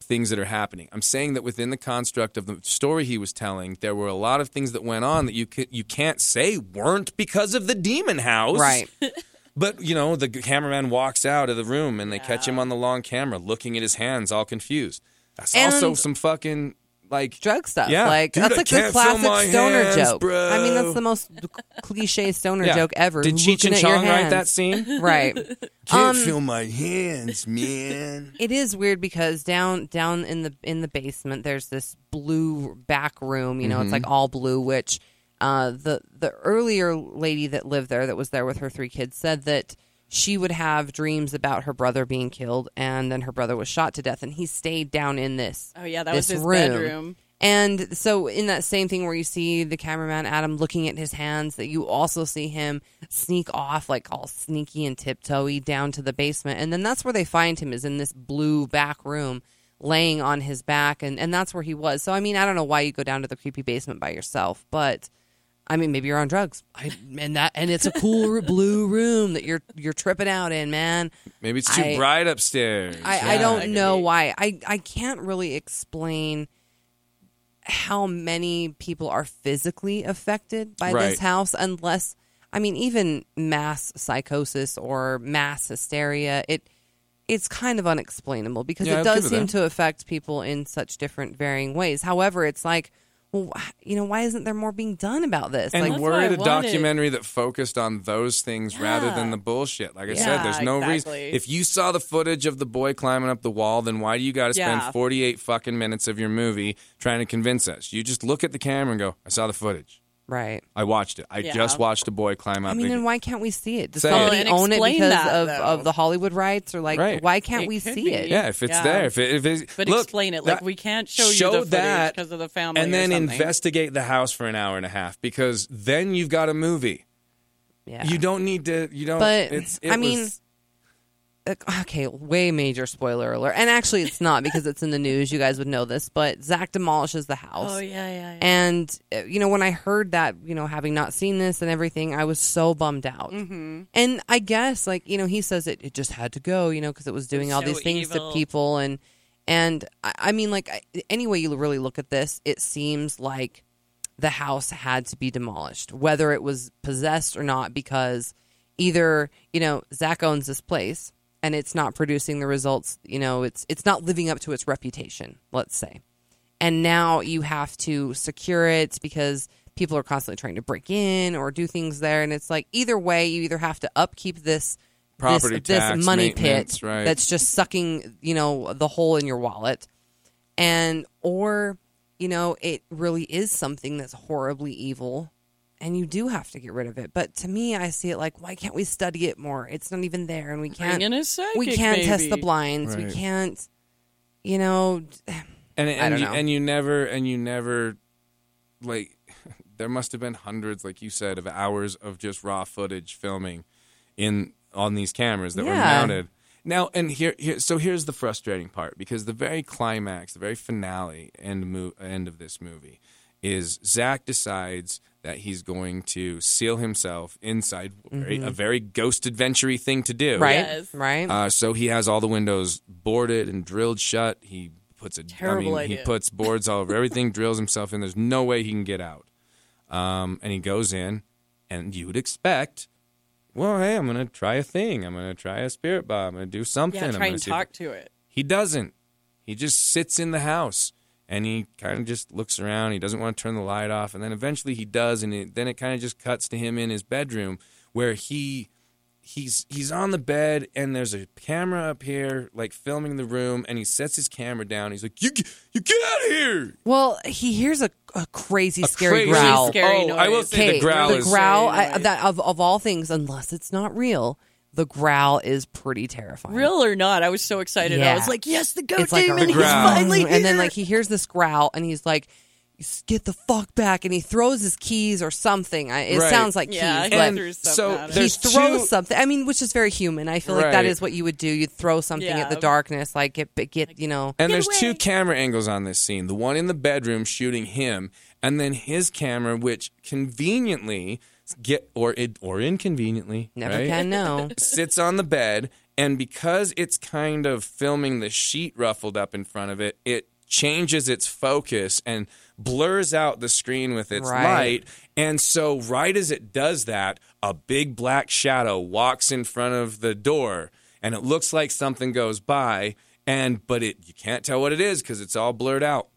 [SPEAKER 2] things that are happening. I'm saying that within the construct of the story he was telling, there were a lot of things that went on that you, ca- you can't say weren't because of the demon house.
[SPEAKER 4] right
[SPEAKER 2] But you know, the cameraman walks out of the room and they catch him on the long camera looking at his hands, all confused. That's also
[SPEAKER 4] And-
[SPEAKER 2] some fucking like
[SPEAKER 4] drug stuff.
[SPEAKER 2] Yeah.
[SPEAKER 4] Like
[SPEAKER 2] Dude, I
[SPEAKER 4] that's like the
[SPEAKER 2] can't feel
[SPEAKER 4] classic
[SPEAKER 2] my
[SPEAKER 4] stoner
[SPEAKER 2] hands,
[SPEAKER 4] joke.
[SPEAKER 2] bro.
[SPEAKER 4] I mean, that's the most cliche stoner
[SPEAKER 2] Yeah.
[SPEAKER 4] joke ever.
[SPEAKER 2] Did
[SPEAKER 4] Looking
[SPEAKER 2] Cheech and
[SPEAKER 4] at your
[SPEAKER 2] Chong write that
[SPEAKER 4] hands. Um,
[SPEAKER 2] scene?
[SPEAKER 4] Right.
[SPEAKER 2] Can't feel my hands, man.
[SPEAKER 4] It is weird because down down in the in the basement there's this blue back room, you know,
[SPEAKER 2] Mm-hmm.
[SPEAKER 4] it's like all blue which uh, the the earlier lady that lived there that was there with her three kids said that she would have dreams about her brother being killed and then her brother was shot to death and he stayed down in this
[SPEAKER 3] Oh, yeah, that
[SPEAKER 4] this
[SPEAKER 3] was his
[SPEAKER 4] room.
[SPEAKER 3] bedroom.
[SPEAKER 4] And so in that same thing where you see the cameraman Adam looking at his hands that you also see him sneak off like all sneaky and tiptoey down to the basement and then that's where they find him is in this blue back room laying on his back and and that's where he was. So I mean, I don't know why you go down to the creepy basement by yourself, but I mean, maybe you're on drugs, I, and that, and it's a cool blue room that you're you're tripping out in, man.
[SPEAKER 2] Maybe it's too
[SPEAKER 4] I-
[SPEAKER 2] bright upstairs.
[SPEAKER 4] I, I
[SPEAKER 2] Yeah.
[SPEAKER 4] don't know why. I, I can't really explain how many people are physically affected by
[SPEAKER 2] Right.
[SPEAKER 4] this house unless I mean even mass psychosis or mass hysteria it it's kind of unexplainable because
[SPEAKER 2] Yeah,
[SPEAKER 4] it
[SPEAKER 2] I'll
[SPEAKER 4] does
[SPEAKER 2] give it
[SPEAKER 4] seem
[SPEAKER 2] that.
[SPEAKER 4] to affect people in such different varying ways. However, it's like well, wh- you know, why isn't there more being done about this?
[SPEAKER 2] And
[SPEAKER 4] like
[SPEAKER 3] That's
[SPEAKER 2] we're
[SPEAKER 3] what I
[SPEAKER 2] at a
[SPEAKER 3] wanted.
[SPEAKER 2] documentary that focused on those things rather than
[SPEAKER 4] Yeah.
[SPEAKER 2] the bullshit. Like I
[SPEAKER 4] Yeah,
[SPEAKER 2] said, there's no
[SPEAKER 3] exactly.
[SPEAKER 2] reason. If you saw the footage of the boy climbing up the wall, then why do you got to spend
[SPEAKER 3] Yeah.
[SPEAKER 2] 48 fucking minutes of your movie trying to convince us? You just look at the camera and go, I saw the footage.
[SPEAKER 4] right.
[SPEAKER 2] I watched it. I
[SPEAKER 3] Yeah.
[SPEAKER 2] just watched a boy climb up.
[SPEAKER 4] I mean,
[SPEAKER 2] again."
[SPEAKER 4] and why can't we see it? Does
[SPEAKER 2] Say it.
[SPEAKER 4] somebody
[SPEAKER 3] Well, and
[SPEAKER 4] own it
[SPEAKER 3] explain
[SPEAKER 4] because
[SPEAKER 3] that,
[SPEAKER 4] of,
[SPEAKER 3] though.
[SPEAKER 4] of the Hollywood rights, or like,
[SPEAKER 2] Right.
[SPEAKER 4] why can't
[SPEAKER 3] It
[SPEAKER 4] we
[SPEAKER 3] could
[SPEAKER 4] see
[SPEAKER 3] be.
[SPEAKER 4] it?
[SPEAKER 2] yeah, if it's
[SPEAKER 3] Yeah.
[SPEAKER 2] there, if it, if it,
[SPEAKER 3] But
[SPEAKER 2] look,
[SPEAKER 3] explain it. Like
[SPEAKER 2] that-
[SPEAKER 3] we can't show,
[SPEAKER 2] show
[SPEAKER 3] you the footage
[SPEAKER 2] that,
[SPEAKER 3] because of the family.
[SPEAKER 2] and
[SPEAKER 3] or
[SPEAKER 2] then
[SPEAKER 3] something.
[SPEAKER 2] investigate the house for an hour and a half because then you've got a movie.
[SPEAKER 4] Yeah.
[SPEAKER 2] You don't need to. You don't.
[SPEAKER 4] But
[SPEAKER 2] it's, it
[SPEAKER 4] I mean,
[SPEAKER 2] was-
[SPEAKER 4] uh, okay, way major spoiler alert. And actually, it's not because it's in the news. You guys would know this, but Zach demolishes the house.
[SPEAKER 3] Oh yeah, yeah. yeah.
[SPEAKER 4] And uh, you know, when I heard that, you know, having not seen this and everything, I was so bummed out. Mm-hmm. And I guess, like you know, he says it, it just had to go, you know, because it was doing all
[SPEAKER 3] so
[SPEAKER 4] these things
[SPEAKER 3] evil.
[SPEAKER 4] to people, and and I, I mean, like I, any way you really look at this, it seems like the house had to be demolished, whether it was possessed or not, because either you know Zach owns this place and it's not producing the results, you know, it's it's not living up to its reputation, let's say and now you have to secure it because people are constantly trying to break in or do things there and it's like either way you either have to upkeep this
[SPEAKER 2] Property
[SPEAKER 4] this,
[SPEAKER 2] tax,
[SPEAKER 4] this money
[SPEAKER 2] maintenance,
[SPEAKER 4] pit
[SPEAKER 2] right.
[SPEAKER 4] that's just sucking you know the hole in your wallet and or you know it really is something that's horribly evil and you do have to get rid of it but to me i see it like why can't we study it more it's not even there and we can't
[SPEAKER 3] in a
[SPEAKER 4] we
[SPEAKER 3] psychic,
[SPEAKER 4] can't test the
[SPEAKER 3] maybe.
[SPEAKER 4] blinds we
[SPEAKER 2] Right. Oh,
[SPEAKER 4] can't you know
[SPEAKER 2] and and
[SPEAKER 4] don't
[SPEAKER 2] you,
[SPEAKER 4] know.
[SPEAKER 2] and you never and you never like there must have been hundreds like you said of hours of just raw footage filming in on these cameras that were
[SPEAKER 4] Yeah.
[SPEAKER 2] mounted now and here, here so here's the frustrating part because the very climax the very finale end mo- end of this movie is Zach decides that he's going to seal himself inside very- a very ghost adventure thing to do
[SPEAKER 4] Mm-hmm. right
[SPEAKER 3] Yes.
[SPEAKER 4] right
[SPEAKER 2] uh, so he has all the windows boarded and drilled shut. He puts a I
[SPEAKER 3] Terrible
[SPEAKER 2] mean,
[SPEAKER 3] idea.
[SPEAKER 2] He puts boards all over everything, drills himself in. There's no way he can get out. Um, and he goes in, and you would expect, well, hey, I'm gonna try a thing. I'm gonna try a spirit bomb. I'm gonna do something.
[SPEAKER 3] Yeah,
[SPEAKER 2] I'm
[SPEAKER 3] try
[SPEAKER 2] gonna
[SPEAKER 3] and
[SPEAKER 2] see if I-
[SPEAKER 3] talk to it.
[SPEAKER 2] he doesn't. He just sits in the house and he kind of just looks around. He doesn't want to turn the light off. And then eventually he does. And it, then it kind of just cuts to him in his bedroom where he. He's he's on the bed and there's a camera up here like filming the room and he sets his camera down. He's like, "You g- you get out of here!"
[SPEAKER 4] Well, he hears a, a crazy, scary
[SPEAKER 2] Crazy
[SPEAKER 4] growl.
[SPEAKER 3] Scary
[SPEAKER 2] oh, I will
[SPEAKER 3] noise.
[SPEAKER 2] say the growl
[SPEAKER 4] the
[SPEAKER 2] is
[SPEAKER 4] growl
[SPEAKER 3] Scary
[SPEAKER 4] I,
[SPEAKER 3] noise.
[SPEAKER 4] that of, of all things, unless it's not real, the growl is pretty terrifying.
[SPEAKER 3] Real or not, I was so excited. I
[SPEAKER 4] Yeah.
[SPEAKER 3] was like, yes, the goat
[SPEAKER 4] It's like
[SPEAKER 3] demon.
[SPEAKER 4] a
[SPEAKER 3] He's
[SPEAKER 2] growl.
[SPEAKER 3] finally
[SPEAKER 4] and then
[SPEAKER 3] here."
[SPEAKER 4] like he hears this growl, and he's like, "Get the fuck back!" And he throws his keys or something. I, it
[SPEAKER 2] Right.
[SPEAKER 4] sounds like
[SPEAKER 3] yeah,
[SPEAKER 4] keys,
[SPEAKER 3] he
[SPEAKER 4] but
[SPEAKER 2] And
[SPEAKER 3] threw something
[SPEAKER 2] so
[SPEAKER 3] at it.
[SPEAKER 4] he
[SPEAKER 2] there's
[SPEAKER 4] throws
[SPEAKER 2] two-
[SPEAKER 4] something. I mean, which is very human. I feel like that
[SPEAKER 2] Right.
[SPEAKER 4] is what you would do. You'd throw something at the
[SPEAKER 3] Yeah.
[SPEAKER 4] darkness, like get get you know.
[SPEAKER 2] And
[SPEAKER 3] Get
[SPEAKER 2] there's two
[SPEAKER 3] away.
[SPEAKER 2] camera angles on this scene the one in the bedroom shooting him, and then his camera, which conveniently get or it or inconveniently
[SPEAKER 4] Never
[SPEAKER 2] right,
[SPEAKER 4] can know.
[SPEAKER 2] sits on the bed, and because it's kind of filming the sheet ruffled up in front of it, it changes its focus and blurs out the screen with its
[SPEAKER 4] Right.
[SPEAKER 2] light. And so, right as it does that, a big black shadow walks in front of the door, and it looks like something goes by. And but it you can't tell what it is because it's all blurred out.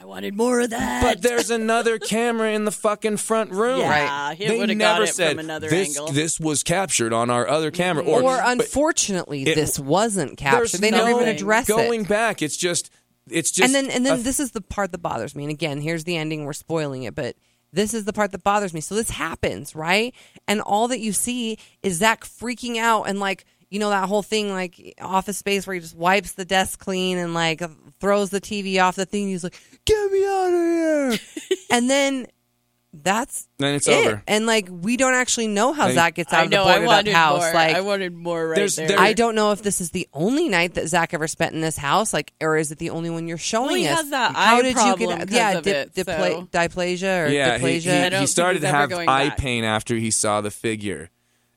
[SPEAKER 3] I wanted more of that.
[SPEAKER 2] But there's another camera in the fucking front room.
[SPEAKER 3] Yeah, Right. he
[SPEAKER 2] They
[SPEAKER 3] would've
[SPEAKER 2] never
[SPEAKER 3] got it from
[SPEAKER 2] said
[SPEAKER 3] another
[SPEAKER 2] this,
[SPEAKER 3] angle."
[SPEAKER 2] This was captured on our other camera, or,
[SPEAKER 4] Or,
[SPEAKER 2] but
[SPEAKER 4] unfortunately,
[SPEAKER 2] it-
[SPEAKER 4] this wasn't
[SPEAKER 2] there's
[SPEAKER 4] captured. They never even
[SPEAKER 2] no
[SPEAKER 4] address it.
[SPEAKER 2] going back. It's just, it's just,
[SPEAKER 4] and then and then
[SPEAKER 2] a-
[SPEAKER 4] this is the part that bothers me. And again, here's the ending. We're spoiling it, but this is the part that bothers me. So this happens, right? And all that you see is Zach freaking out and like you know that whole thing like office space where he just wipes the desk clean and like throws the TV off the thing. He's like, "Get me out of here!" and then that's
[SPEAKER 2] Then it's
[SPEAKER 4] it.
[SPEAKER 2] over.
[SPEAKER 4] And like we don't actually know how
[SPEAKER 2] Like-
[SPEAKER 4] Zach gets out
[SPEAKER 3] I
[SPEAKER 4] of the
[SPEAKER 3] know. I
[SPEAKER 4] boarded up
[SPEAKER 3] wanted
[SPEAKER 4] house.
[SPEAKER 3] more.
[SPEAKER 4] Like
[SPEAKER 3] I wanted more right
[SPEAKER 2] There's-
[SPEAKER 3] there.
[SPEAKER 2] there-
[SPEAKER 4] I don't know if this is the only night that Zach ever spent in this house, like, or is it the only one you're showing
[SPEAKER 3] Well, he
[SPEAKER 4] us?
[SPEAKER 3] has that
[SPEAKER 4] How
[SPEAKER 3] eye
[SPEAKER 4] did you
[SPEAKER 3] problem
[SPEAKER 4] get?
[SPEAKER 3] 'cause
[SPEAKER 4] Yeah,
[SPEAKER 3] of
[SPEAKER 4] di-
[SPEAKER 3] it,
[SPEAKER 4] dipla-
[SPEAKER 3] so-
[SPEAKER 4] diplasia or
[SPEAKER 2] yeah, he,
[SPEAKER 4] diplasia.
[SPEAKER 2] he,
[SPEAKER 3] I don't
[SPEAKER 2] he
[SPEAKER 3] think
[SPEAKER 2] started
[SPEAKER 3] he's
[SPEAKER 2] to
[SPEAKER 3] ever
[SPEAKER 2] have
[SPEAKER 3] going
[SPEAKER 2] eye
[SPEAKER 3] back.
[SPEAKER 2] pain after he saw the figure,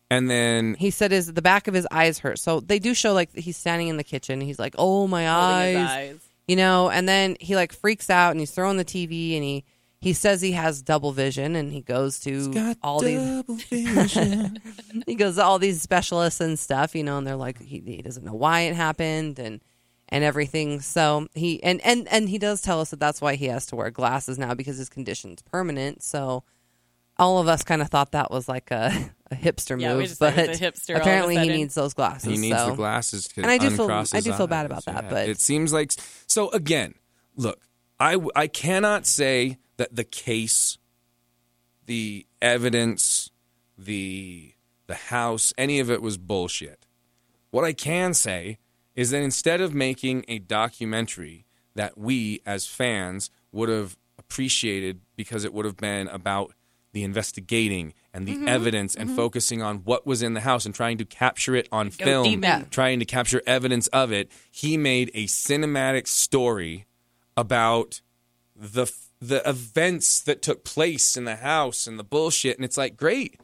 [SPEAKER 2] and then
[SPEAKER 4] He said his the back of his eyys hurt. So they do show like he's standing in the kitchen. He's like, "Oh my
[SPEAKER 3] Holding
[SPEAKER 4] eyes.
[SPEAKER 3] his eyes.
[SPEAKER 4] you know and then he like freaks out and he's throwing the tv and he he says he has double vision and he goes to all these he goes to all these specialists and stuff you know and they're like he, he doesn't know why it happened and and everything so he and and and he does tell us that that's why he has to wear glasses now because his condition's permanent so all of us kind of thought that was like a, a hipster
[SPEAKER 3] Yeah, we
[SPEAKER 4] move
[SPEAKER 3] just
[SPEAKER 4] but
[SPEAKER 3] thought it was a hipster all of a
[SPEAKER 4] apparently he
[SPEAKER 3] sudden.
[SPEAKER 4] needs those glasses
[SPEAKER 2] He needs
[SPEAKER 4] so.
[SPEAKER 2] the glasses to
[SPEAKER 4] And I do feel-
[SPEAKER 2] uncross
[SPEAKER 4] I
[SPEAKER 2] his
[SPEAKER 4] do feel bad
[SPEAKER 2] eyes.
[SPEAKER 4] about that,
[SPEAKER 2] Yeah.
[SPEAKER 4] but-
[SPEAKER 2] it seems like so. Again, look, I I cannot say that the case, the evidence, the the house, any of it was bullshit. What I can say is that instead of making a documentary that we as fans would have appreciated because it would have been about the investigating and the evidence and focusing on what was in the house and trying to capture it on film,
[SPEAKER 3] deep in.
[SPEAKER 2] trying to capture evidence of it, he made a cinematic story about the the events that took place in the house and the bullshit and it's like great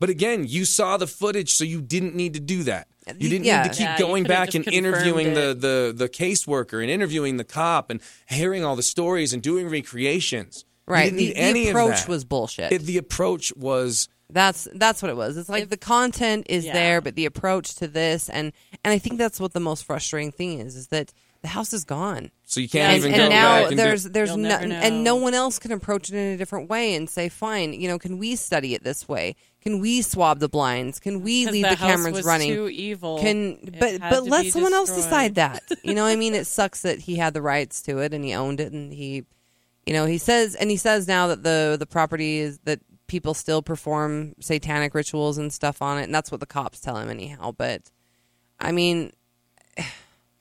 [SPEAKER 2] but again you saw the footage so you didn't need to do that you didn't
[SPEAKER 4] Yeah.
[SPEAKER 2] need to keep
[SPEAKER 3] Yeah, you
[SPEAKER 2] going
[SPEAKER 3] could have
[SPEAKER 2] back
[SPEAKER 3] just
[SPEAKER 2] and
[SPEAKER 3] confirmed
[SPEAKER 2] interviewing the,
[SPEAKER 3] it.
[SPEAKER 2] the the caseworker and interviewing the cop and hearing all the stories and doing recreations You
[SPEAKER 4] right
[SPEAKER 2] didn't
[SPEAKER 4] the,
[SPEAKER 2] need
[SPEAKER 4] the
[SPEAKER 2] any
[SPEAKER 4] approach
[SPEAKER 2] of that.
[SPEAKER 4] was bullshit
[SPEAKER 2] It- the approach was
[SPEAKER 4] That's that's what it was. It's like the content is
[SPEAKER 3] yeah.
[SPEAKER 4] there, but the approach to this and and I think that's what the most frustrating thing is is that the house is gone.
[SPEAKER 2] so you
[SPEAKER 3] Yeah,
[SPEAKER 2] can't
[SPEAKER 4] And,
[SPEAKER 2] even
[SPEAKER 4] and
[SPEAKER 2] go
[SPEAKER 4] now
[SPEAKER 2] back and do-
[SPEAKER 4] there's there's
[SPEAKER 3] You'll
[SPEAKER 4] no,
[SPEAKER 3] never
[SPEAKER 4] and no
[SPEAKER 3] know.
[SPEAKER 4] one else can approach it in a different way and say, fine, you know, can we study it this way? Can we swab the blinds? Can we
[SPEAKER 3] 'Cause
[SPEAKER 4] leave
[SPEAKER 3] the
[SPEAKER 4] the
[SPEAKER 3] house
[SPEAKER 4] cameras
[SPEAKER 3] was
[SPEAKER 4] running?
[SPEAKER 3] too evil.
[SPEAKER 4] Can
[SPEAKER 3] It
[SPEAKER 4] but
[SPEAKER 3] had
[SPEAKER 4] but
[SPEAKER 3] to
[SPEAKER 4] let
[SPEAKER 3] be
[SPEAKER 4] someone else
[SPEAKER 3] destroyed.
[SPEAKER 4] decide that. You know, what I mean, it sucks that he had the rights to it and he owned it and he, you know, he says and he says now that the the property is that people still perform satanic rituals and stuff on it and that's what the cops tell him anyhow. But I mean,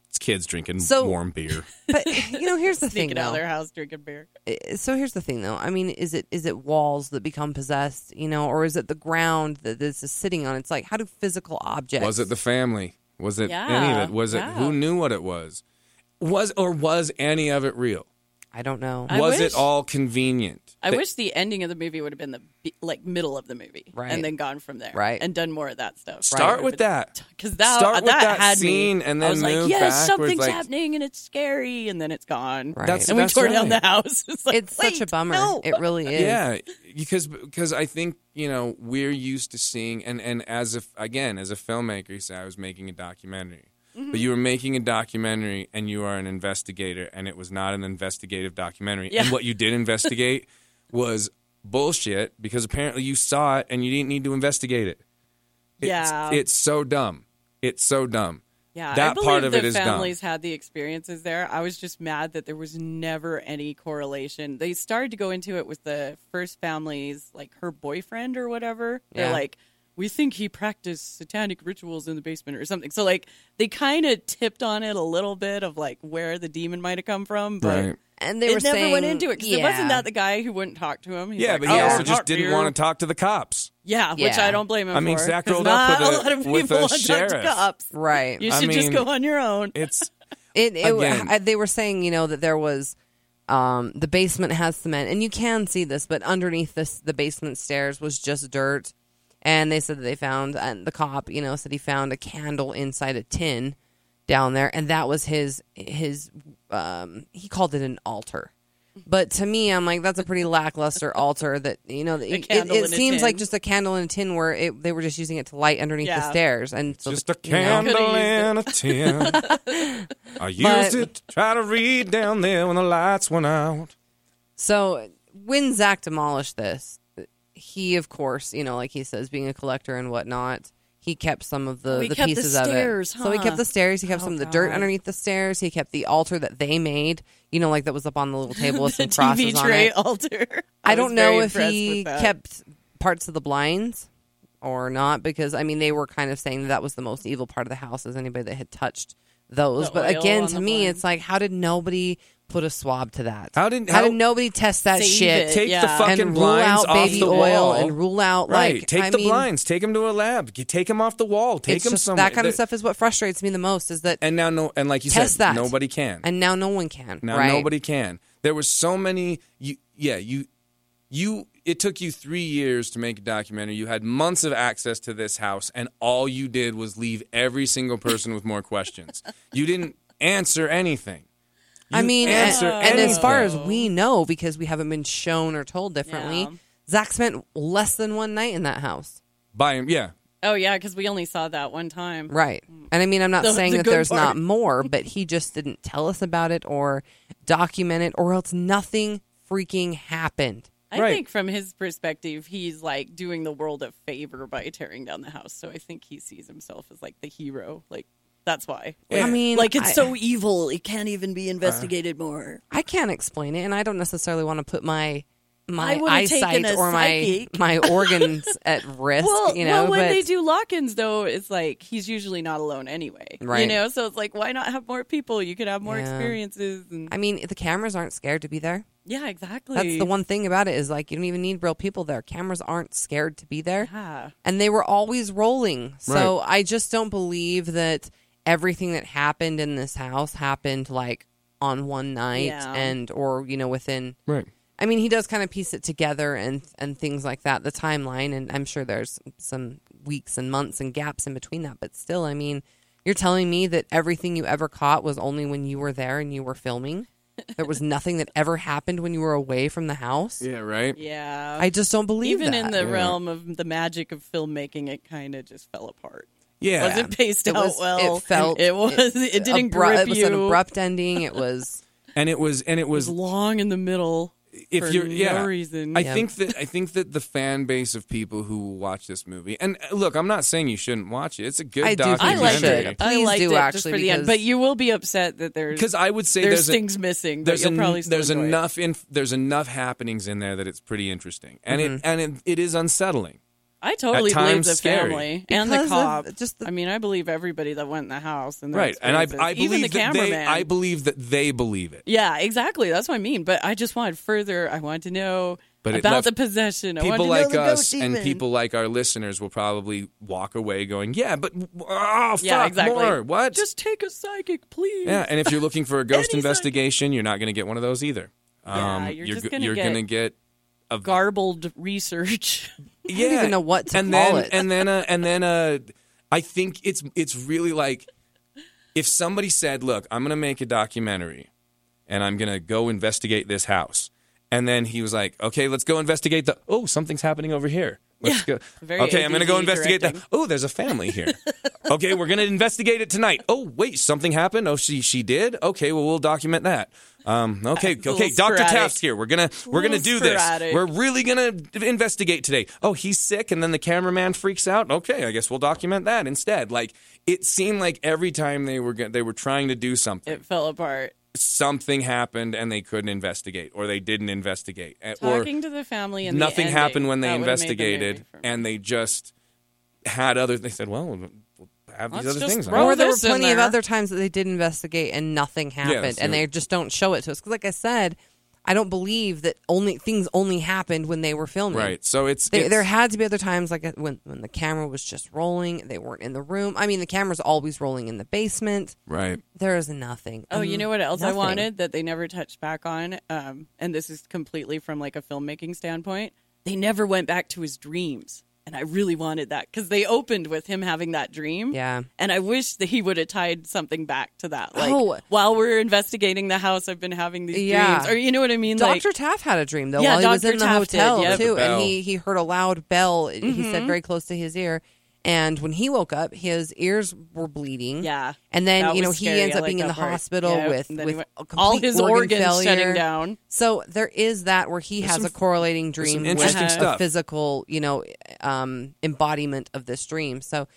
[SPEAKER 2] it's kids drinking
[SPEAKER 4] So-
[SPEAKER 2] warm beer
[SPEAKER 4] but you know, here's the thing
[SPEAKER 3] Sneaking out
[SPEAKER 4] though.
[SPEAKER 3] of their house drinking beer.
[SPEAKER 4] so here's the thing though i mean is it is it walls that become possessed you know or is it the ground that this is sitting on it's like how do physical objects
[SPEAKER 2] Was it the family? Was it any
[SPEAKER 3] Yeah,
[SPEAKER 2] of it? Was it
[SPEAKER 3] yeah.
[SPEAKER 2] who knew what it was? Was or was any of it real?
[SPEAKER 4] i don't know
[SPEAKER 3] I
[SPEAKER 2] was
[SPEAKER 3] wish-
[SPEAKER 2] it all convenient?
[SPEAKER 3] I
[SPEAKER 2] That-
[SPEAKER 3] wish the ending of the movie would have been the be- like middle of the movie,
[SPEAKER 4] Right.
[SPEAKER 3] and then gone from there,
[SPEAKER 4] Right.
[SPEAKER 3] and done more of that stuff.
[SPEAKER 2] Start with that.
[SPEAKER 3] because that
[SPEAKER 2] Start with
[SPEAKER 3] that,
[SPEAKER 2] that
[SPEAKER 3] had
[SPEAKER 2] scene
[SPEAKER 3] me.
[SPEAKER 2] and
[SPEAKER 3] I
[SPEAKER 2] then
[SPEAKER 3] was
[SPEAKER 2] move
[SPEAKER 3] like, yes,
[SPEAKER 2] backwards,
[SPEAKER 3] something's
[SPEAKER 2] like-
[SPEAKER 3] happening and it's scary, and then it's gone.
[SPEAKER 4] Right.
[SPEAKER 2] That's-
[SPEAKER 3] And we
[SPEAKER 2] that's
[SPEAKER 3] tore down
[SPEAKER 2] right.
[SPEAKER 3] the house. It's, like,
[SPEAKER 4] it's such a
[SPEAKER 3] wait,
[SPEAKER 4] bummer
[SPEAKER 3] No.
[SPEAKER 4] it really is
[SPEAKER 2] Yeah, because because I think you know we're used to seeing and and as if again as a filmmaker, you say I was making a documentary,
[SPEAKER 3] Mm-hmm.
[SPEAKER 2] but you were making a documentary and you are an investigator, and it was not an investigative documentary.
[SPEAKER 3] Yeah.
[SPEAKER 2] And what you did investigate was bullshit because apparently you saw it and you didn't need to investigate it. It's,
[SPEAKER 3] Yeah.
[SPEAKER 2] it's so dumb. It's so dumb.
[SPEAKER 3] Yeah, I
[SPEAKER 2] that
[SPEAKER 3] believe
[SPEAKER 2] part of
[SPEAKER 3] the
[SPEAKER 2] it is dumb.
[SPEAKER 3] families had the experiences there. I was just mad that there was never any correlation. They started to go into it with the first family's like her boyfriend or whatever.
[SPEAKER 4] Yeah.
[SPEAKER 3] They're like, we think he practiced satanic rituals in the basement or something. So like they kind of tipped on it a little bit of like where the demon might have come from, but.
[SPEAKER 2] Right.
[SPEAKER 4] and they
[SPEAKER 3] They
[SPEAKER 4] were
[SPEAKER 3] it never
[SPEAKER 4] saying,
[SPEAKER 3] went into it because
[SPEAKER 4] yeah.
[SPEAKER 3] it wasn't that the guy who wouldn't talk to him. He's
[SPEAKER 2] Yeah,
[SPEAKER 3] like,
[SPEAKER 2] but he
[SPEAKER 3] "Oh,
[SPEAKER 2] also
[SPEAKER 3] I'm
[SPEAKER 2] just
[SPEAKER 3] not
[SPEAKER 2] didn't
[SPEAKER 3] here."
[SPEAKER 2] want to talk to the cops.
[SPEAKER 3] Yeah, which
[SPEAKER 4] Yeah.
[SPEAKER 3] I don't blame him.
[SPEAKER 2] I mean,
[SPEAKER 3] for,
[SPEAKER 2] Zach
[SPEAKER 3] 'cause
[SPEAKER 2] rolled up
[SPEAKER 3] not
[SPEAKER 2] with a-
[SPEAKER 3] a lot of people
[SPEAKER 2] with a
[SPEAKER 3] want to talk to
[SPEAKER 2] sheriff.
[SPEAKER 3] cops.
[SPEAKER 4] right
[SPEAKER 3] You
[SPEAKER 2] I
[SPEAKER 3] should just
[SPEAKER 2] mean-
[SPEAKER 3] go on your own.
[SPEAKER 2] It's
[SPEAKER 4] It, it
[SPEAKER 2] Again.
[SPEAKER 4] I, they were saying, you know, that there was um, the basement has cement, and you can see this, but underneath this, the basement stairs was just dirt. And they said that they found, and the cop, you know, said he found a candle inside a tin down there, and that was his his. Um, he called it an altar, but to me, I'm like, that's a pretty lackluster altar. That you know, that it,
[SPEAKER 3] candle
[SPEAKER 4] it
[SPEAKER 3] in a
[SPEAKER 4] seems
[SPEAKER 3] tin.
[SPEAKER 4] like just a candle in a tin, where it, they were just using it to light underneath the
[SPEAKER 3] Yeah.
[SPEAKER 4] stairs, and so
[SPEAKER 2] Just
[SPEAKER 4] the-
[SPEAKER 2] a
[SPEAKER 4] you know.
[SPEAKER 2] candle
[SPEAKER 3] Could've
[SPEAKER 2] and a tin. I used
[SPEAKER 4] But-
[SPEAKER 2] it to try to read down there when the lights went out.
[SPEAKER 3] Uh,
[SPEAKER 4] So when Zach demolished this, he of course, you know, like he says, being a collector and whatnot, he kept some of the,
[SPEAKER 3] We
[SPEAKER 4] the
[SPEAKER 3] Oh, kept the
[SPEAKER 4] pieces
[SPEAKER 3] stairs,
[SPEAKER 4] of it. So he
[SPEAKER 3] huh?
[SPEAKER 4] kept the stairs, he kept
[SPEAKER 3] Oh,
[SPEAKER 4] some of the dirt
[SPEAKER 3] God.
[SPEAKER 4] underneath the stairs, he kept the altar that they made, you know, like that was up on the little table with some
[SPEAKER 3] the
[SPEAKER 4] crosses
[SPEAKER 3] TV
[SPEAKER 4] on
[SPEAKER 3] tray
[SPEAKER 4] it.
[SPEAKER 3] altar.
[SPEAKER 4] I,
[SPEAKER 3] was
[SPEAKER 4] don't
[SPEAKER 3] very
[SPEAKER 4] know if
[SPEAKER 3] impressed
[SPEAKER 4] he
[SPEAKER 3] with that.
[SPEAKER 4] kept parts of the blinds or not because I mean they were kind of saying that, that was the most evil part of the house is anybody that had touched those.
[SPEAKER 3] The
[SPEAKER 4] but
[SPEAKER 3] oil
[SPEAKER 4] again,
[SPEAKER 3] on
[SPEAKER 4] to
[SPEAKER 3] the
[SPEAKER 4] me,
[SPEAKER 3] blinds.
[SPEAKER 4] it's like how did nobody put a swab to that?
[SPEAKER 2] How did-
[SPEAKER 4] how,
[SPEAKER 2] how-
[SPEAKER 4] did nobody test that
[SPEAKER 3] Save
[SPEAKER 4] shit?
[SPEAKER 3] it.
[SPEAKER 2] Take the
[SPEAKER 3] Yeah.
[SPEAKER 2] fucking
[SPEAKER 4] and rule
[SPEAKER 2] blinds
[SPEAKER 4] out
[SPEAKER 2] off
[SPEAKER 4] baby
[SPEAKER 2] the
[SPEAKER 4] oil
[SPEAKER 2] wall.
[SPEAKER 4] and rule out
[SPEAKER 2] right.
[SPEAKER 4] like
[SPEAKER 2] take
[SPEAKER 4] I
[SPEAKER 2] the
[SPEAKER 4] mean,
[SPEAKER 2] blinds. Take them to a lab. Get- Take them off the wall. Take
[SPEAKER 4] it's
[SPEAKER 2] them
[SPEAKER 4] just
[SPEAKER 2] somewhere.
[SPEAKER 4] that kind
[SPEAKER 2] They're-
[SPEAKER 4] of stuff is what frustrates me the most is that
[SPEAKER 2] And now, no, and like you said,
[SPEAKER 4] Test that.
[SPEAKER 2] nobody can.
[SPEAKER 4] and now no one can
[SPEAKER 2] now
[SPEAKER 4] right
[SPEAKER 2] nobody can. There were so many. You, yeah, you, you. It took you three years to make a documentary. You had months of access to this house, and all you did was leave every single person with more questions. You didn't answer anything.
[SPEAKER 4] I
[SPEAKER 2] You
[SPEAKER 4] mean, and,
[SPEAKER 2] answer
[SPEAKER 4] and as far as
[SPEAKER 2] anything.
[SPEAKER 4] we know, because we haven't been shown or told differently,
[SPEAKER 3] Yeah.
[SPEAKER 4] Zach spent less than one night in that house.
[SPEAKER 2] By him, yeah.
[SPEAKER 3] Oh yeah, because we only saw that one time.
[SPEAKER 4] Right. And I mean, I'm not
[SPEAKER 3] The-
[SPEAKER 4] saying
[SPEAKER 3] the
[SPEAKER 4] that
[SPEAKER 3] good
[SPEAKER 4] there's not
[SPEAKER 3] part.
[SPEAKER 4] more, but he just didn't tell us about it or document it, or else nothing freaking happened.
[SPEAKER 3] I
[SPEAKER 2] Right.
[SPEAKER 3] think from his perspective, he's like doing the world a favor by tearing down the house. So I think he sees himself as like the hero. Like that's why.
[SPEAKER 4] I mean,
[SPEAKER 5] like it's
[SPEAKER 4] I-
[SPEAKER 5] so evil, it can't even be investigated more.
[SPEAKER 4] I can't explain it, and I don't necessarily want to put my my
[SPEAKER 5] I would've taken
[SPEAKER 4] eyesight
[SPEAKER 5] a
[SPEAKER 4] or my
[SPEAKER 5] psychic.
[SPEAKER 4] my organs at risk.
[SPEAKER 3] Well,
[SPEAKER 4] you know,
[SPEAKER 3] well, when
[SPEAKER 4] but
[SPEAKER 3] they do lock-ins, though, it's like he's usually not alone anyway.
[SPEAKER 4] Right.
[SPEAKER 3] You know, so it's like, why not have more people? You could have more
[SPEAKER 4] Yeah.
[SPEAKER 3] experiences. And
[SPEAKER 4] I mean, the cameras aren't scared to be there.
[SPEAKER 3] yeah, exactly.
[SPEAKER 4] That's the one thing about it is like you don't even need real people there. Cameras aren't scared to be there.
[SPEAKER 3] Yeah.
[SPEAKER 4] and they were always rolling. So I just don't believe that everything that happened in this house happened like on one night
[SPEAKER 3] Yeah.
[SPEAKER 4] and or you know within
[SPEAKER 2] Right.
[SPEAKER 4] I mean he does kind of piece it together and and things like that the timeline and I'm sure there's some weeks and months and gaps in between that but still I mean you're telling me that everything you ever caught was only when you were there and you were filming there was nothing that ever happened when you were away from the house
[SPEAKER 2] Yeah, right?
[SPEAKER 3] Yeah.
[SPEAKER 4] I just don't believe
[SPEAKER 3] Even in
[SPEAKER 4] that.
[SPEAKER 3] the realm of the magic of filmmaking, it kind of just fell apart.
[SPEAKER 2] Yeah.
[SPEAKER 3] Wasn't paced
[SPEAKER 4] It
[SPEAKER 3] out
[SPEAKER 4] was-
[SPEAKER 3] well.
[SPEAKER 4] it felt-
[SPEAKER 3] It was. It, didn't
[SPEAKER 4] abru-
[SPEAKER 3] grip
[SPEAKER 4] it was
[SPEAKER 3] you.
[SPEAKER 4] an abrupt ending it was
[SPEAKER 2] and it was and it
[SPEAKER 3] It was
[SPEAKER 2] was
[SPEAKER 3] long in the middle.
[SPEAKER 2] if
[SPEAKER 3] for
[SPEAKER 2] you're
[SPEAKER 3] no
[SPEAKER 2] yeah
[SPEAKER 3] reason.
[SPEAKER 2] I
[SPEAKER 4] Yeah.
[SPEAKER 2] think that I think that the fan base of people who will watch this movie and uh, look, I'm not saying you shouldn't watch it. It's a good
[SPEAKER 4] I do think
[SPEAKER 3] I
[SPEAKER 4] you
[SPEAKER 3] liked
[SPEAKER 4] should.
[SPEAKER 3] it.
[SPEAKER 2] documentary.
[SPEAKER 3] I
[SPEAKER 4] Please
[SPEAKER 3] liked
[SPEAKER 4] do,
[SPEAKER 3] it just
[SPEAKER 4] actually,
[SPEAKER 3] for the end.
[SPEAKER 4] because-
[SPEAKER 3] But you will be upset that there's
[SPEAKER 2] Because I would say
[SPEAKER 3] there's,
[SPEAKER 2] there's, a,
[SPEAKER 3] things missing. But
[SPEAKER 2] there's
[SPEAKER 3] you'll
[SPEAKER 2] en-
[SPEAKER 3] probably still
[SPEAKER 2] there's
[SPEAKER 3] enjoy it.
[SPEAKER 2] enough inf- there's enough happenings in there that it's pretty interesting, and it
[SPEAKER 3] Mm-hmm.
[SPEAKER 2] and it, it is unsettling.
[SPEAKER 3] I totally
[SPEAKER 2] At times
[SPEAKER 3] believe the
[SPEAKER 2] scary.
[SPEAKER 3] family and the
[SPEAKER 4] Because of
[SPEAKER 3] cop.
[SPEAKER 4] just the-
[SPEAKER 3] I mean, I believe everybody that went in the house and their
[SPEAKER 2] right and i, I
[SPEAKER 3] experiences.
[SPEAKER 2] believe
[SPEAKER 3] even the
[SPEAKER 2] that
[SPEAKER 3] cameraman.
[SPEAKER 2] they i believe that they believe it
[SPEAKER 3] yeah, exactly. That's what I mean. But I just wanted further. I wanted to know
[SPEAKER 2] But it
[SPEAKER 3] about
[SPEAKER 2] left
[SPEAKER 3] the possession. I wanted
[SPEAKER 2] people
[SPEAKER 3] to
[SPEAKER 2] like
[SPEAKER 3] know the
[SPEAKER 2] us
[SPEAKER 3] ghost
[SPEAKER 2] and
[SPEAKER 3] even.
[SPEAKER 2] people like our listeners will probably walk away going yeah but oh fuck
[SPEAKER 3] Yeah, exactly.
[SPEAKER 2] more what
[SPEAKER 3] Just take a psychic, please.
[SPEAKER 2] yeah and if you're looking for a ghost
[SPEAKER 3] Any
[SPEAKER 2] investigation you're not going to get one of those either
[SPEAKER 3] Yeah,
[SPEAKER 2] um
[SPEAKER 3] you're
[SPEAKER 2] you're,
[SPEAKER 3] just
[SPEAKER 2] g-
[SPEAKER 3] gonna
[SPEAKER 2] you're
[SPEAKER 3] get-
[SPEAKER 2] gonna get a
[SPEAKER 3] Garbled research.
[SPEAKER 2] yeah.
[SPEAKER 4] even know what to
[SPEAKER 2] and
[SPEAKER 4] call
[SPEAKER 2] then,
[SPEAKER 4] it.
[SPEAKER 2] And then, uh, and then, uh, I think it's it's really like if somebody said, "Look, I'm going to make a documentary, and I'm going to go investigate this house," and then he was like, "Okay, let's go investigate the oh something's happening over here." Let's go.
[SPEAKER 3] very
[SPEAKER 2] okay, I'm going to go
[SPEAKER 3] ADD
[SPEAKER 2] investigate that.
[SPEAKER 3] directing.
[SPEAKER 2] Oh, there's a family here. okay, we're going to investigate it tonight. Oh, wait, something happened. Oh, she she did. Okay, well we'll document that. Um, okay,
[SPEAKER 3] a
[SPEAKER 2] okay,
[SPEAKER 3] little
[SPEAKER 2] Doctor
[SPEAKER 3] sporadic.
[SPEAKER 2] Taft's here. We're gonna we're gonna do
[SPEAKER 3] little
[SPEAKER 2] this.
[SPEAKER 3] sporadic.
[SPEAKER 2] We're really gonna investigate today. Oh, he's sick, and then the cameraman freaks out. Okay, I guess we'll document that instead. Like it seemed like every time they were go- they were trying to do something,
[SPEAKER 3] It fell apart.
[SPEAKER 2] something happened and they couldn't investigate, or they didn't investigate, eh, or
[SPEAKER 3] Talking to the family and the
[SPEAKER 2] nothing
[SPEAKER 3] ending,
[SPEAKER 2] happened when they
[SPEAKER 3] that would've made the
[SPEAKER 2] investigated,
[SPEAKER 3] movie for me.
[SPEAKER 2] and they just had other. They said, "Well, we'll have these
[SPEAKER 3] Let's
[SPEAKER 2] other
[SPEAKER 3] just
[SPEAKER 2] things." on
[SPEAKER 3] throw
[SPEAKER 2] it."
[SPEAKER 4] or there were
[SPEAKER 3] this in
[SPEAKER 4] plenty of
[SPEAKER 3] there.
[SPEAKER 4] other times that they did investigate and nothing happened,
[SPEAKER 2] so-
[SPEAKER 4] and they just don't show it to us. Because, like I said, I don't believe that only things only happened when they were filming.
[SPEAKER 2] Right, so it's,
[SPEAKER 4] They,
[SPEAKER 2] it's-
[SPEAKER 4] there had to be other times, like uh, when when the camera was just rolling, they weren't in the room. I mean, the camera's always rolling in the basement.
[SPEAKER 2] right.
[SPEAKER 4] There is nothing. Mm,
[SPEAKER 3] Oh, you know what else
[SPEAKER 4] Nothing.
[SPEAKER 3] I wanted that they never touched back on? Um, and this is completely from like a filmmaking standpoint. They never went back to his dreams. And I really wanted that because they opened with him having that dream.
[SPEAKER 4] Yeah.
[SPEAKER 3] And I wish that he would have tied something back to that. Like,
[SPEAKER 4] Oh.
[SPEAKER 3] while we're investigating the house, I've been having these
[SPEAKER 4] Yeah.
[SPEAKER 3] dreams. Or you know what I mean? Like,
[SPEAKER 4] Dr. Taff had a dream though
[SPEAKER 3] Yeah,
[SPEAKER 4] while he was
[SPEAKER 3] Dr.
[SPEAKER 4] in the
[SPEAKER 3] Taft did,
[SPEAKER 4] hotel
[SPEAKER 3] yep. Mm-hmm.
[SPEAKER 4] too,
[SPEAKER 2] The
[SPEAKER 4] and
[SPEAKER 2] bell.
[SPEAKER 4] he he heard a loud bell. He said very close to his ear, and when he woke up, his ears were bleeding.
[SPEAKER 3] Yeah.
[SPEAKER 4] and then
[SPEAKER 3] That
[SPEAKER 4] you know
[SPEAKER 3] was
[SPEAKER 4] he
[SPEAKER 3] scary.
[SPEAKER 4] ends
[SPEAKER 3] I
[SPEAKER 4] up
[SPEAKER 3] like
[SPEAKER 4] being in
[SPEAKER 3] that
[SPEAKER 4] the
[SPEAKER 3] part.
[SPEAKER 4] hospital
[SPEAKER 3] Yeah,
[SPEAKER 4] with
[SPEAKER 3] and then
[SPEAKER 4] with
[SPEAKER 3] he went-
[SPEAKER 4] a
[SPEAKER 3] all
[SPEAKER 4] complete
[SPEAKER 3] his
[SPEAKER 4] organ
[SPEAKER 3] organs
[SPEAKER 4] failure.
[SPEAKER 3] shutting down.
[SPEAKER 4] So there is that where he has a correlating dream
[SPEAKER 2] some
[SPEAKER 4] with
[SPEAKER 2] interesting
[SPEAKER 4] a
[SPEAKER 2] stuff.
[SPEAKER 4] physical, you know, um, embodiment of this dream. So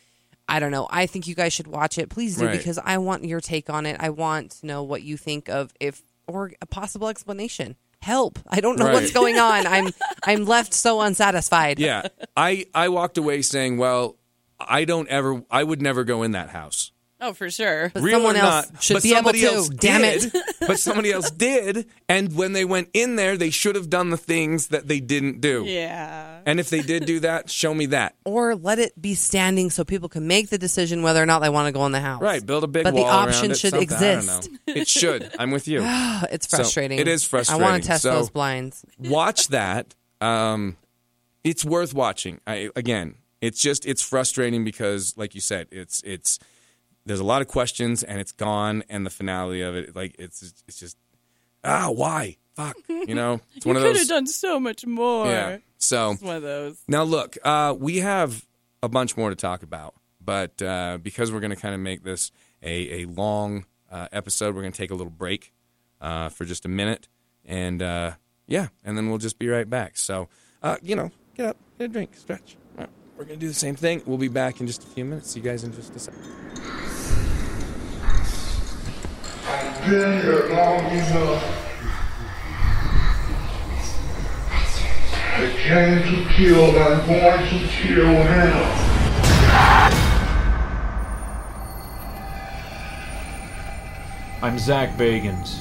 [SPEAKER 4] I don't know. I think you guys should watch it. Please do
[SPEAKER 2] Right.
[SPEAKER 4] because I want your take on it. I want to know what you think of if or a possible explanation. Help! I don't know what's
[SPEAKER 2] Right.
[SPEAKER 4] going on. I'm I'm left so unsatisfied.
[SPEAKER 2] yeah i i walked away saying well i don't ever i would never go in that house
[SPEAKER 3] Oh, for sure.
[SPEAKER 4] But someone
[SPEAKER 2] or
[SPEAKER 4] else
[SPEAKER 2] not,
[SPEAKER 4] should
[SPEAKER 2] but
[SPEAKER 4] be able
[SPEAKER 2] somebody
[SPEAKER 4] to.
[SPEAKER 2] else
[SPEAKER 4] Damn
[SPEAKER 2] did,
[SPEAKER 4] it!
[SPEAKER 2] but somebody else did and when they went in there they should have done the things that they didn't do
[SPEAKER 3] Yeah.
[SPEAKER 2] and if they did do that show me that
[SPEAKER 4] Or let it be standing so people can make the decision whether or not they want to go in the house.
[SPEAKER 2] right build a big
[SPEAKER 4] But
[SPEAKER 2] wall
[SPEAKER 4] the
[SPEAKER 2] around
[SPEAKER 4] option
[SPEAKER 2] it,
[SPEAKER 4] should
[SPEAKER 2] something, I don't
[SPEAKER 4] exist.
[SPEAKER 2] know. it should i'm with you
[SPEAKER 4] It's
[SPEAKER 2] So,
[SPEAKER 4] frustrating.
[SPEAKER 2] it is
[SPEAKER 4] I
[SPEAKER 2] frustrating.
[SPEAKER 4] want to test
[SPEAKER 2] So-
[SPEAKER 4] those blinds.
[SPEAKER 2] watch that. Um, it's worth watching. I again, it's just it's frustrating because, like you said, it's it's there's a lot of questions and it's gone and the finale of it like it's it's just ah why fuck you know it's one
[SPEAKER 3] you
[SPEAKER 2] of
[SPEAKER 3] could
[SPEAKER 2] those
[SPEAKER 3] have done so much more.
[SPEAKER 2] yeah so
[SPEAKER 3] It's one of those.
[SPEAKER 2] now, look, uh, we have a bunch more to talk about, but uh, because we're going to kind of make this a, a long uh, episode, we're going to take a little break uh, for just a minute. And uh, yeah, and then we'll just be right back. So, uh, you know, get up, get a drink, stretch. Uh, We're going to do the same thing. We'll be back in just a few minutes. See you guys in just a second.
[SPEAKER 6] been here long enough. They came to kill, I'm going to kill now.
[SPEAKER 7] I'm Zach Bagans.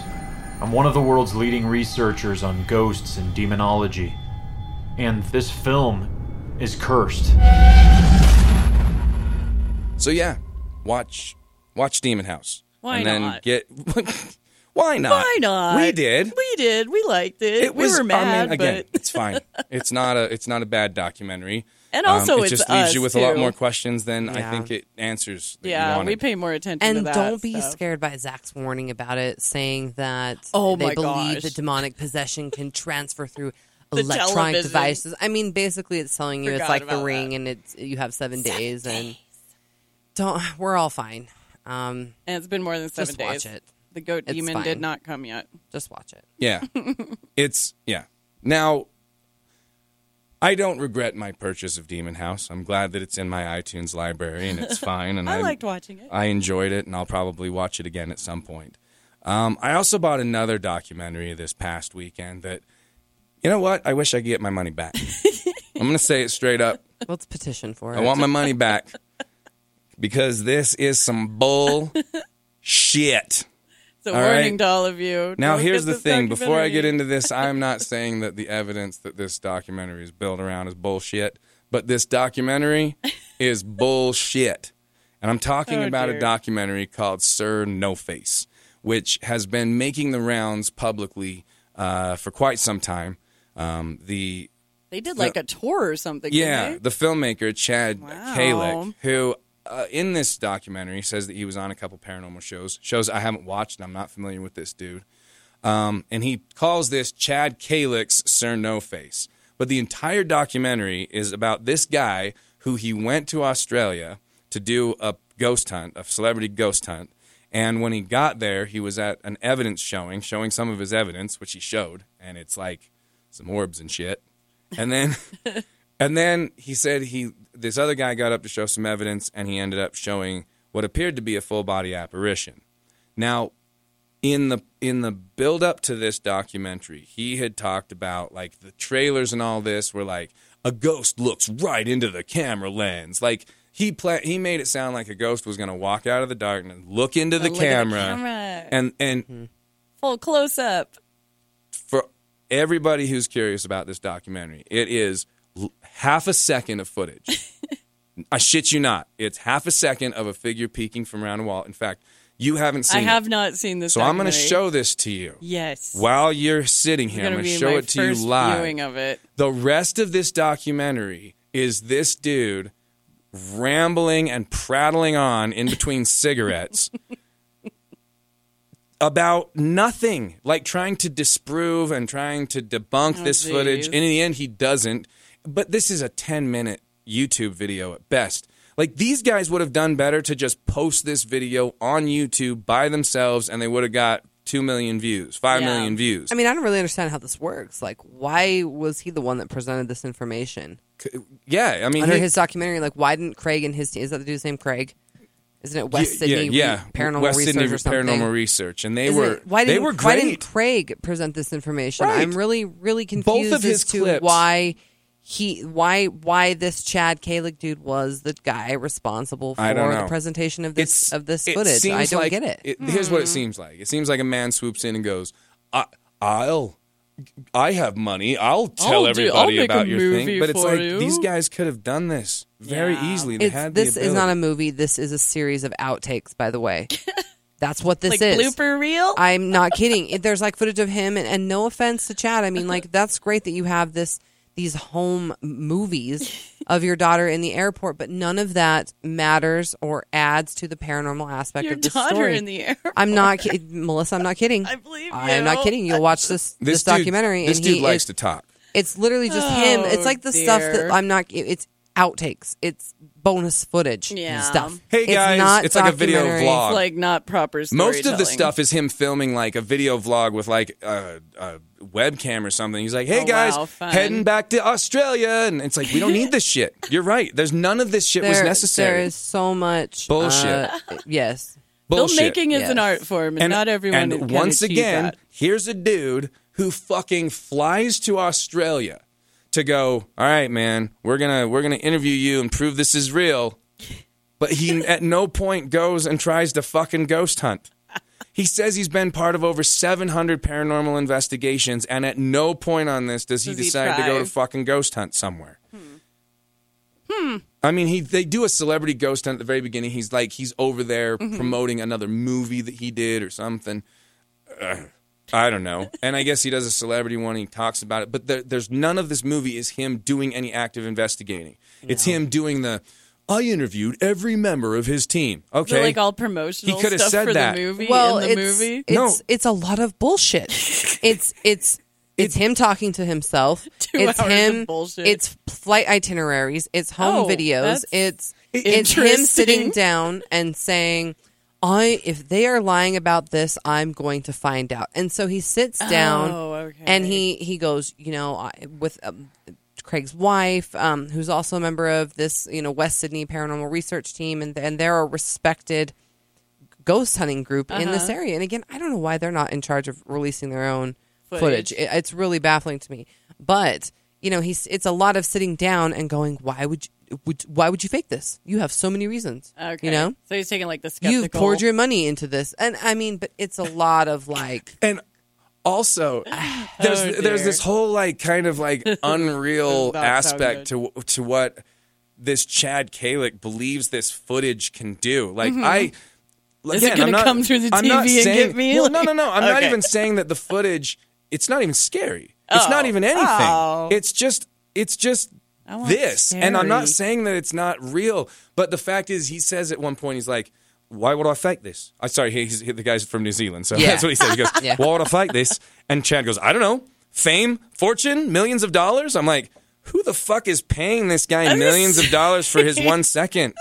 [SPEAKER 7] I'm one of the world's leading researchers on ghosts and demonology. And this film is cursed.
[SPEAKER 2] So, yeah, watch watch Demon House.
[SPEAKER 3] Why
[SPEAKER 2] and then
[SPEAKER 3] not?
[SPEAKER 2] get. Why not?
[SPEAKER 3] Why not?
[SPEAKER 2] We did.
[SPEAKER 3] We did. We liked it.
[SPEAKER 2] it was
[SPEAKER 3] we were mad,
[SPEAKER 2] I mean, again,
[SPEAKER 3] but
[SPEAKER 2] it's fine. It's not a it's not a bad documentary. Um,
[SPEAKER 3] And also
[SPEAKER 2] it
[SPEAKER 3] it's
[SPEAKER 2] just leaves
[SPEAKER 3] us,
[SPEAKER 2] you with a lot
[SPEAKER 3] too.
[SPEAKER 2] more questions than I
[SPEAKER 4] Yeah.
[SPEAKER 2] think it answers. That you
[SPEAKER 3] yeah, we
[SPEAKER 2] wanted.
[SPEAKER 3] pay more attention. to
[SPEAKER 4] And
[SPEAKER 3] that
[SPEAKER 4] don't be
[SPEAKER 3] stuff.
[SPEAKER 4] scared by Zach's warning about it, saying that
[SPEAKER 3] Oh
[SPEAKER 4] they
[SPEAKER 3] my
[SPEAKER 4] believe
[SPEAKER 3] gosh.
[SPEAKER 4] that demonic possession can transfer through
[SPEAKER 3] The
[SPEAKER 4] electronic
[SPEAKER 3] television.
[SPEAKER 4] devices. I mean, basically, it's telling you
[SPEAKER 3] Forgot
[SPEAKER 4] it's like the
[SPEAKER 3] about
[SPEAKER 4] ring,
[SPEAKER 3] that.
[SPEAKER 4] and it's you have seven, days, and don't. We're all fine. Um,
[SPEAKER 3] And it's been more than seven
[SPEAKER 4] just
[SPEAKER 3] days.
[SPEAKER 4] watch it.
[SPEAKER 3] The goat
[SPEAKER 4] It's
[SPEAKER 3] demon
[SPEAKER 4] fine.
[SPEAKER 3] did not come yet.
[SPEAKER 4] Just watch it.
[SPEAKER 2] Yeah, it's yeah. Now, I don't regret my purchase of Demon House. I'm glad that it's in my iTunes library and it's fine. And
[SPEAKER 3] I
[SPEAKER 2] I'm-
[SPEAKER 3] liked watching it.
[SPEAKER 2] I enjoyed it, and I'll probably watch it again at some point. Um, I also bought another documentary this past weekend that, you know what? I wish I could get my money back. I'm going to say it straight up.
[SPEAKER 4] Let's petition for it.
[SPEAKER 2] I want my money back because this is some bull shit.
[SPEAKER 3] It's a
[SPEAKER 2] All
[SPEAKER 3] warning
[SPEAKER 2] right.
[SPEAKER 3] to all of you.
[SPEAKER 2] Now,
[SPEAKER 3] Don't
[SPEAKER 2] here's
[SPEAKER 3] get
[SPEAKER 2] the
[SPEAKER 3] this
[SPEAKER 2] thing. Before I get
[SPEAKER 3] documentary.
[SPEAKER 2] into this, I'm not saying that the evidence that this documentary is built around is bullshit, but this documentary is bullshit. And I'm talking
[SPEAKER 3] Oh,
[SPEAKER 2] about a
[SPEAKER 3] dear.
[SPEAKER 2] documentary called Sir No Face, which has been making the rounds publicly uh, for quite some time. Um, the
[SPEAKER 3] they did like a tour or something. didn't
[SPEAKER 2] yeah,
[SPEAKER 3] they?
[SPEAKER 2] the filmmaker Chad
[SPEAKER 3] Wow.
[SPEAKER 2] Kalick, who uh, in this documentary says that he was on a couple paranormal shows, shows I haven't watched and I'm not familiar with this dude. Um, and he calls this Chad Kalick's Sir No Face. But the entire documentary is about this guy who he went to Australia to do a ghost hunt, a celebrity ghost hunt. And when he got there, he was at an evidence showing, showing some of his evidence, which he showed. And it's like some orbs and shit. And then. And then he said he this other guy got up to show some evidence and he ended up showing what appeared to be a full body apparition. Now, in the in the build up to this documentary, he had talked about like the trailers and all this were like a ghost looks right into the camera lens. Like he pla- he made it sound like a ghost was going to walk out of the darkness, look into the,
[SPEAKER 3] Look at
[SPEAKER 2] camera,
[SPEAKER 3] camera.
[SPEAKER 2] and and
[SPEAKER 3] full close up.
[SPEAKER 2] for everybody who's curious about this documentary, it is l- half a second of footage. I shit you not. It's half a second of a figure peeking from around a wall. In fact, you haven't
[SPEAKER 3] I
[SPEAKER 2] seen
[SPEAKER 3] have
[SPEAKER 2] it.
[SPEAKER 3] not seen this.
[SPEAKER 2] So I'm
[SPEAKER 3] going to
[SPEAKER 2] show this to you
[SPEAKER 3] Yes,
[SPEAKER 2] while you're sitting
[SPEAKER 3] It's
[SPEAKER 2] here. I'm
[SPEAKER 3] gonna
[SPEAKER 2] going to
[SPEAKER 3] be
[SPEAKER 2] show
[SPEAKER 3] my
[SPEAKER 2] it to you
[SPEAKER 3] first
[SPEAKER 2] live.
[SPEAKER 3] Viewing of it.
[SPEAKER 2] The rest of this documentary is this dude rambling and prattling on in between cigarettes about nothing, like trying to disprove and trying to debunk
[SPEAKER 3] Oh,
[SPEAKER 2] this footage.
[SPEAKER 3] geez.
[SPEAKER 2] And in the end, he doesn't. But this is a 10 minute YouTube video at best. Like these guys would have done better to just post this video on YouTube by themselves and they would have got 2 million views, five
[SPEAKER 3] Yeah.
[SPEAKER 2] million views.
[SPEAKER 4] I mean, I don't really understand how this works. Like, why was he the one that presented this information
[SPEAKER 2] yeah, I mean,
[SPEAKER 4] under
[SPEAKER 2] he-
[SPEAKER 4] his documentary? Like, why didn't Craig and his team? Is that the dude's name, Craig? Isn't it West
[SPEAKER 2] Yeah,
[SPEAKER 4] Sydney?
[SPEAKER 2] yeah,
[SPEAKER 4] Re- Paranormal
[SPEAKER 2] West
[SPEAKER 4] Research
[SPEAKER 2] Sydney
[SPEAKER 4] or something?
[SPEAKER 2] Paranormal Research, and they
[SPEAKER 4] Isn't
[SPEAKER 2] were
[SPEAKER 4] it- why didn't
[SPEAKER 2] they were
[SPEAKER 4] why
[SPEAKER 2] great.
[SPEAKER 4] didn't Craig present this information?
[SPEAKER 2] Right.
[SPEAKER 4] I'm really really confused
[SPEAKER 2] of his
[SPEAKER 4] as to
[SPEAKER 2] clips.
[SPEAKER 4] why he why why this Chad Kalick dude was the guy responsible for
[SPEAKER 2] I don't
[SPEAKER 4] the
[SPEAKER 2] know.
[SPEAKER 4] presentation of this
[SPEAKER 2] It's-
[SPEAKER 4] of this
[SPEAKER 2] it
[SPEAKER 4] footage. I
[SPEAKER 2] seems
[SPEAKER 4] don't
[SPEAKER 2] like-
[SPEAKER 4] get it.
[SPEAKER 2] Here's
[SPEAKER 3] Hmm.
[SPEAKER 2] what it seems like. It seems like a man swoops in and goes, I, "I'll." I have money. I'll tell
[SPEAKER 3] I'll do- I'll
[SPEAKER 2] everybody
[SPEAKER 3] make a
[SPEAKER 2] about your thing.
[SPEAKER 3] movie
[SPEAKER 2] But it's
[SPEAKER 3] for
[SPEAKER 2] like
[SPEAKER 3] you.
[SPEAKER 2] these guys could have done this very
[SPEAKER 3] Yeah.
[SPEAKER 2] easily. They
[SPEAKER 4] It's,
[SPEAKER 2] had the
[SPEAKER 4] this is not a
[SPEAKER 2] ability.
[SPEAKER 4] movie. This is a series of outtakes. By the way, that's what this
[SPEAKER 3] Like
[SPEAKER 4] is.
[SPEAKER 3] blooper reel.
[SPEAKER 4] I'm not kidding. It- There's like footage of him, and, and no offense to Chad. I mean, like that's great that you have this these home movies of your daughter in the airport, but none of that matters or adds to the paranormal aspect
[SPEAKER 3] Your
[SPEAKER 4] of the
[SPEAKER 3] daughter
[SPEAKER 4] story.
[SPEAKER 3] in the air.
[SPEAKER 4] I'm not kidding, Melissa. I'm not kidding.
[SPEAKER 3] I believe
[SPEAKER 4] I am
[SPEAKER 3] you.
[SPEAKER 4] not kidding. You'll watch this this,
[SPEAKER 2] dude-
[SPEAKER 4] documentary,
[SPEAKER 2] This
[SPEAKER 4] and
[SPEAKER 2] dude
[SPEAKER 4] he
[SPEAKER 2] likes
[SPEAKER 4] is-
[SPEAKER 2] to talk.
[SPEAKER 4] It's literally just him.
[SPEAKER 3] Oh,
[SPEAKER 4] It's like the stuff that
[SPEAKER 3] dear.
[SPEAKER 4] I'm not. it- It's outtakes. It's bonus footage
[SPEAKER 5] Yeah.
[SPEAKER 4] stuff.
[SPEAKER 2] Hey, guys,
[SPEAKER 4] it's, not
[SPEAKER 2] it's like a video
[SPEAKER 4] documentary.
[SPEAKER 2] vlog.
[SPEAKER 3] like not proper
[SPEAKER 2] Most of the
[SPEAKER 3] storytelling.
[SPEAKER 2] stuff is him filming like a video vlog with like a, a webcam or something. He's like, "Hey
[SPEAKER 3] Oh,
[SPEAKER 2] guys,
[SPEAKER 3] wow, fun.
[SPEAKER 2] heading back to Australia," and it's like, "We don't need this shit." You're right. There's none of this shit was
[SPEAKER 4] There-
[SPEAKER 2] necessary.
[SPEAKER 4] There is so much
[SPEAKER 2] Bullshit.
[SPEAKER 4] uh, yes.
[SPEAKER 2] Bullshit.
[SPEAKER 3] Filmmaking is an
[SPEAKER 4] yes.
[SPEAKER 3] art form, and, not everyone.
[SPEAKER 2] and
[SPEAKER 3] can
[SPEAKER 2] once
[SPEAKER 3] achieve
[SPEAKER 2] again,
[SPEAKER 3] that.
[SPEAKER 2] here's a dude who fucking flies to Australia to go. All right, man, we're gonna we're gonna interview you and prove this is real. But he at no point goes and tries to fucking ghost hunt. He says he's been part of over 700 paranormal investigations, and at no point on this does he
[SPEAKER 3] Does he
[SPEAKER 2] decide to go
[SPEAKER 3] try?
[SPEAKER 2] to fucking ghost hunt somewhere. Hmm. I mean, he they do a celebrity ghost hunt at the very beginning. He's like he's over there promoting another movie that he did or something. Ugh. I don't know. And I guess he does a celebrity one. He talks about it, but there, there's none of this movie is him doing any active investigating. It's him doing the. I interviewed every member of his team.
[SPEAKER 3] Is it
[SPEAKER 2] Okay,
[SPEAKER 3] like all promotional
[SPEAKER 2] He coulda
[SPEAKER 3] stuff
[SPEAKER 2] said
[SPEAKER 3] for
[SPEAKER 2] that.
[SPEAKER 3] the movie.
[SPEAKER 4] Well,
[SPEAKER 3] in the
[SPEAKER 4] it's,
[SPEAKER 3] movie,
[SPEAKER 4] it's
[SPEAKER 2] No.
[SPEAKER 4] it's a lot of bullshit. it's it's it's him talking to himself.
[SPEAKER 3] Two
[SPEAKER 4] it's
[SPEAKER 3] hours of
[SPEAKER 4] him.
[SPEAKER 3] bullshit.
[SPEAKER 4] It's flight itineraries. It's
[SPEAKER 3] Oh,
[SPEAKER 4] home videos.
[SPEAKER 3] that's
[SPEAKER 4] It's it's him
[SPEAKER 3] interesting.
[SPEAKER 4] sitting down and saying, "I if they are lying about this, I'm going to find out." And so he sits down
[SPEAKER 3] Oh, okay.
[SPEAKER 4] and he he goes, you know, I- with um, Craig's wife, um, who's also a member of this, you know, West Sydney paranormal research team, and and they're a respected ghost hunting group in
[SPEAKER 3] Uh-huh.
[SPEAKER 4] this area. And again, I don't know why they're not in charge of releasing their own footage.
[SPEAKER 3] Footage.
[SPEAKER 4] It- it's really baffling to me. But you know, he's it's a lot of sitting down and going, why would you, would why would you fake this? You have so many reasons.
[SPEAKER 3] okay.
[SPEAKER 4] You know,
[SPEAKER 3] so he's taking like the skeptical.
[SPEAKER 4] you've poured your money into this, and I mean, but it's a lot of like.
[SPEAKER 2] and also there's there's
[SPEAKER 3] Oh, dear.
[SPEAKER 2] this whole like kind of like unreal
[SPEAKER 3] That
[SPEAKER 2] aspect to to what this Chad Kalick believes this footage can do. Like I
[SPEAKER 3] Mm-hmm. Is it
[SPEAKER 2] again,
[SPEAKER 3] gonna
[SPEAKER 2] I'm not,
[SPEAKER 3] come through the
[SPEAKER 2] I'm not
[SPEAKER 3] TV and
[SPEAKER 2] saying,
[SPEAKER 3] get me?
[SPEAKER 2] Well, no, no, no. I'm not
[SPEAKER 3] Okay.
[SPEAKER 2] even saying that the footage. It's not even scary. It's not
[SPEAKER 3] Oh.
[SPEAKER 2] even anything.
[SPEAKER 3] Oh.
[SPEAKER 2] It's just it's just
[SPEAKER 3] I want
[SPEAKER 2] this. And I'm not
[SPEAKER 3] scary.
[SPEAKER 2] saying that it's not real, but the fact is, he says at one point, he's like. Why would I fake this? I sorry, he's, the guy's from New Zealand, so
[SPEAKER 4] Yeah.
[SPEAKER 2] that's what he says. He goes,
[SPEAKER 4] Yeah.
[SPEAKER 2] why would I fight this? And Chad goes, I don't know. Fame, fortune, millions of dollars. I'm like, who the fuck is paying this guy millions of dollars for his one second?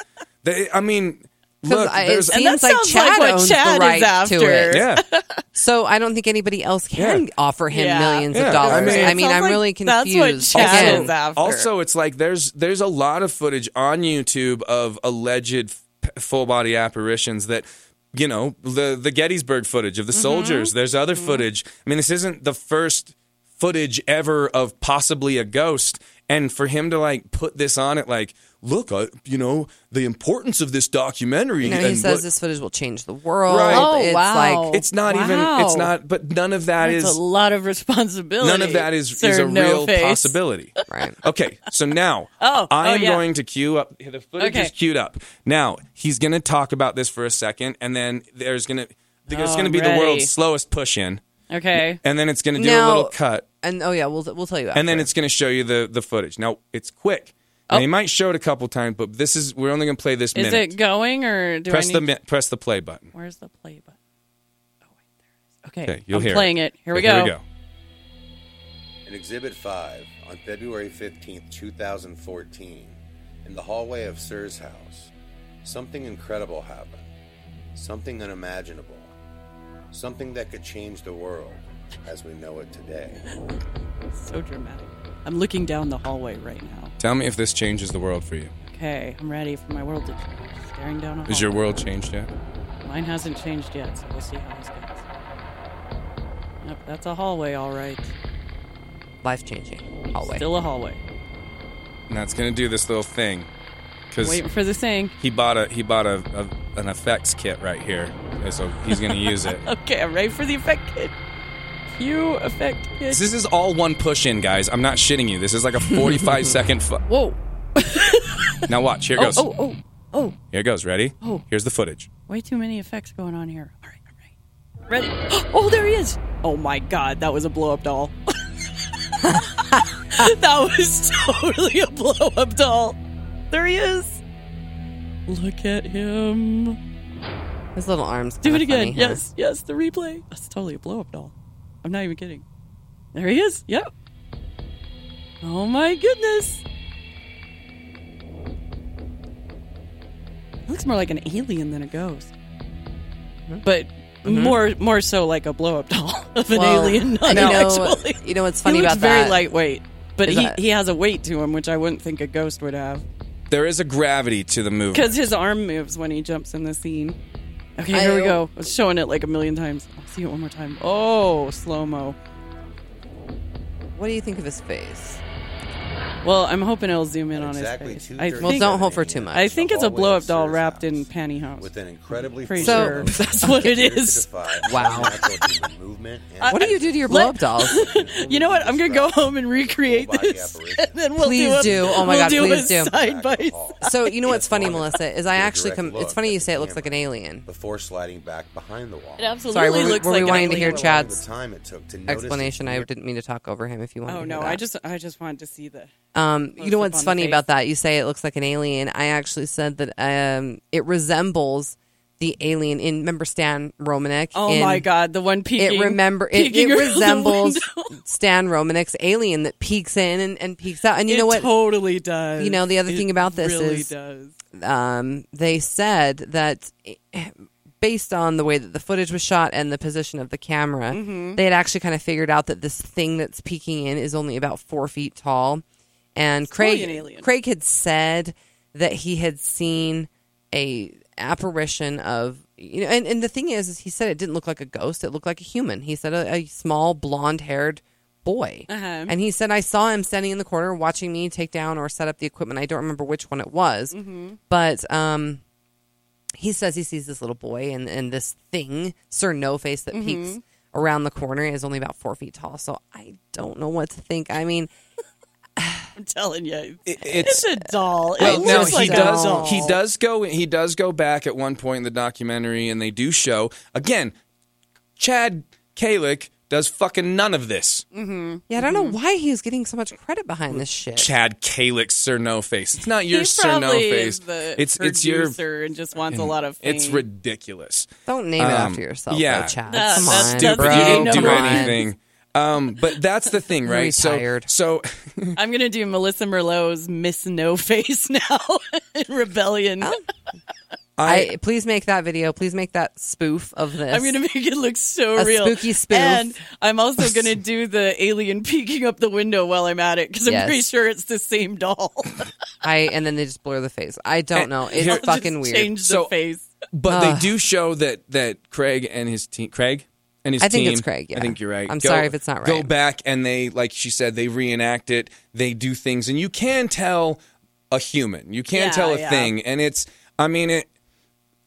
[SPEAKER 2] They, I mean, look,
[SPEAKER 4] I- it
[SPEAKER 2] there's,
[SPEAKER 3] And
[SPEAKER 4] seems
[SPEAKER 3] that
[SPEAKER 4] like
[SPEAKER 3] sounds
[SPEAKER 4] Chad
[SPEAKER 3] like what
[SPEAKER 4] owns
[SPEAKER 3] Chad
[SPEAKER 4] the right
[SPEAKER 3] is after.
[SPEAKER 4] to it.
[SPEAKER 2] yeah,
[SPEAKER 4] So I don't think anybody else can
[SPEAKER 2] Yeah.
[SPEAKER 4] offer him
[SPEAKER 3] Yeah.
[SPEAKER 4] millions
[SPEAKER 2] Yeah, I
[SPEAKER 4] of dollars.
[SPEAKER 2] mean-
[SPEAKER 4] I mean,
[SPEAKER 3] Sounds
[SPEAKER 4] I'm
[SPEAKER 3] like
[SPEAKER 4] really
[SPEAKER 3] that's
[SPEAKER 4] confused.
[SPEAKER 3] what Chad
[SPEAKER 4] Again,
[SPEAKER 3] is after.
[SPEAKER 2] Also, it's like there's there's a lot of footage on YouTube of alleged f- full body apparitions that you know the the Gettysburg footage of the soldiers. There's other footage. I mean, this isn't the first footage ever of possibly a ghost. And for him to like put this on it, like, look, I, you know, the importance of this documentary.
[SPEAKER 4] you know, he
[SPEAKER 2] and
[SPEAKER 4] says
[SPEAKER 2] what-
[SPEAKER 4] this footage will change the world.
[SPEAKER 2] Right. Oh,
[SPEAKER 4] it's
[SPEAKER 3] wow.
[SPEAKER 4] like
[SPEAKER 2] It's not even. It's
[SPEAKER 3] Wow.
[SPEAKER 2] not. But none of that is
[SPEAKER 3] That's a lot of responsibility.
[SPEAKER 2] None of that is,
[SPEAKER 3] sir,
[SPEAKER 2] is a
[SPEAKER 3] no
[SPEAKER 2] real
[SPEAKER 3] face.
[SPEAKER 2] possibility.
[SPEAKER 4] Right.
[SPEAKER 2] Okay, so now
[SPEAKER 3] Oh, oh,
[SPEAKER 2] I'm
[SPEAKER 3] yeah.
[SPEAKER 2] going to queue up. The footage
[SPEAKER 3] Okay.
[SPEAKER 2] is queued up. Now he's going to talk about this for a second, and then there's going to there's
[SPEAKER 3] Oh,
[SPEAKER 2] going to be the
[SPEAKER 3] ready.
[SPEAKER 2] world's slowest push in,
[SPEAKER 3] Okay.
[SPEAKER 2] and then it's going to do a
[SPEAKER 4] Now-
[SPEAKER 2] little cut,
[SPEAKER 4] and oh yeah, we'll we'll tell you. After.
[SPEAKER 2] and then it's going to show you the the footage. Now it's quick. Now, They might show it a couple times, but this is we're only going to play this
[SPEAKER 3] Oh. Is
[SPEAKER 2] minute.
[SPEAKER 3] it going or do
[SPEAKER 2] press
[SPEAKER 3] I
[SPEAKER 2] the
[SPEAKER 3] need?
[SPEAKER 2] mi- press the play button.
[SPEAKER 3] Where's the play button? Oh wait, there it is. Okay,
[SPEAKER 2] Okay, you'll
[SPEAKER 3] I'm
[SPEAKER 2] hear
[SPEAKER 3] playing it. Here we
[SPEAKER 2] Okay,
[SPEAKER 3] go.
[SPEAKER 2] Here we go.
[SPEAKER 8] In Exhibit 5, on February 15, 2014, in the hallway of Sir's house, something incredible happened. Something unimaginable. Something that could change the world as we know it today.
[SPEAKER 3] So dramatic. I'm looking down the hallway right now.
[SPEAKER 2] Tell me if this changes the world for you.
[SPEAKER 3] Okay, I'm ready for my world to change. Staring down a hallway.
[SPEAKER 2] Is your world changed yet?
[SPEAKER 3] Mine hasn't changed yet, so we'll see how this goes. Yep, that's a hallway, all right.
[SPEAKER 4] life changing hallway.
[SPEAKER 3] Still a hallway.
[SPEAKER 2] Now it's going to do this little thing because
[SPEAKER 3] Waiting for the thing.
[SPEAKER 2] He bought a he bought a, a an effects kit right here, and so he's gonna use it.
[SPEAKER 3] Okay, I'm ready for the effect kit. Cue effect kit.
[SPEAKER 2] This is all one push in, guys. I'm not shitting you. This is like a 45 second. Fu-
[SPEAKER 3] Whoa.
[SPEAKER 2] now watch. Here it
[SPEAKER 3] Oh,
[SPEAKER 2] goes.
[SPEAKER 3] oh, oh, oh.
[SPEAKER 2] Here it goes. Ready?
[SPEAKER 3] Oh.
[SPEAKER 2] Here's the footage.
[SPEAKER 3] Way too many effects going on here. All right, all right. Ready? Oh, there he is. Oh my god, that was a blow up doll. That was totally a blow up doll. There he is. Look at him.
[SPEAKER 4] His little arms.
[SPEAKER 3] Do
[SPEAKER 4] kinda
[SPEAKER 3] it again.
[SPEAKER 4] funny, huh?
[SPEAKER 3] Yes, yes, the replay. That's totally a blow up doll. I'm not even kidding. There he is. Yep. Oh my goodness. Looks more like an alien than a ghost.
[SPEAKER 4] Mm-hmm.
[SPEAKER 3] But more more so like a blow up doll of an
[SPEAKER 4] Well,
[SPEAKER 3] alien, not
[SPEAKER 4] you
[SPEAKER 3] an
[SPEAKER 4] know,
[SPEAKER 3] actual alien.
[SPEAKER 4] You know what's funny
[SPEAKER 3] he looks
[SPEAKER 4] about
[SPEAKER 3] very
[SPEAKER 4] that?
[SPEAKER 3] lightweight, but
[SPEAKER 4] is
[SPEAKER 3] he,
[SPEAKER 4] that-
[SPEAKER 3] he has a weight to him, which I wouldn't think a ghost would have.
[SPEAKER 2] There is a gravity to the movie.
[SPEAKER 3] Because his arm moves when he jumps in the scene. Okay,
[SPEAKER 4] I-
[SPEAKER 3] here we go. I was showing it like a million times. I'll see it one more time. Oh, slow mo.
[SPEAKER 4] what do you think of his face?
[SPEAKER 3] Well, I'm hoping it'll zoom in on
[SPEAKER 8] Exactly
[SPEAKER 3] his face.
[SPEAKER 8] 2:30
[SPEAKER 3] I
[SPEAKER 8] in
[SPEAKER 3] think,
[SPEAKER 8] the
[SPEAKER 4] Well, don't hope for
[SPEAKER 8] evening,
[SPEAKER 4] too much.
[SPEAKER 3] I think it's a
[SPEAKER 8] hallway
[SPEAKER 3] blow up
[SPEAKER 8] of
[SPEAKER 3] doll
[SPEAKER 8] Sir's
[SPEAKER 3] wrapped in
[SPEAKER 8] house.
[SPEAKER 3] pantyhose.
[SPEAKER 8] with an incredibly
[SPEAKER 3] Pretty
[SPEAKER 8] full
[SPEAKER 3] sure
[SPEAKER 8] of
[SPEAKER 3] that's what it is.
[SPEAKER 8] electrified
[SPEAKER 4] Wow.
[SPEAKER 8] natural human movement and
[SPEAKER 4] What do you do to your blow up dolls?
[SPEAKER 3] You know what? I'm gonna go home and recreate
[SPEAKER 8] Full body
[SPEAKER 3] this,
[SPEAKER 8] apparition.
[SPEAKER 3] and then we'll
[SPEAKER 4] Please
[SPEAKER 3] do. A,
[SPEAKER 4] do. Oh my
[SPEAKER 3] we'll
[SPEAKER 4] God,
[SPEAKER 3] do a
[SPEAKER 4] please do.
[SPEAKER 3] Side by
[SPEAKER 8] hall.
[SPEAKER 4] So you know what's
[SPEAKER 8] Yes,
[SPEAKER 4] funny,
[SPEAKER 8] long as
[SPEAKER 4] Melissa, is
[SPEAKER 8] you
[SPEAKER 4] I
[SPEAKER 8] get a
[SPEAKER 4] actually
[SPEAKER 8] direct
[SPEAKER 4] come. It's
[SPEAKER 8] look
[SPEAKER 4] funny
[SPEAKER 8] at
[SPEAKER 4] you
[SPEAKER 8] the
[SPEAKER 4] say it looks like an
[SPEAKER 8] camera
[SPEAKER 4] alien.
[SPEAKER 8] before sliding back behind the wall.
[SPEAKER 4] Sorry, were we- were we
[SPEAKER 8] Calculate
[SPEAKER 4] wanting to hear
[SPEAKER 8] the
[SPEAKER 4] Chad's
[SPEAKER 8] time it took to notice
[SPEAKER 4] Explanation.
[SPEAKER 8] the
[SPEAKER 4] I didn't mean to talk over him. If you want.
[SPEAKER 3] Oh
[SPEAKER 4] to
[SPEAKER 3] no!
[SPEAKER 4] hear that.
[SPEAKER 3] I just I just wanted to see the.
[SPEAKER 4] Um, you know
[SPEAKER 3] up
[SPEAKER 4] what's
[SPEAKER 3] on the
[SPEAKER 4] funny
[SPEAKER 3] face.
[SPEAKER 4] about that? You say it looks like an alien. I actually said that um, it resembles the alien in. Remember Stan Romanek?
[SPEAKER 3] Oh
[SPEAKER 4] in-
[SPEAKER 3] my God! The one peeking.
[SPEAKER 4] It remember it,
[SPEAKER 3] peeking around
[SPEAKER 4] it
[SPEAKER 3] the
[SPEAKER 4] resembles
[SPEAKER 3] window.
[SPEAKER 4] Stan Romanek's alien that peeks in and, and peeks out. And you
[SPEAKER 3] it
[SPEAKER 4] know what?
[SPEAKER 3] Totally does.
[SPEAKER 4] You know, the other
[SPEAKER 3] It
[SPEAKER 4] thing about this
[SPEAKER 3] really
[SPEAKER 4] is-
[SPEAKER 3] does.
[SPEAKER 4] um, they said that eh, based on the way that the footage was shot and the position of the camera,
[SPEAKER 3] Mm-hmm.
[SPEAKER 4] they had actually kind of figured out that this thing that's peeking in is only about four feet tall. And
[SPEAKER 3] probably
[SPEAKER 4] Craig,
[SPEAKER 3] an alien.
[SPEAKER 4] Craig had said that he had seen a apparition of you know, and, and the thing is, is he said it didn't look like a ghost; it looked like a human. He said a, a small blonde haired boy,
[SPEAKER 3] Uh-huh.
[SPEAKER 4] and he said I saw him standing in the corner watching me take down or set up the equipment. I don't remember which one it was,
[SPEAKER 3] Mm-hmm.
[SPEAKER 4] but um, he says he sees this little boy and, and this thing, Sir No Face, that
[SPEAKER 3] Mm-hmm.
[SPEAKER 4] peeks around the corner is only about four feet tall. So I don't know what to think. I mean,
[SPEAKER 3] I'm telling you,
[SPEAKER 2] It-
[SPEAKER 3] it's, a doll. It
[SPEAKER 2] Well,
[SPEAKER 3] looks
[SPEAKER 2] now
[SPEAKER 3] like oh.
[SPEAKER 2] he
[SPEAKER 3] a
[SPEAKER 2] does.
[SPEAKER 3] doll.
[SPEAKER 2] He does go. He does go back at one point in the documentary, and they do show again. Chad Kalick does fucking none of this.
[SPEAKER 4] yeah, I don't
[SPEAKER 3] Mm-hmm.
[SPEAKER 4] know why he was getting so much credit behind this shit.
[SPEAKER 2] Chad Kalick, Sir No Face. It's not your
[SPEAKER 3] He
[SPEAKER 2] Sir No
[SPEAKER 3] probably
[SPEAKER 2] Face.
[SPEAKER 3] is the
[SPEAKER 2] It's it's your. Mm.
[SPEAKER 3] producer and just wants a lot of. Fame.
[SPEAKER 2] It's ridiculous.
[SPEAKER 4] Don't name it after
[SPEAKER 2] Um,
[SPEAKER 4] yourself,
[SPEAKER 2] yeah.
[SPEAKER 4] though, Chad.
[SPEAKER 3] That's
[SPEAKER 4] Come
[SPEAKER 3] that's
[SPEAKER 4] on,
[SPEAKER 3] stupid.
[SPEAKER 4] bro.
[SPEAKER 2] You didn't do
[SPEAKER 3] Come on.
[SPEAKER 2] anything. Um, but that's the thing, right? So,
[SPEAKER 4] Retired.
[SPEAKER 2] so
[SPEAKER 3] I'm gonna do Melissa Merlot's Miss No Face now in Rebellion.
[SPEAKER 4] Oh,
[SPEAKER 2] I,
[SPEAKER 4] I, please make that video. Please make that spoof of this.
[SPEAKER 3] I'm gonna make it look so
[SPEAKER 4] A
[SPEAKER 3] real.
[SPEAKER 4] spooky spoof.
[SPEAKER 3] And I'm also gonna do the alien peeking up the window while I'm at it because I'm
[SPEAKER 4] Yes.
[SPEAKER 3] pretty sure it's the same doll.
[SPEAKER 4] I and then they just blur the face. I don't know. It's
[SPEAKER 2] Eh, Here-
[SPEAKER 4] fucking
[SPEAKER 3] Just
[SPEAKER 4] weird.
[SPEAKER 3] Change the
[SPEAKER 2] So-
[SPEAKER 3] face.
[SPEAKER 2] but they do show that that Craig and his team, Craig and his
[SPEAKER 4] I think
[SPEAKER 2] team.
[SPEAKER 4] it's Craig, yeah.
[SPEAKER 2] I think you're right.
[SPEAKER 4] I'm sorry if it's not
[SPEAKER 2] Go
[SPEAKER 4] right.
[SPEAKER 2] back and they, like she said, they reenact it. They do things, and you can tell a human. You can
[SPEAKER 3] Yeah,
[SPEAKER 2] tell a
[SPEAKER 3] yeah.
[SPEAKER 2] thing, and it's. I mean, it.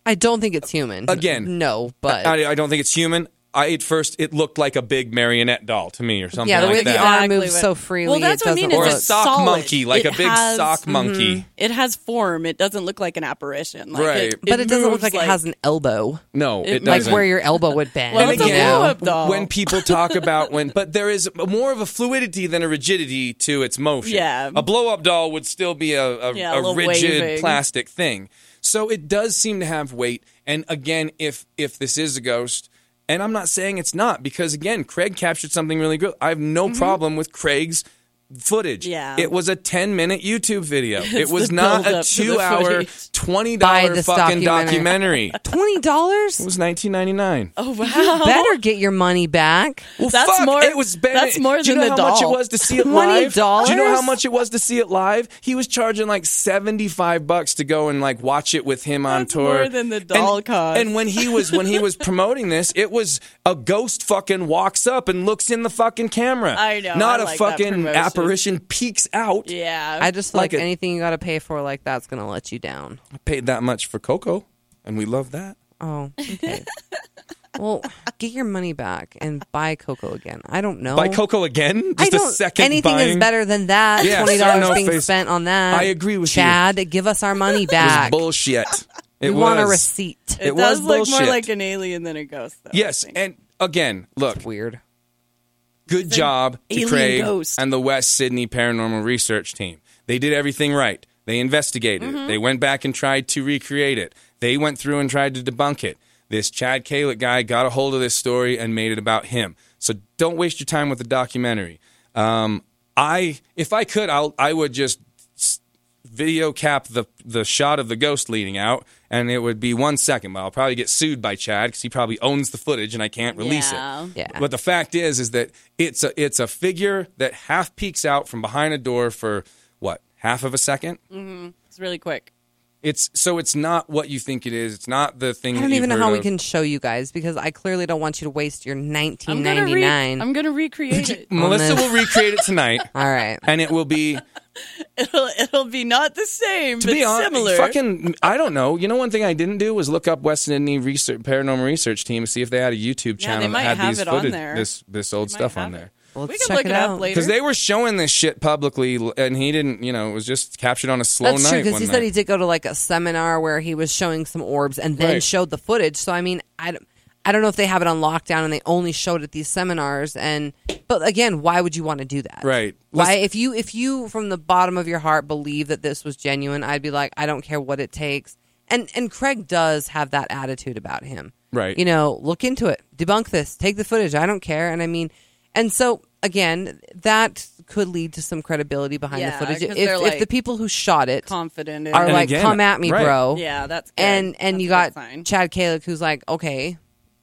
[SPEAKER 4] I don't think it's human.
[SPEAKER 2] Again.
[SPEAKER 4] no, but
[SPEAKER 2] I, I don't think it's human. I at first it looked like a big marionette doll to me, or something.
[SPEAKER 4] yeah, the
[SPEAKER 2] like
[SPEAKER 4] way the
[SPEAKER 2] that.
[SPEAKER 4] arm
[SPEAKER 3] Exactly
[SPEAKER 4] moves
[SPEAKER 3] what-
[SPEAKER 4] so freely,
[SPEAKER 3] Well, that's
[SPEAKER 4] it
[SPEAKER 3] what I
[SPEAKER 4] doesn't
[SPEAKER 3] mean,
[SPEAKER 2] or a
[SPEAKER 3] it's
[SPEAKER 4] look.
[SPEAKER 3] just
[SPEAKER 2] sock
[SPEAKER 3] solid.
[SPEAKER 2] monkey, like
[SPEAKER 3] It
[SPEAKER 2] a big
[SPEAKER 3] has-
[SPEAKER 2] sock monkey.
[SPEAKER 4] mm-hmm.
[SPEAKER 3] It has form. It doesn't look like an apparition. Like,
[SPEAKER 2] Right.
[SPEAKER 3] It,
[SPEAKER 4] but it doesn't look
[SPEAKER 3] moves
[SPEAKER 4] like, it has an elbow,
[SPEAKER 2] No, it,
[SPEAKER 3] It-
[SPEAKER 4] like
[SPEAKER 2] doesn't.
[SPEAKER 4] where your elbow would bend.
[SPEAKER 3] Well,
[SPEAKER 4] you
[SPEAKER 3] it's a
[SPEAKER 4] know?
[SPEAKER 3] blow-up doll.
[SPEAKER 2] when people talk about when, but there is more of a fluidity than a rigidity to its motion.
[SPEAKER 3] Yeah.
[SPEAKER 2] a blow-up doll would still be a a,
[SPEAKER 3] Yeah, a
[SPEAKER 2] a
[SPEAKER 3] little
[SPEAKER 2] rigid
[SPEAKER 3] waving.
[SPEAKER 2] plastic thing. So it does seem to have weight. And again, if if this is a ghost, and I'm not saying it's not, because again, Craig captured something really good. I have no problem with Craig's footage.
[SPEAKER 3] Mm-hmm. Yeah.
[SPEAKER 2] it was a 10 minute YouTube video. it was
[SPEAKER 3] the
[SPEAKER 2] not a
[SPEAKER 3] build-up to the
[SPEAKER 2] two hour,
[SPEAKER 3] footage.
[SPEAKER 2] twenty
[SPEAKER 4] Buy
[SPEAKER 2] dollar
[SPEAKER 4] this
[SPEAKER 2] fucking
[SPEAKER 4] documentary.
[SPEAKER 2] documentary.
[SPEAKER 4] Twenty dollars.
[SPEAKER 2] It was 19.99.
[SPEAKER 3] Oh wow!
[SPEAKER 4] Better get your money back.
[SPEAKER 2] Well,
[SPEAKER 3] That's
[SPEAKER 2] fuck,
[SPEAKER 3] more-
[SPEAKER 2] It was Ben-
[SPEAKER 3] that's more
[SPEAKER 2] Do you
[SPEAKER 3] than
[SPEAKER 2] know
[SPEAKER 3] the
[SPEAKER 2] how much it
[SPEAKER 3] doll.
[SPEAKER 2] was to see it live? Do you know how
[SPEAKER 4] $20?
[SPEAKER 2] much it was to see it live? He was charging like seventy-five bucks to go and like watch it with him on
[SPEAKER 3] That's
[SPEAKER 2] tour.
[SPEAKER 3] more than the doll
[SPEAKER 2] and,
[SPEAKER 3] cost.
[SPEAKER 2] And when he was when he was promoting this, it was a ghost fucking walks up and looks in the fucking camera.
[SPEAKER 3] I know,
[SPEAKER 2] Not
[SPEAKER 3] I
[SPEAKER 2] a
[SPEAKER 3] like that
[SPEAKER 2] fucking
[SPEAKER 3] promotion.
[SPEAKER 2] apparition peeks out.
[SPEAKER 3] Yeah.
[SPEAKER 4] I just feel like,
[SPEAKER 2] Like a-
[SPEAKER 4] anything you got to pay for like that's gonna let you down.
[SPEAKER 2] I paid that much for Coco, and we love that.
[SPEAKER 4] Oh, okay. well, get your money back and buy cocoa again. I don't know.
[SPEAKER 2] Buy
[SPEAKER 3] Oh.
[SPEAKER 2] Coco again?
[SPEAKER 4] I
[SPEAKER 2] Just
[SPEAKER 4] don't,
[SPEAKER 2] a second
[SPEAKER 4] anything
[SPEAKER 2] buying.
[SPEAKER 4] is better than that.
[SPEAKER 2] Yeah,
[SPEAKER 4] Twenty dollars
[SPEAKER 2] sorry, no
[SPEAKER 4] being
[SPEAKER 2] face.
[SPEAKER 4] spent on that.
[SPEAKER 2] I agree with you.
[SPEAKER 4] Chad, you. Chad, give us our money back.
[SPEAKER 2] It was bullshit.
[SPEAKER 4] we
[SPEAKER 2] It
[SPEAKER 4] want a
[SPEAKER 2] was.
[SPEAKER 4] receipt.
[SPEAKER 3] it,
[SPEAKER 2] it
[SPEAKER 3] does
[SPEAKER 2] was
[SPEAKER 3] look more
[SPEAKER 2] bullshit.
[SPEAKER 3] like an alien than a ghost. Though, I
[SPEAKER 2] Yes,
[SPEAKER 3] think.
[SPEAKER 2] and again, look,
[SPEAKER 4] Weird.
[SPEAKER 2] Good job to
[SPEAKER 5] alien
[SPEAKER 2] Craig
[SPEAKER 5] ghost.
[SPEAKER 2] and the West Sydney Paranormal Research Team. They did everything right. They investigated
[SPEAKER 5] Mm-hmm.
[SPEAKER 2] it. They went back and tried to recreate it. They went through and tried to debunk it. This Chad Kalett guy got a hold of this story and made it about him. So don't waste your time with the documentary. Um, I, if I could, I'll, I would just video cap the the shot of the ghost leading out, and it would be one second. But I'll probably get sued by Chad because he probably owns the footage, and I can't release
[SPEAKER 3] Yeah.
[SPEAKER 2] it.
[SPEAKER 4] Yeah.
[SPEAKER 2] But the fact is, is that it's a it's a figure that half peeks out from behind a door for what half of a 2nd
[SPEAKER 3] It's really quick.
[SPEAKER 2] It's so it's not what you think it is. It's not the thing.
[SPEAKER 4] I
[SPEAKER 2] that
[SPEAKER 4] don't
[SPEAKER 2] Mm, you've
[SPEAKER 4] even know
[SPEAKER 2] heard
[SPEAKER 4] how we
[SPEAKER 2] of.
[SPEAKER 4] can show you guys because I clearly don't want you to waste your
[SPEAKER 3] I'm gonna re-
[SPEAKER 4] 1999.
[SPEAKER 3] I'm gonna recreate it.
[SPEAKER 2] Melissa
[SPEAKER 4] this.
[SPEAKER 2] will recreate it tonight,
[SPEAKER 4] All right.
[SPEAKER 2] and it will be
[SPEAKER 3] It'll it'll be not the same,
[SPEAKER 2] to
[SPEAKER 3] but
[SPEAKER 2] be honest,
[SPEAKER 3] similar.
[SPEAKER 2] fucking, I don't know. You know, one thing I didn't do was look up West Sydney research, paranormal research team and see if they had a YouTube
[SPEAKER 3] Yeah,
[SPEAKER 2] channel
[SPEAKER 3] they
[SPEAKER 2] that
[SPEAKER 3] might
[SPEAKER 2] had
[SPEAKER 3] have
[SPEAKER 2] these
[SPEAKER 3] it on
[SPEAKER 2] footage,
[SPEAKER 3] there.
[SPEAKER 2] this this old
[SPEAKER 3] Might
[SPEAKER 2] stuff
[SPEAKER 3] have
[SPEAKER 2] on
[SPEAKER 3] it.
[SPEAKER 2] there.
[SPEAKER 4] Well,
[SPEAKER 3] We
[SPEAKER 4] let's
[SPEAKER 3] can look
[SPEAKER 4] check
[SPEAKER 3] it
[SPEAKER 4] it
[SPEAKER 3] up
[SPEAKER 4] out.
[SPEAKER 3] later.
[SPEAKER 2] Because they were showing this shit publicly, l- and he didn't. You know, it was just captured on a slow
[SPEAKER 4] That's
[SPEAKER 2] night.
[SPEAKER 4] true because
[SPEAKER 2] one
[SPEAKER 4] he said
[SPEAKER 2] night.
[SPEAKER 4] he did go to like a seminar where he was showing some orbs and then
[SPEAKER 2] Right.
[SPEAKER 4] showed the footage. So I mean, I don't, I don't know if they have it on lockdown and they only showed at these seminars. And but again, why would you want to do that?
[SPEAKER 2] Right.
[SPEAKER 4] Why
[SPEAKER 2] Listen-
[SPEAKER 4] if you if you from the bottom of your heart believe that this was genuine, I'd be like, I don't care what it takes. And and Craig does have that attitude about him.
[SPEAKER 2] Right.
[SPEAKER 4] You know, look into it, debunk this, take the footage. I don't care. And I mean, and so again, that could lead to some credibility behind
[SPEAKER 3] Yeah,
[SPEAKER 4] the footage
[SPEAKER 3] 'cause
[SPEAKER 4] if,
[SPEAKER 3] they're,
[SPEAKER 4] if
[SPEAKER 3] like,
[SPEAKER 4] the people who shot it
[SPEAKER 3] confident in
[SPEAKER 4] are
[SPEAKER 3] it.
[SPEAKER 2] And
[SPEAKER 4] like,
[SPEAKER 2] again,
[SPEAKER 4] "Come at me,
[SPEAKER 2] right.
[SPEAKER 4] bro."
[SPEAKER 3] yeah, that's good.
[SPEAKER 4] and and
[SPEAKER 3] That's a
[SPEAKER 4] you got
[SPEAKER 3] good sign.
[SPEAKER 4] Chad Kalick, who's like, okay,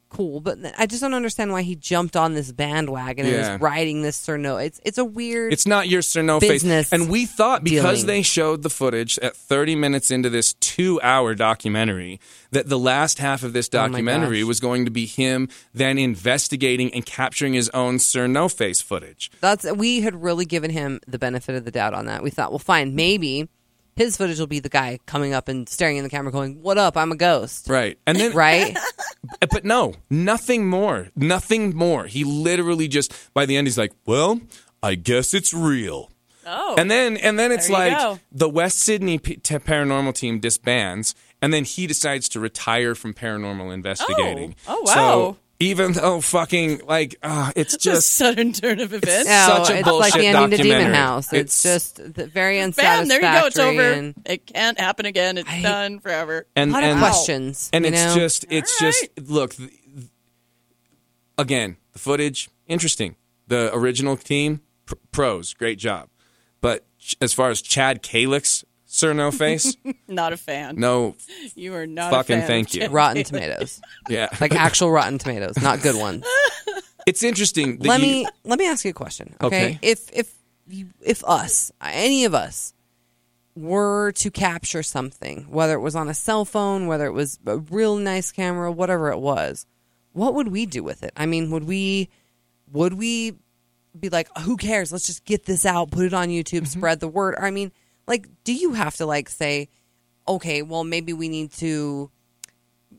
[SPEAKER 4] cool, but th- I just don't understand why he jumped on this bandwagon and
[SPEAKER 2] Yeah.
[SPEAKER 4] is riding this sir no. It's it's a weird.
[SPEAKER 2] It's not your sir no face.
[SPEAKER 4] Business
[SPEAKER 2] And we thought because
[SPEAKER 4] dealing.
[SPEAKER 2] they showed the footage at 30 minutes into this two hour documentary that the last half of this
[SPEAKER 4] Oh my
[SPEAKER 2] documentary
[SPEAKER 4] gosh.
[SPEAKER 2] was going to be him then investigating and capturing his own sir no face footage.
[SPEAKER 4] that's we had really given him the benefit of the doubt on that. We thought, well, fine, maybe his footage will be the guy coming up and staring in the camera, going, "What up? I'm a ghost."
[SPEAKER 2] Right. And then
[SPEAKER 4] Right?
[SPEAKER 2] Uh, But no, nothing more. Nothing more. He literally just by the end he's like, "Well, I guess it's real."
[SPEAKER 3] oh,
[SPEAKER 2] And then and then it's
[SPEAKER 3] There you
[SPEAKER 2] like
[SPEAKER 3] go.
[SPEAKER 2] the West Sydney P- t- paranormal team disbands and then he decides to retire from paranormal investigating.
[SPEAKER 3] Oh, wow.
[SPEAKER 2] So even though fucking like uh, it's
[SPEAKER 3] just
[SPEAKER 2] just
[SPEAKER 3] sudden turn of events.
[SPEAKER 2] Yeah, Such a
[SPEAKER 4] it's like the
[SPEAKER 2] bullshit
[SPEAKER 4] ending to Demon
[SPEAKER 2] documentary.
[SPEAKER 4] House. It's,
[SPEAKER 2] It's-
[SPEAKER 4] just th- very
[SPEAKER 3] Bam! There
[SPEAKER 4] unsatisfactory.
[SPEAKER 3] you go. It's over.
[SPEAKER 4] And
[SPEAKER 3] It can't happen again. It's
[SPEAKER 4] I-
[SPEAKER 3] done forever.
[SPEAKER 2] and,
[SPEAKER 4] a lot
[SPEAKER 2] and
[SPEAKER 4] of questions.
[SPEAKER 2] And
[SPEAKER 4] you
[SPEAKER 2] it's
[SPEAKER 4] know?
[SPEAKER 2] just, it's
[SPEAKER 3] All
[SPEAKER 2] just, look, th- th- again, the footage, interesting. The original team, pr- pros, great job. But ch- as far as Chad Kalix, Sir No Face,
[SPEAKER 3] Not a fan.
[SPEAKER 2] no,
[SPEAKER 3] You are not
[SPEAKER 2] Fucking
[SPEAKER 3] a fan.
[SPEAKER 2] thank you.
[SPEAKER 4] Rotten Tomatoes,
[SPEAKER 2] yeah.
[SPEAKER 4] like actual Rotten Tomatoes, not good ones.
[SPEAKER 2] it's interesting. That
[SPEAKER 4] let
[SPEAKER 2] you-
[SPEAKER 4] me let me ask you a question. Okay,
[SPEAKER 2] Okay.
[SPEAKER 4] if if you, if us, any of us, were to capture something, whether it was on a cell phone, whether it was a real nice camera, whatever it was, what would we do with it? I mean, would we would we be like, who cares? Let's just get this out, put it on YouTube, spread the word. Or, I mean, like, do you have to like say, okay, well, maybe we need to,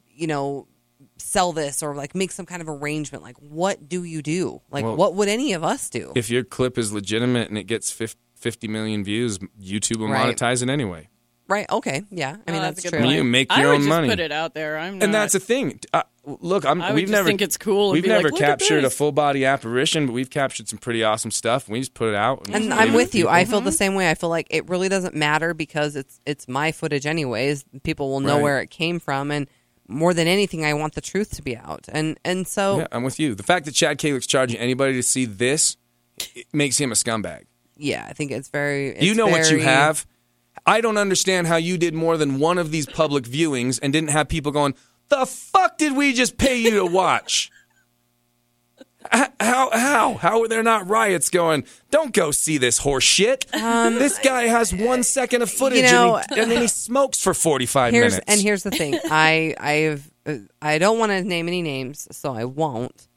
[SPEAKER 4] you know, sell this or like make some kind of arrangement? Like, what do you do? Like, what would any of us do?
[SPEAKER 2] if your clip is legitimate and it gets fif- 50 million views, YouTube will
[SPEAKER 4] Right.
[SPEAKER 2] monetize it anyway.
[SPEAKER 4] right? Okay, yeah. I mean,
[SPEAKER 3] Oh,
[SPEAKER 4] that's,
[SPEAKER 3] a good
[SPEAKER 4] true.
[SPEAKER 3] point.
[SPEAKER 2] You make
[SPEAKER 3] I
[SPEAKER 2] your
[SPEAKER 3] would
[SPEAKER 2] own
[SPEAKER 3] just
[SPEAKER 2] money.
[SPEAKER 3] Put it out there. I'm not.
[SPEAKER 2] And that's the thing. Uh, look, I'm,
[SPEAKER 3] I would
[SPEAKER 2] we've
[SPEAKER 3] just
[SPEAKER 2] never
[SPEAKER 3] think it's cool and
[SPEAKER 2] We've
[SPEAKER 3] be
[SPEAKER 2] never
[SPEAKER 3] like, "Look at
[SPEAKER 2] captured a
[SPEAKER 3] this."
[SPEAKER 2] full body apparition, but we've captured some pretty awesome stuff. We just put it out. just
[SPEAKER 4] And
[SPEAKER 2] leave
[SPEAKER 4] I'm
[SPEAKER 2] it
[SPEAKER 4] with
[SPEAKER 2] to
[SPEAKER 4] you. I
[SPEAKER 2] people.
[SPEAKER 4] feel
[SPEAKER 3] Mm-hmm.
[SPEAKER 4] the same way. I feel like it really doesn't matter because it's it's my footage anyways. People will know
[SPEAKER 2] Right.
[SPEAKER 4] where it came from and more than anything I want the truth to be out. And and so
[SPEAKER 2] Yeah, I'm with you. The fact that Chad Kalick's charging anybody to see this it makes him a scumbag.
[SPEAKER 4] yeah, I think it's very
[SPEAKER 2] you
[SPEAKER 4] it's
[SPEAKER 2] know what you
[SPEAKER 4] very-
[SPEAKER 2] have. I don't understand how you did more than one of these public viewings and didn't have people going, "The fuck did we just pay you to watch?" H- How how how are there not riots going? Don't go see this horse shit. this guy has one second of footage,
[SPEAKER 4] Um, know-
[SPEAKER 2] and, he, and then he smokes for forty five
[SPEAKER 4] Here's
[SPEAKER 2] minutes.
[SPEAKER 4] and here's the thing. I I've uh, I don't want to name any names, so I won't.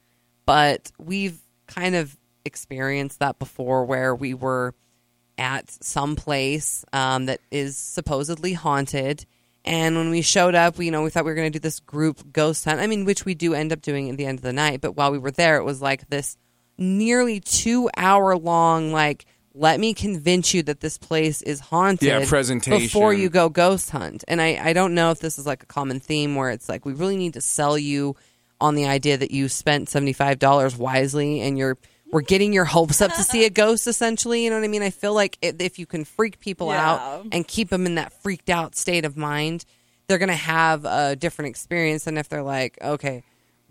[SPEAKER 4] But we've kind of experienced that before, where we were at some place um, that is supposedly haunted, and when we showed up, we, you know, we thought we were going to do this group ghost hunt. I mean, which we do end up doing at the end of the night. But while we were there, it was like this nearly two hour long like. Let me convince you that this place is haunted. before
[SPEAKER 2] presentation.
[SPEAKER 4] you go ghost hunt. And I, I don't know if this is like a common theme where it's like we really need to sell you on the idea that you spent seventy five dollars wisely and you're we're getting your hopes up to see a ghost essentially you know what i mean i feel like if, if you can freak people out
[SPEAKER 3] Yeah.
[SPEAKER 4] and keep them in that freaked out state of mind they're gonna have a different experience than if they're like okay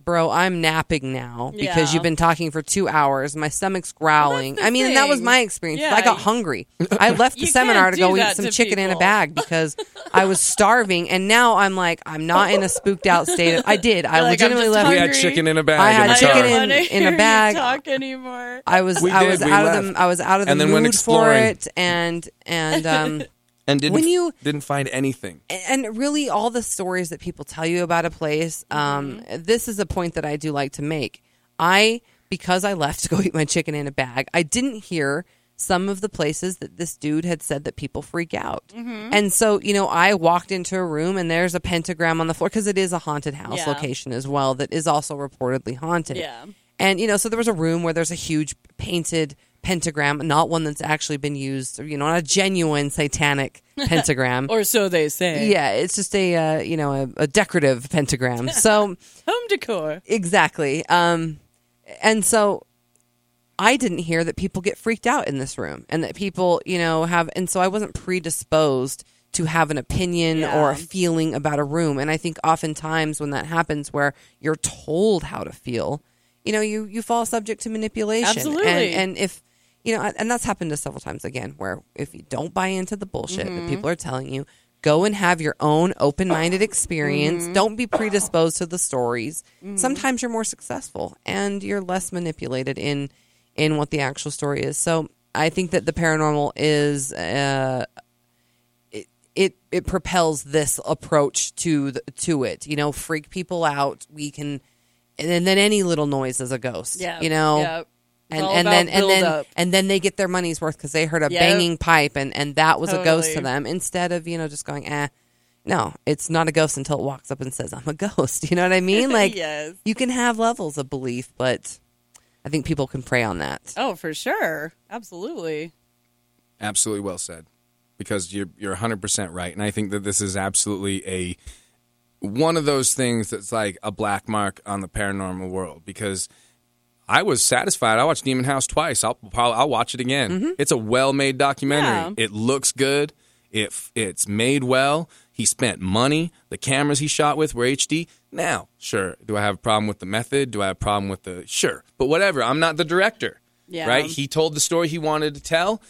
[SPEAKER 4] bro i'm napping now because
[SPEAKER 3] Yeah.
[SPEAKER 4] you've been talking for two hours my stomach's growling
[SPEAKER 3] the
[SPEAKER 4] i mean and that was
[SPEAKER 3] thing.
[SPEAKER 4] my experience
[SPEAKER 3] Yeah,
[SPEAKER 4] i got
[SPEAKER 3] you-
[SPEAKER 4] hungry i left the
[SPEAKER 3] you
[SPEAKER 4] seminar
[SPEAKER 3] can't
[SPEAKER 4] to go
[SPEAKER 3] do
[SPEAKER 4] eat
[SPEAKER 3] that
[SPEAKER 4] some
[SPEAKER 3] to
[SPEAKER 4] chicken in a
[SPEAKER 3] people.
[SPEAKER 4] bag because i was starving and now i'm like i'm not in a spooked out state of, i did i
[SPEAKER 3] You're like, I'm
[SPEAKER 4] legitimately
[SPEAKER 3] just
[SPEAKER 4] left
[SPEAKER 2] We had
[SPEAKER 3] Hungry.
[SPEAKER 2] chicken in a bag.
[SPEAKER 4] I
[SPEAKER 2] in
[SPEAKER 4] had
[SPEAKER 2] the
[SPEAKER 3] I
[SPEAKER 2] car.
[SPEAKER 3] don't
[SPEAKER 4] chicken in-
[SPEAKER 3] wanna
[SPEAKER 4] in a
[SPEAKER 3] hear you
[SPEAKER 4] bag.
[SPEAKER 3] talk anymore.
[SPEAKER 4] I was
[SPEAKER 2] We
[SPEAKER 4] I
[SPEAKER 2] did,
[SPEAKER 4] was
[SPEAKER 2] we
[SPEAKER 4] out of
[SPEAKER 2] left.
[SPEAKER 4] the I was out of the
[SPEAKER 2] And then went
[SPEAKER 4] mood for
[SPEAKER 2] exploring.
[SPEAKER 4] it and and um
[SPEAKER 2] and didn't
[SPEAKER 4] When you-
[SPEAKER 2] didn't find anything.
[SPEAKER 4] and really all the stories that people tell you about a place um
[SPEAKER 3] Mm-hmm.
[SPEAKER 4] this is a point that I do like to make. I because I left to go eat my chicken in a bag, I didn't hear some of the places that this dude had said that people freak out.
[SPEAKER 3] Mm-hmm.
[SPEAKER 4] And so, you know, I walked into a room and there's a pentagram on the floor because it is a haunted house
[SPEAKER 3] Yeah.
[SPEAKER 4] location as well that is also reportedly haunted.
[SPEAKER 3] Yeah.
[SPEAKER 4] And you know, so there was a room where there's a huge painted pentagram, not one that's actually been used, you know, not a genuine satanic pentagram.
[SPEAKER 3] Or so they say.
[SPEAKER 4] yeah, it's just a uh, you know a, a decorative pentagram. So
[SPEAKER 3] Home decor.
[SPEAKER 4] exactly. Um, and so I didn't hear that people get freaked out in this room, and that people you know have, and so I wasn't predisposed to have an opinion
[SPEAKER 3] Yeah.
[SPEAKER 4] or a feeling about a room. And I think oftentimes when that happens, where you're told how to feel, you know, you you fall subject to manipulation.
[SPEAKER 3] Absolutely.
[SPEAKER 4] And, and if you know, and that's happened to several times again, where if you don't buy into the bullshit that people are telling you, go and have your own open-minded experience. Don't be predisposed to the stories. Sometimes you're more successful and you're less manipulated in in what the actual story is. So I think that the paranormal is uh, it it propels this approach to the, to it. You know, freak people out. We can, and then any little noise is a ghost.
[SPEAKER 3] Yeah.
[SPEAKER 4] you know.
[SPEAKER 3] Yeah. It's
[SPEAKER 4] And,
[SPEAKER 3] all
[SPEAKER 4] and
[SPEAKER 3] about
[SPEAKER 4] then and then
[SPEAKER 3] build-up.
[SPEAKER 4] and then they get their money's worth because they heard a
[SPEAKER 3] Yep.
[SPEAKER 4] banging pipe and, and that was a ghost to
[SPEAKER 3] Totally.
[SPEAKER 4] them instead of you know just going eh no it's not a ghost until it walks up and says I'm a ghost you know what I mean like
[SPEAKER 3] Yes.
[SPEAKER 4] you can have levels of belief but I think people can prey on that
[SPEAKER 3] Oh, for sure. Absolutely.
[SPEAKER 2] Absolutely well said. Because you're you're 100% right and I think that this is absolutely a one of those things that's like a black mark on the paranormal world because I was satisfied. I watched Demon House twice. I'll probably I'll watch it again. It's a well-made documentary. It looks good. It it's made well. He spent money. The cameras he shot with were HD. Now, sure, do I have a problem with the method? Do I have a problem with the sure? But whatever. I'm not the director.
[SPEAKER 3] Yeah.
[SPEAKER 2] Right? He told the story he wanted to tell.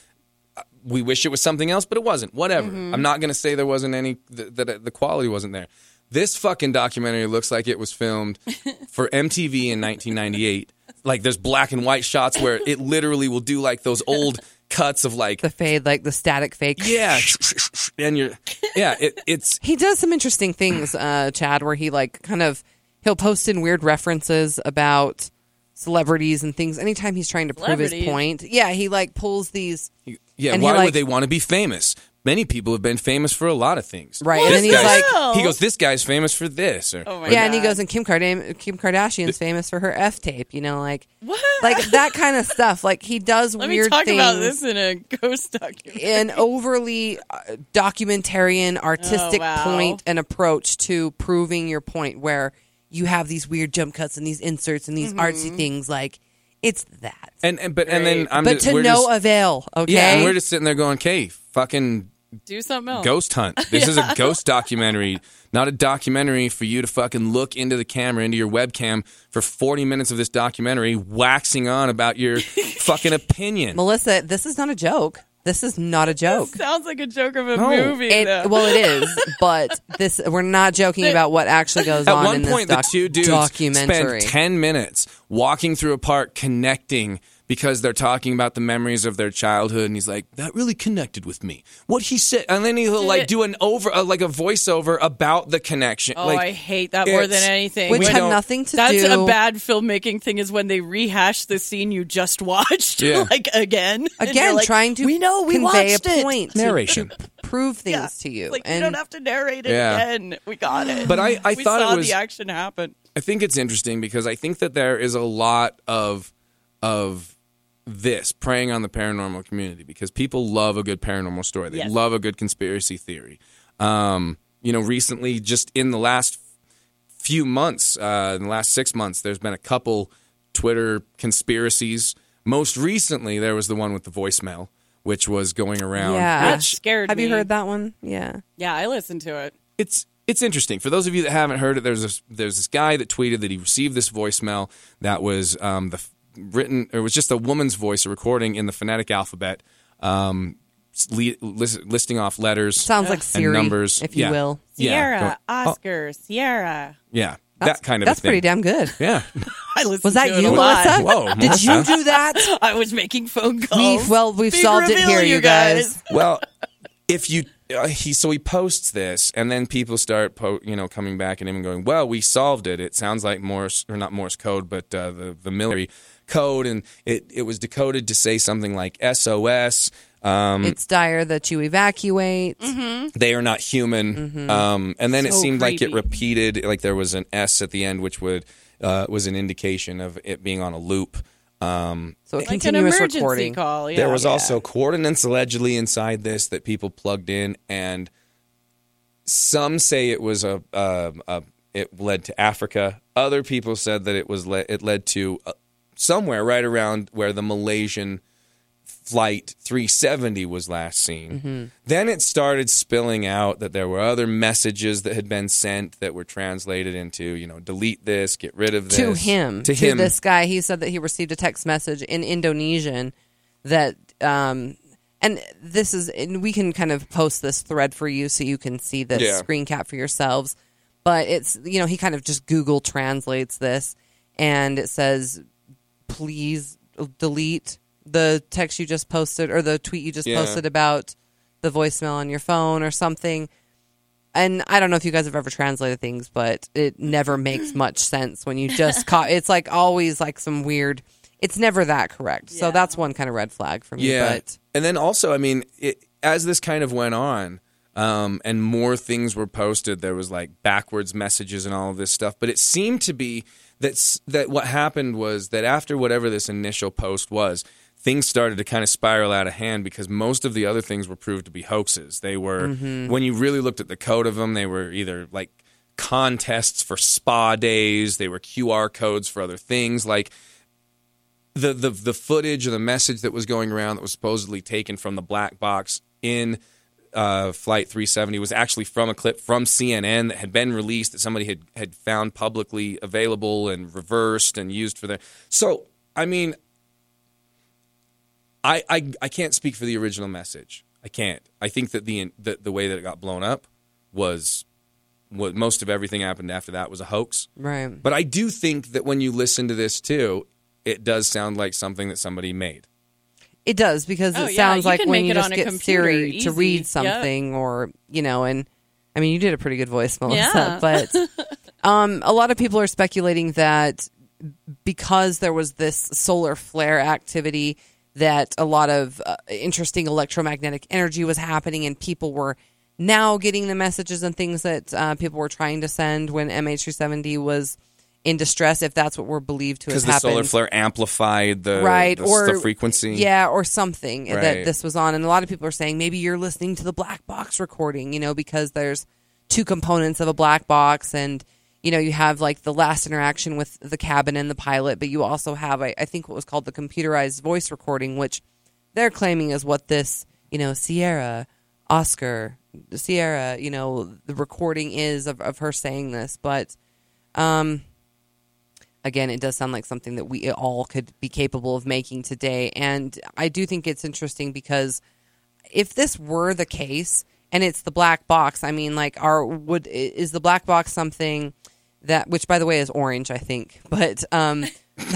[SPEAKER 2] Uh, We wish it was something else, but it wasn't. Whatever.
[SPEAKER 4] Mm-hmm.
[SPEAKER 2] I'm not going to say there wasn't any th- that the quality wasn't there. This fucking documentary looks like it was filmed for MTV in 1998. Like there's black and white shots where it literally will do like those old cuts of like
[SPEAKER 4] the fade like the static fake
[SPEAKER 2] yeah, and you're yeah. It, it's
[SPEAKER 4] He does some interesting things, uh, Chad, where he like kind of he'll post in weird references about celebrities and things anytime he's trying to prove his
[SPEAKER 3] Celebrities?
[SPEAKER 4] point. Yeah, he like pulls these
[SPEAKER 2] yeah.
[SPEAKER 4] And he
[SPEAKER 2] why
[SPEAKER 4] like-
[SPEAKER 2] would they want to be famous? Many people have been famous for a lot of things,
[SPEAKER 4] Right, and
[SPEAKER 2] This
[SPEAKER 4] then he's
[SPEAKER 2] guy's-
[SPEAKER 3] like-
[SPEAKER 2] he goes, this guy's famous for this, or
[SPEAKER 3] Oh my
[SPEAKER 4] Yeah, and he
[SPEAKER 3] God.
[SPEAKER 4] goes and Kim Kardashian Kim Kardashian's famous for her F tape, you know, like
[SPEAKER 3] What?
[SPEAKER 4] like that kind of stuff. Like he does
[SPEAKER 3] Let
[SPEAKER 4] weird
[SPEAKER 3] me talk
[SPEAKER 4] things.
[SPEAKER 3] about this in a ghost documentary.
[SPEAKER 4] an overly uh, documentarian, artistic
[SPEAKER 3] Oh, wow.
[SPEAKER 4] point and approach to proving your point, where you have these weird jump cuts and these inserts and these
[SPEAKER 3] Mm-hmm.
[SPEAKER 4] artsy things. Like it's that,
[SPEAKER 2] and and but and then I'm
[SPEAKER 4] but
[SPEAKER 2] just,
[SPEAKER 4] to
[SPEAKER 2] we're
[SPEAKER 4] no
[SPEAKER 2] just,
[SPEAKER 4] avail. Okay,
[SPEAKER 2] yeah, and we're just sitting there going, okay, fucking
[SPEAKER 3] Do something
[SPEAKER 4] Oh.
[SPEAKER 3] else.
[SPEAKER 2] ghost hunt. This is a ghost documentary, not a documentary for you to fucking look into the camera, into your webcam for 40 minutes of this documentary waxing on about your fucking opinion.
[SPEAKER 4] Melissa. This is not a joke. This is not a joke.
[SPEAKER 3] Sounds like a joke of a
[SPEAKER 2] No.
[SPEAKER 3] movie. though.
[SPEAKER 4] It, well, it is, but this we're not joking about what actually goes
[SPEAKER 2] At
[SPEAKER 4] on
[SPEAKER 2] one
[SPEAKER 4] in this
[SPEAKER 2] point,
[SPEAKER 4] doc-
[SPEAKER 2] the two dudes
[SPEAKER 4] documentary.
[SPEAKER 2] spend 10 minutes walking through a park connecting because they're talking about the memories of their childhood. And he's like, that really connected with me. What he said. And then he'll like
[SPEAKER 3] it-
[SPEAKER 2] do an over, uh, like a voiceover about the connection.
[SPEAKER 3] oh,
[SPEAKER 2] like,
[SPEAKER 3] I hate that more
[SPEAKER 2] it's-
[SPEAKER 3] than anything.
[SPEAKER 4] which
[SPEAKER 2] We
[SPEAKER 4] had
[SPEAKER 2] don't-
[SPEAKER 4] nothing to
[SPEAKER 3] That's
[SPEAKER 4] do.
[SPEAKER 3] a bad filmmaking thing is when they rehash the scene you just watched,
[SPEAKER 2] Yeah.
[SPEAKER 3] like again. And you're
[SPEAKER 4] Again,
[SPEAKER 3] like,
[SPEAKER 4] trying to
[SPEAKER 5] "We know, we
[SPEAKER 4] convey
[SPEAKER 5] watched
[SPEAKER 4] a
[SPEAKER 5] it."
[SPEAKER 4] point, to
[SPEAKER 2] narration.
[SPEAKER 4] prove things
[SPEAKER 3] yeah.
[SPEAKER 4] to you,
[SPEAKER 3] Like, you
[SPEAKER 4] and
[SPEAKER 3] don't have to narrate it
[SPEAKER 2] Yeah.
[SPEAKER 3] again. We got it.
[SPEAKER 2] But I- I
[SPEAKER 3] we
[SPEAKER 2] thought it
[SPEAKER 3] saw
[SPEAKER 2] was-
[SPEAKER 3] the action happen.
[SPEAKER 2] I think it's interesting because I think that there is a lot of of this preying on the paranormal community because people love a good paranormal story. They
[SPEAKER 3] Yes.
[SPEAKER 2] love a good conspiracy theory. Um, you know, recently, just in the last few months, uh, in the last six months, there's been a couple Twitter conspiracies. Most recently, there was the one with the voicemail, which was going around.
[SPEAKER 4] Yeah.
[SPEAKER 3] That scared
[SPEAKER 4] Have
[SPEAKER 3] me.
[SPEAKER 4] you heard that one? Yeah.
[SPEAKER 3] Yeah, I listened to it.
[SPEAKER 2] it's it's interesting for those of you that haven't heard it. There's this, there's this guy that tweeted that he received this voicemail that was um, the f- written. It was just a woman's voice, a recording in the phonetic alphabet, um, s- le- lis- listing off letters
[SPEAKER 4] Sounds like
[SPEAKER 2] and
[SPEAKER 4] Siri,
[SPEAKER 2] numbers,
[SPEAKER 4] if you
[SPEAKER 2] Yeah. Oh.
[SPEAKER 4] will.
[SPEAKER 2] Yeah,
[SPEAKER 3] Sierra, uh, Oscar, Sierra.
[SPEAKER 2] yeah,
[SPEAKER 4] That's-
[SPEAKER 2] that kind of
[SPEAKER 4] That's
[SPEAKER 2] a thing.
[SPEAKER 4] pretty damn good.
[SPEAKER 2] Yeah,
[SPEAKER 3] I listened
[SPEAKER 4] Was
[SPEAKER 3] to
[SPEAKER 4] that
[SPEAKER 3] it a
[SPEAKER 4] you,
[SPEAKER 3] lot.
[SPEAKER 4] Melissa?
[SPEAKER 2] Whoa,
[SPEAKER 4] Did you
[SPEAKER 2] Melissa.
[SPEAKER 4] do that?
[SPEAKER 3] I was making phone calls.
[SPEAKER 4] We well, we've
[SPEAKER 3] Big
[SPEAKER 4] solved it
[SPEAKER 3] reveal,
[SPEAKER 4] here, you guys.
[SPEAKER 2] well, if you uh, he so he posts this, and then people start po- you know coming back at him and going, "Well, we solved it. It sounds like Morse or not Morse code, but uh, the the military code, and it it was decoded to say something like SOS." Um,
[SPEAKER 4] It's dire that you evacuate.
[SPEAKER 2] they are not human. Um, and then it
[SPEAKER 3] Mm-hmm. So
[SPEAKER 2] seemed like it
[SPEAKER 3] creepy.
[SPEAKER 2] repeated, like there was an S at the end, which would uh, was an indication of it being on a loop. Um,
[SPEAKER 4] So a
[SPEAKER 3] Like an
[SPEAKER 4] continuous
[SPEAKER 3] emergency
[SPEAKER 4] recording.
[SPEAKER 3] call. Yeah.
[SPEAKER 2] there was also coordinates allegedly inside this that people plugged in, and some say it was a, a, a it led to Africa. Other people said that it was le- it led to uh, somewhere right around where the Malaysian flight 370 was last seen. Then it started spilling out that there were other messages that had been sent that were translated into you know delete this, get rid of this
[SPEAKER 4] to him
[SPEAKER 2] to him
[SPEAKER 4] this guy he said that he received a text message in indonesian that um and this is and we can kind of post this thread for you so you can see this
[SPEAKER 2] Yeah.
[SPEAKER 4] screen cap for yourselves but it's you know he kind of just google translates this and it says please delete the text you just posted or the tweet you just
[SPEAKER 2] Yeah.
[SPEAKER 4] posted about the voicemail on your phone or something and I don't know if you guys have ever translated things, but it never makes much sense when you just caught. It's like always like some weird. It's never that correct. So that's one kind of red flag for me.
[SPEAKER 2] Yeah.
[SPEAKER 4] But
[SPEAKER 2] And then also, I mean, it, as this kind of went on um, and more things were posted, there was like backwards messages and all of this stuff. But it seemed to be that, s- that what happened was that after whatever this initial post was, things started to kind of spiral out of hand because most of the other things were proved to be hoaxes. They were, when you really looked at the code of them, they were either like contests for spa days, they were QR codes for other things. Like, the the the footage or the message that was going around that was supposedly taken from the black box in uh, flight 370 was actually from a clip from CNN that had been released that somebody had had found publicly available and reversed and used for their. So I mean, I I, I can't speak for the original message. I can't. I think that the the, the way that it got blown up was what most of everything happened after that was a hoax.
[SPEAKER 4] right,
[SPEAKER 2] But I do think that when you listen to this too, it does sound like something that somebody made.
[SPEAKER 4] it does because
[SPEAKER 3] Oh,
[SPEAKER 4] it
[SPEAKER 3] yeah,
[SPEAKER 4] sounds
[SPEAKER 3] you
[SPEAKER 4] like
[SPEAKER 3] can
[SPEAKER 4] when
[SPEAKER 3] make
[SPEAKER 4] you
[SPEAKER 3] it
[SPEAKER 4] just
[SPEAKER 3] on a
[SPEAKER 4] get
[SPEAKER 3] computer,
[SPEAKER 4] Siri
[SPEAKER 3] easy.
[SPEAKER 4] to read
[SPEAKER 3] Yep.
[SPEAKER 4] something or you know, and I mean, you did a pretty good voice,
[SPEAKER 3] Yeah.
[SPEAKER 4] Melissa. But um, a lot of people are speculating that because there was this solar flare activity that a lot of uh, interesting electromagnetic energy was happening and people were now getting the messages and things that uh, people were trying to send when MH370 was in distress if that's what we're believed to have
[SPEAKER 2] Because the solar
[SPEAKER 4] happened.
[SPEAKER 2] flare amplified the,
[SPEAKER 4] right
[SPEAKER 2] the,
[SPEAKER 4] or
[SPEAKER 2] the frequency.
[SPEAKER 4] yeah or something that
[SPEAKER 2] Right.
[SPEAKER 4] this was on and a lot of people are saying maybe you're listening to the black box recording you know because there's two components of a black box and you know you have like the last interaction with the cabin and the pilot but you also have i, I think what was called the computerized voice recording which they're claiming is what this you know sierra oscar sierra you know the recording is of, of her saying this but again, it does sound like something that we all could be capable of making today. And I do think it's interesting because if this were the case and it's the black box, I mean, like, are would i- is the black box something that, which by the way is orange, I think, but um,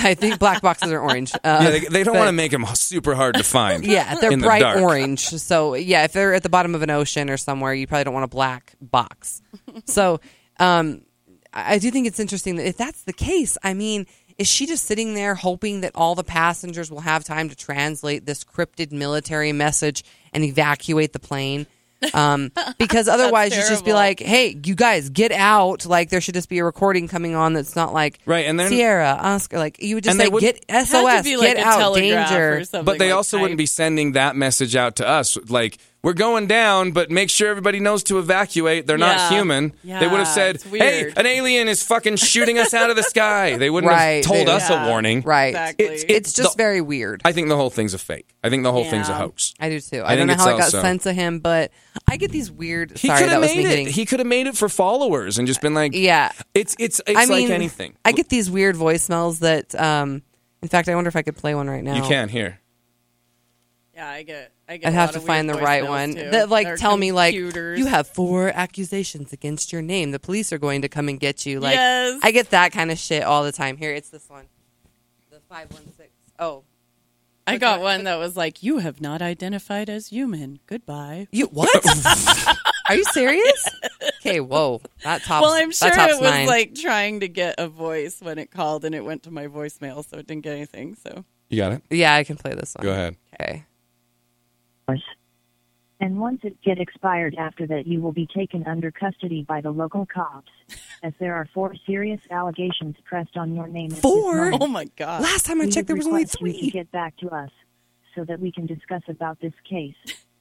[SPEAKER 4] I think black boxes are orange. Uh,
[SPEAKER 2] Yeah, they, they don't
[SPEAKER 4] but-
[SPEAKER 2] want to make them super hard to find.
[SPEAKER 4] yeah, they're
[SPEAKER 2] in the
[SPEAKER 4] bright
[SPEAKER 2] dark.
[SPEAKER 4] orange. So yeah, if they're at the bottom of an ocean or somewhere, you probably don't want a black box. so um, I I do think it's interesting that if that's the case, I mean, is she just sitting there hoping that all the passengers will have time to translate this cryptid military message and evacuate the plane? Um, because otherwise, you just be
[SPEAKER 3] terrible.
[SPEAKER 4] like, "Hey, you guys, get out!" Like there should just be a recording coming on that's not like
[SPEAKER 2] Right, and they're-
[SPEAKER 4] Sierra Oscar. Like you would just
[SPEAKER 2] And they
[SPEAKER 4] say,
[SPEAKER 2] would-
[SPEAKER 4] "Get SOS,
[SPEAKER 3] Had to be like
[SPEAKER 4] get
[SPEAKER 3] a
[SPEAKER 4] out,
[SPEAKER 3] telegraph
[SPEAKER 4] danger."
[SPEAKER 3] or something.
[SPEAKER 2] But they
[SPEAKER 3] like
[SPEAKER 2] also
[SPEAKER 3] I-
[SPEAKER 2] wouldn't be sending that message out to us. Like, we're going down, but make sure everybody knows to evacuate. They're not
[SPEAKER 3] Yeah.
[SPEAKER 2] human. They would have
[SPEAKER 3] Yeah,
[SPEAKER 2] said,
[SPEAKER 3] it's
[SPEAKER 2] hey,
[SPEAKER 3] weird.
[SPEAKER 2] an alien is fucking shooting us out of the sky. They wouldn't
[SPEAKER 4] Right,
[SPEAKER 2] have told
[SPEAKER 4] they-
[SPEAKER 2] us
[SPEAKER 3] Yeah.
[SPEAKER 2] a warning.
[SPEAKER 4] Right.
[SPEAKER 3] Exactly.
[SPEAKER 2] It's-
[SPEAKER 4] It's just
[SPEAKER 2] the-
[SPEAKER 4] very weird. I,
[SPEAKER 2] I think the whole thing's a fake. I think the whole thing's a
[SPEAKER 3] Yeah.
[SPEAKER 2] hoax.
[SPEAKER 4] do too. I,
[SPEAKER 2] I
[SPEAKER 4] don't
[SPEAKER 2] think
[SPEAKER 4] know how
[SPEAKER 2] it's
[SPEAKER 4] I got
[SPEAKER 2] also-
[SPEAKER 4] sense of him, but I get these weird.
[SPEAKER 2] He
[SPEAKER 4] sorry,
[SPEAKER 2] could
[SPEAKER 4] that
[SPEAKER 2] have
[SPEAKER 4] was me
[SPEAKER 2] made it.
[SPEAKER 4] hitting.
[SPEAKER 2] He could have made it for followers and just been like,
[SPEAKER 4] yeah.
[SPEAKER 2] it's it's it's
[SPEAKER 4] I mean,
[SPEAKER 2] like anything.
[SPEAKER 4] I get these weird voicemails that. Um, in fact, I wonder if I could play one right now.
[SPEAKER 2] you can here.
[SPEAKER 3] Yeah, I get. I get.
[SPEAKER 4] I'd
[SPEAKER 3] a
[SPEAKER 4] have
[SPEAKER 3] lot
[SPEAKER 4] to
[SPEAKER 3] of
[SPEAKER 4] find the
[SPEAKER 3] weird
[SPEAKER 4] right
[SPEAKER 3] voicemails,
[SPEAKER 4] one
[SPEAKER 3] too.
[SPEAKER 4] that like
[SPEAKER 3] They're
[SPEAKER 4] tell me like
[SPEAKER 3] computers.
[SPEAKER 4] you have four accusations against your name. The police are going to come and get you. Like
[SPEAKER 3] Yes.
[SPEAKER 4] I get that kind of shit all the time. Here, it's this one. The 516. Oh.
[SPEAKER 3] I got one that was like, "You have not identified as human. Goodbye."
[SPEAKER 4] You what? are you serious? Okay, whoa. That tops
[SPEAKER 3] Well, I'm sure
[SPEAKER 4] that tops
[SPEAKER 3] it was
[SPEAKER 4] nine.
[SPEAKER 3] like trying to get a voice when it called, and it went to my voicemail, so it didn't get anything. So
[SPEAKER 2] You got it.
[SPEAKER 4] Yeah, I can play this one.
[SPEAKER 2] Go ahead.
[SPEAKER 4] Okay.
[SPEAKER 9] and once it get expired after that you will be taken under custody by the local cops as there are four serious allegations pressed on your name at this
[SPEAKER 4] Four?
[SPEAKER 9] moment.
[SPEAKER 3] oh my god,
[SPEAKER 4] Last time I
[SPEAKER 9] We
[SPEAKER 4] checked there
[SPEAKER 9] would
[SPEAKER 4] was only
[SPEAKER 9] request you to
[SPEAKER 4] three.
[SPEAKER 9] get back to us so that we can discuss about this case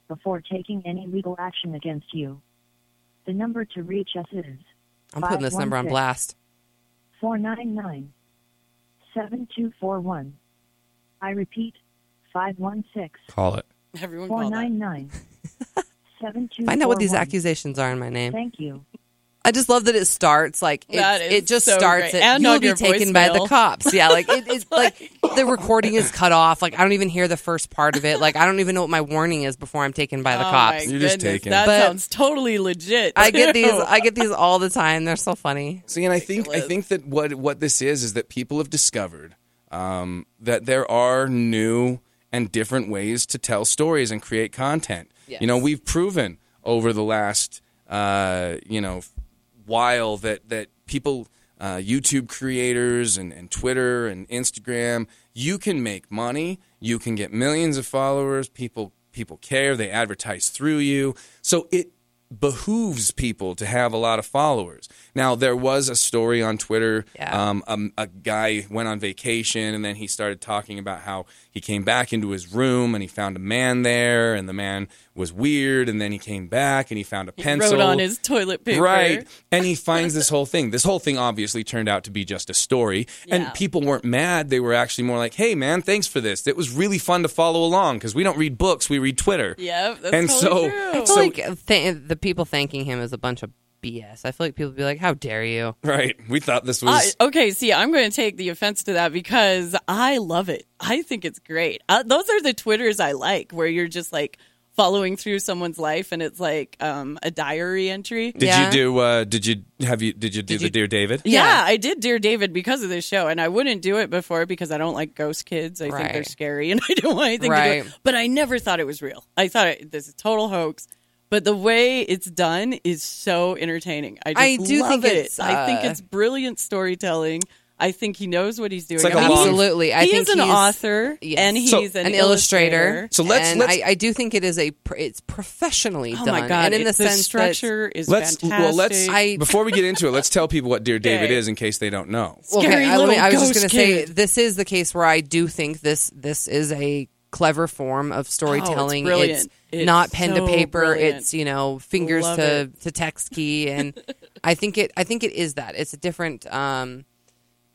[SPEAKER 9] before taking any legal action against you the number to reach us is
[SPEAKER 4] I'm putting this number on
[SPEAKER 9] 516.
[SPEAKER 4] blast.
[SPEAKER 9] 499 7241 i repeat 516
[SPEAKER 2] Call it.
[SPEAKER 3] everyone called that.
[SPEAKER 9] 499 7241
[SPEAKER 4] Find out what these accusations are in my name.
[SPEAKER 9] Thank you.
[SPEAKER 4] I just love that it starts like it,
[SPEAKER 3] That is
[SPEAKER 4] it just
[SPEAKER 3] so
[SPEAKER 4] starts
[SPEAKER 3] great.
[SPEAKER 4] it.
[SPEAKER 3] And
[SPEAKER 4] You'll
[SPEAKER 3] on
[SPEAKER 4] be
[SPEAKER 3] your
[SPEAKER 4] taken by the
[SPEAKER 3] voicemail.
[SPEAKER 4] cops. Yeah, like it, it's like, the recording is cut off. Like I don't even hear the first part of it. Like I don't even know what my warning is before I'm taken by the
[SPEAKER 3] oh
[SPEAKER 4] cops.
[SPEAKER 3] My
[SPEAKER 2] You're just
[SPEAKER 3] goodness,
[SPEAKER 2] taken.
[SPEAKER 3] That
[SPEAKER 4] But-
[SPEAKER 3] sounds totally legit.
[SPEAKER 4] I get these.
[SPEAKER 3] too.
[SPEAKER 4] I get these all the time. They're so funny.
[SPEAKER 2] See, and I think I think that what what this is is that people have discovered um, that there are new and different ways to tell stories and create content. You know,
[SPEAKER 4] Yes.
[SPEAKER 2] we've proven over the last uh, you know while that that people. Uh, YouTube creators and, and Twitter and Instagram, you can make money. You can get millions of followers. People people care. They advertise through you. So it behooves people to have a lot of followers. Now, there was a story on Twitter.
[SPEAKER 4] Yeah.
[SPEAKER 2] Um, um, a, guy went on vacation and then he started talking about how he came back into his room and he found a man there and the man was weird. And then he came back and he found a pencil.
[SPEAKER 3] wrote on his toilet paper.
[SPEAKER 2] Right. And he finds this whole thing. This whole thing obviously turned out to be just a story.
[SPEAKER 3] Yeah.
[SPEAKER 2] And people weren't mad. They were actually more like, hey, man, thanks for this. It was really fun to follow along because we don't read books, we read Twitter.
[SPEAKER 3] Yep. That's
[SPEAKER 2] And
[SPEAKER 3] totally
[SPEAKER 2] so-
[SPEAKER 3] true.
[SPEAKER 4] I feel like th- the people thanking him is a bunch of BS. I feel like people be like, "How dare you?"
[SPEAKER 2] Right. We thought this
[SPEAKER 3] I,
[SPEAKER 2] was.
[SPEAKER 3] okay, see, I'm going to take the offense to that because I love it. I think it's great. Uh, those are the Twitters I like, where you're just like following through someone's life, and it's like um, a diary entry.
[SPEAKER 2] Did
[SPEAKER 4] Yeah.
[SPEAKER 2] you do? Uh, did you have you? Did you do the
[SPEAKER 4] you-
[SPEAKER 2] Dear David?
[SPEAKER 3] Yeah,
[SPEAKER 4] Yeah.
[SPEAKER 3] I did Dear David because of this show, and I wouldn't do it before because I don't like ghost kids. I think they're
[SPEAKER 4] Right.
[SPEAKER 3] scary, and I don't want anything to do.
[SPEAKER 4] Right.
[SPEAKER 3] It. But I never thought it was real. I thought it, this is a total hoax. But the way it's done is so entertaining. I just
[SPEAKER 4] I do
[SPEAKER 3] love
[SPEAKER 4] think
[SPEAKER 3] it.
[SPEAKER 4] it's,
[SPEAKER 3] I think
[SPEAKER 4] uh,
[SPEAKER 3] it's brilliant storytelling. I think he knows what he's doing.
[SPEAKER 2] like a
[SPEAKER 3] I mean,
[SPEAKER 2] long-
[SPEAKER 3] he's-
[SPEAKER 4] Absolutely. I
[SPEAKER 3] he
[SPEAKER 4] think
[SPEAKER 3] is an
[SPEAKER 4] he's
[SPEAKER 3] author
[SPEAKER 4] Yes.
[SPEAKER 3] and he's
[SPEAKER 2] So-
[SPEAKER 3] an,
[SPEAKER 4] an illustrator.
[SPEAKER 2] So let's-
[SPEAKER 4] And
[SPEAKER 2] let's-
[SPEAKER 4] I, I do think it is a. pr- It's professionally
[SPEAKER 3] Oh
[SPEAKER 4] done.
[SPEAKER 3] my god!
[SPEAKER 4] And in
[SPEAKER 3] it-
[SPEAKER 4] the, sense that-
[SPEAKER 3] structure is
[SPEAKER 2] Let's
[SPEAKER 3] fantastic.
[SPEAKER 2] well, let's
[SPEAKER 4] I-
[SPEAKER 2] before we get into it, let's tell people what Dear David
[SPEAKER 3] Okay.
[SPEAKER 2] is in case they don't know.
[SPEAKER 3] Scary
[SPEAKER 4] I, let me-
[SPEAKER 3] little
[SPEAKER 4] I was just
[SPEAKER 3] ghost
[SPEAKER 4] gonna say
[SPEAKER 3] kid.
[SPEAKER 4] this is the case where I do think this this is a clever form of storytelling.
[SPEAKER 3] brilliant. Oh, It's
[SPEAKER 4] not pen to
[SPEAKER 3] so
[SPEAKER 4] paper.
[SPEAKER 3] brilliant.
[SPEAKER 4] It's you know fingers
[SPEAKER 3] Love
[SPEAKER 4] to, to text key, and I think it I think it is that. It's a different um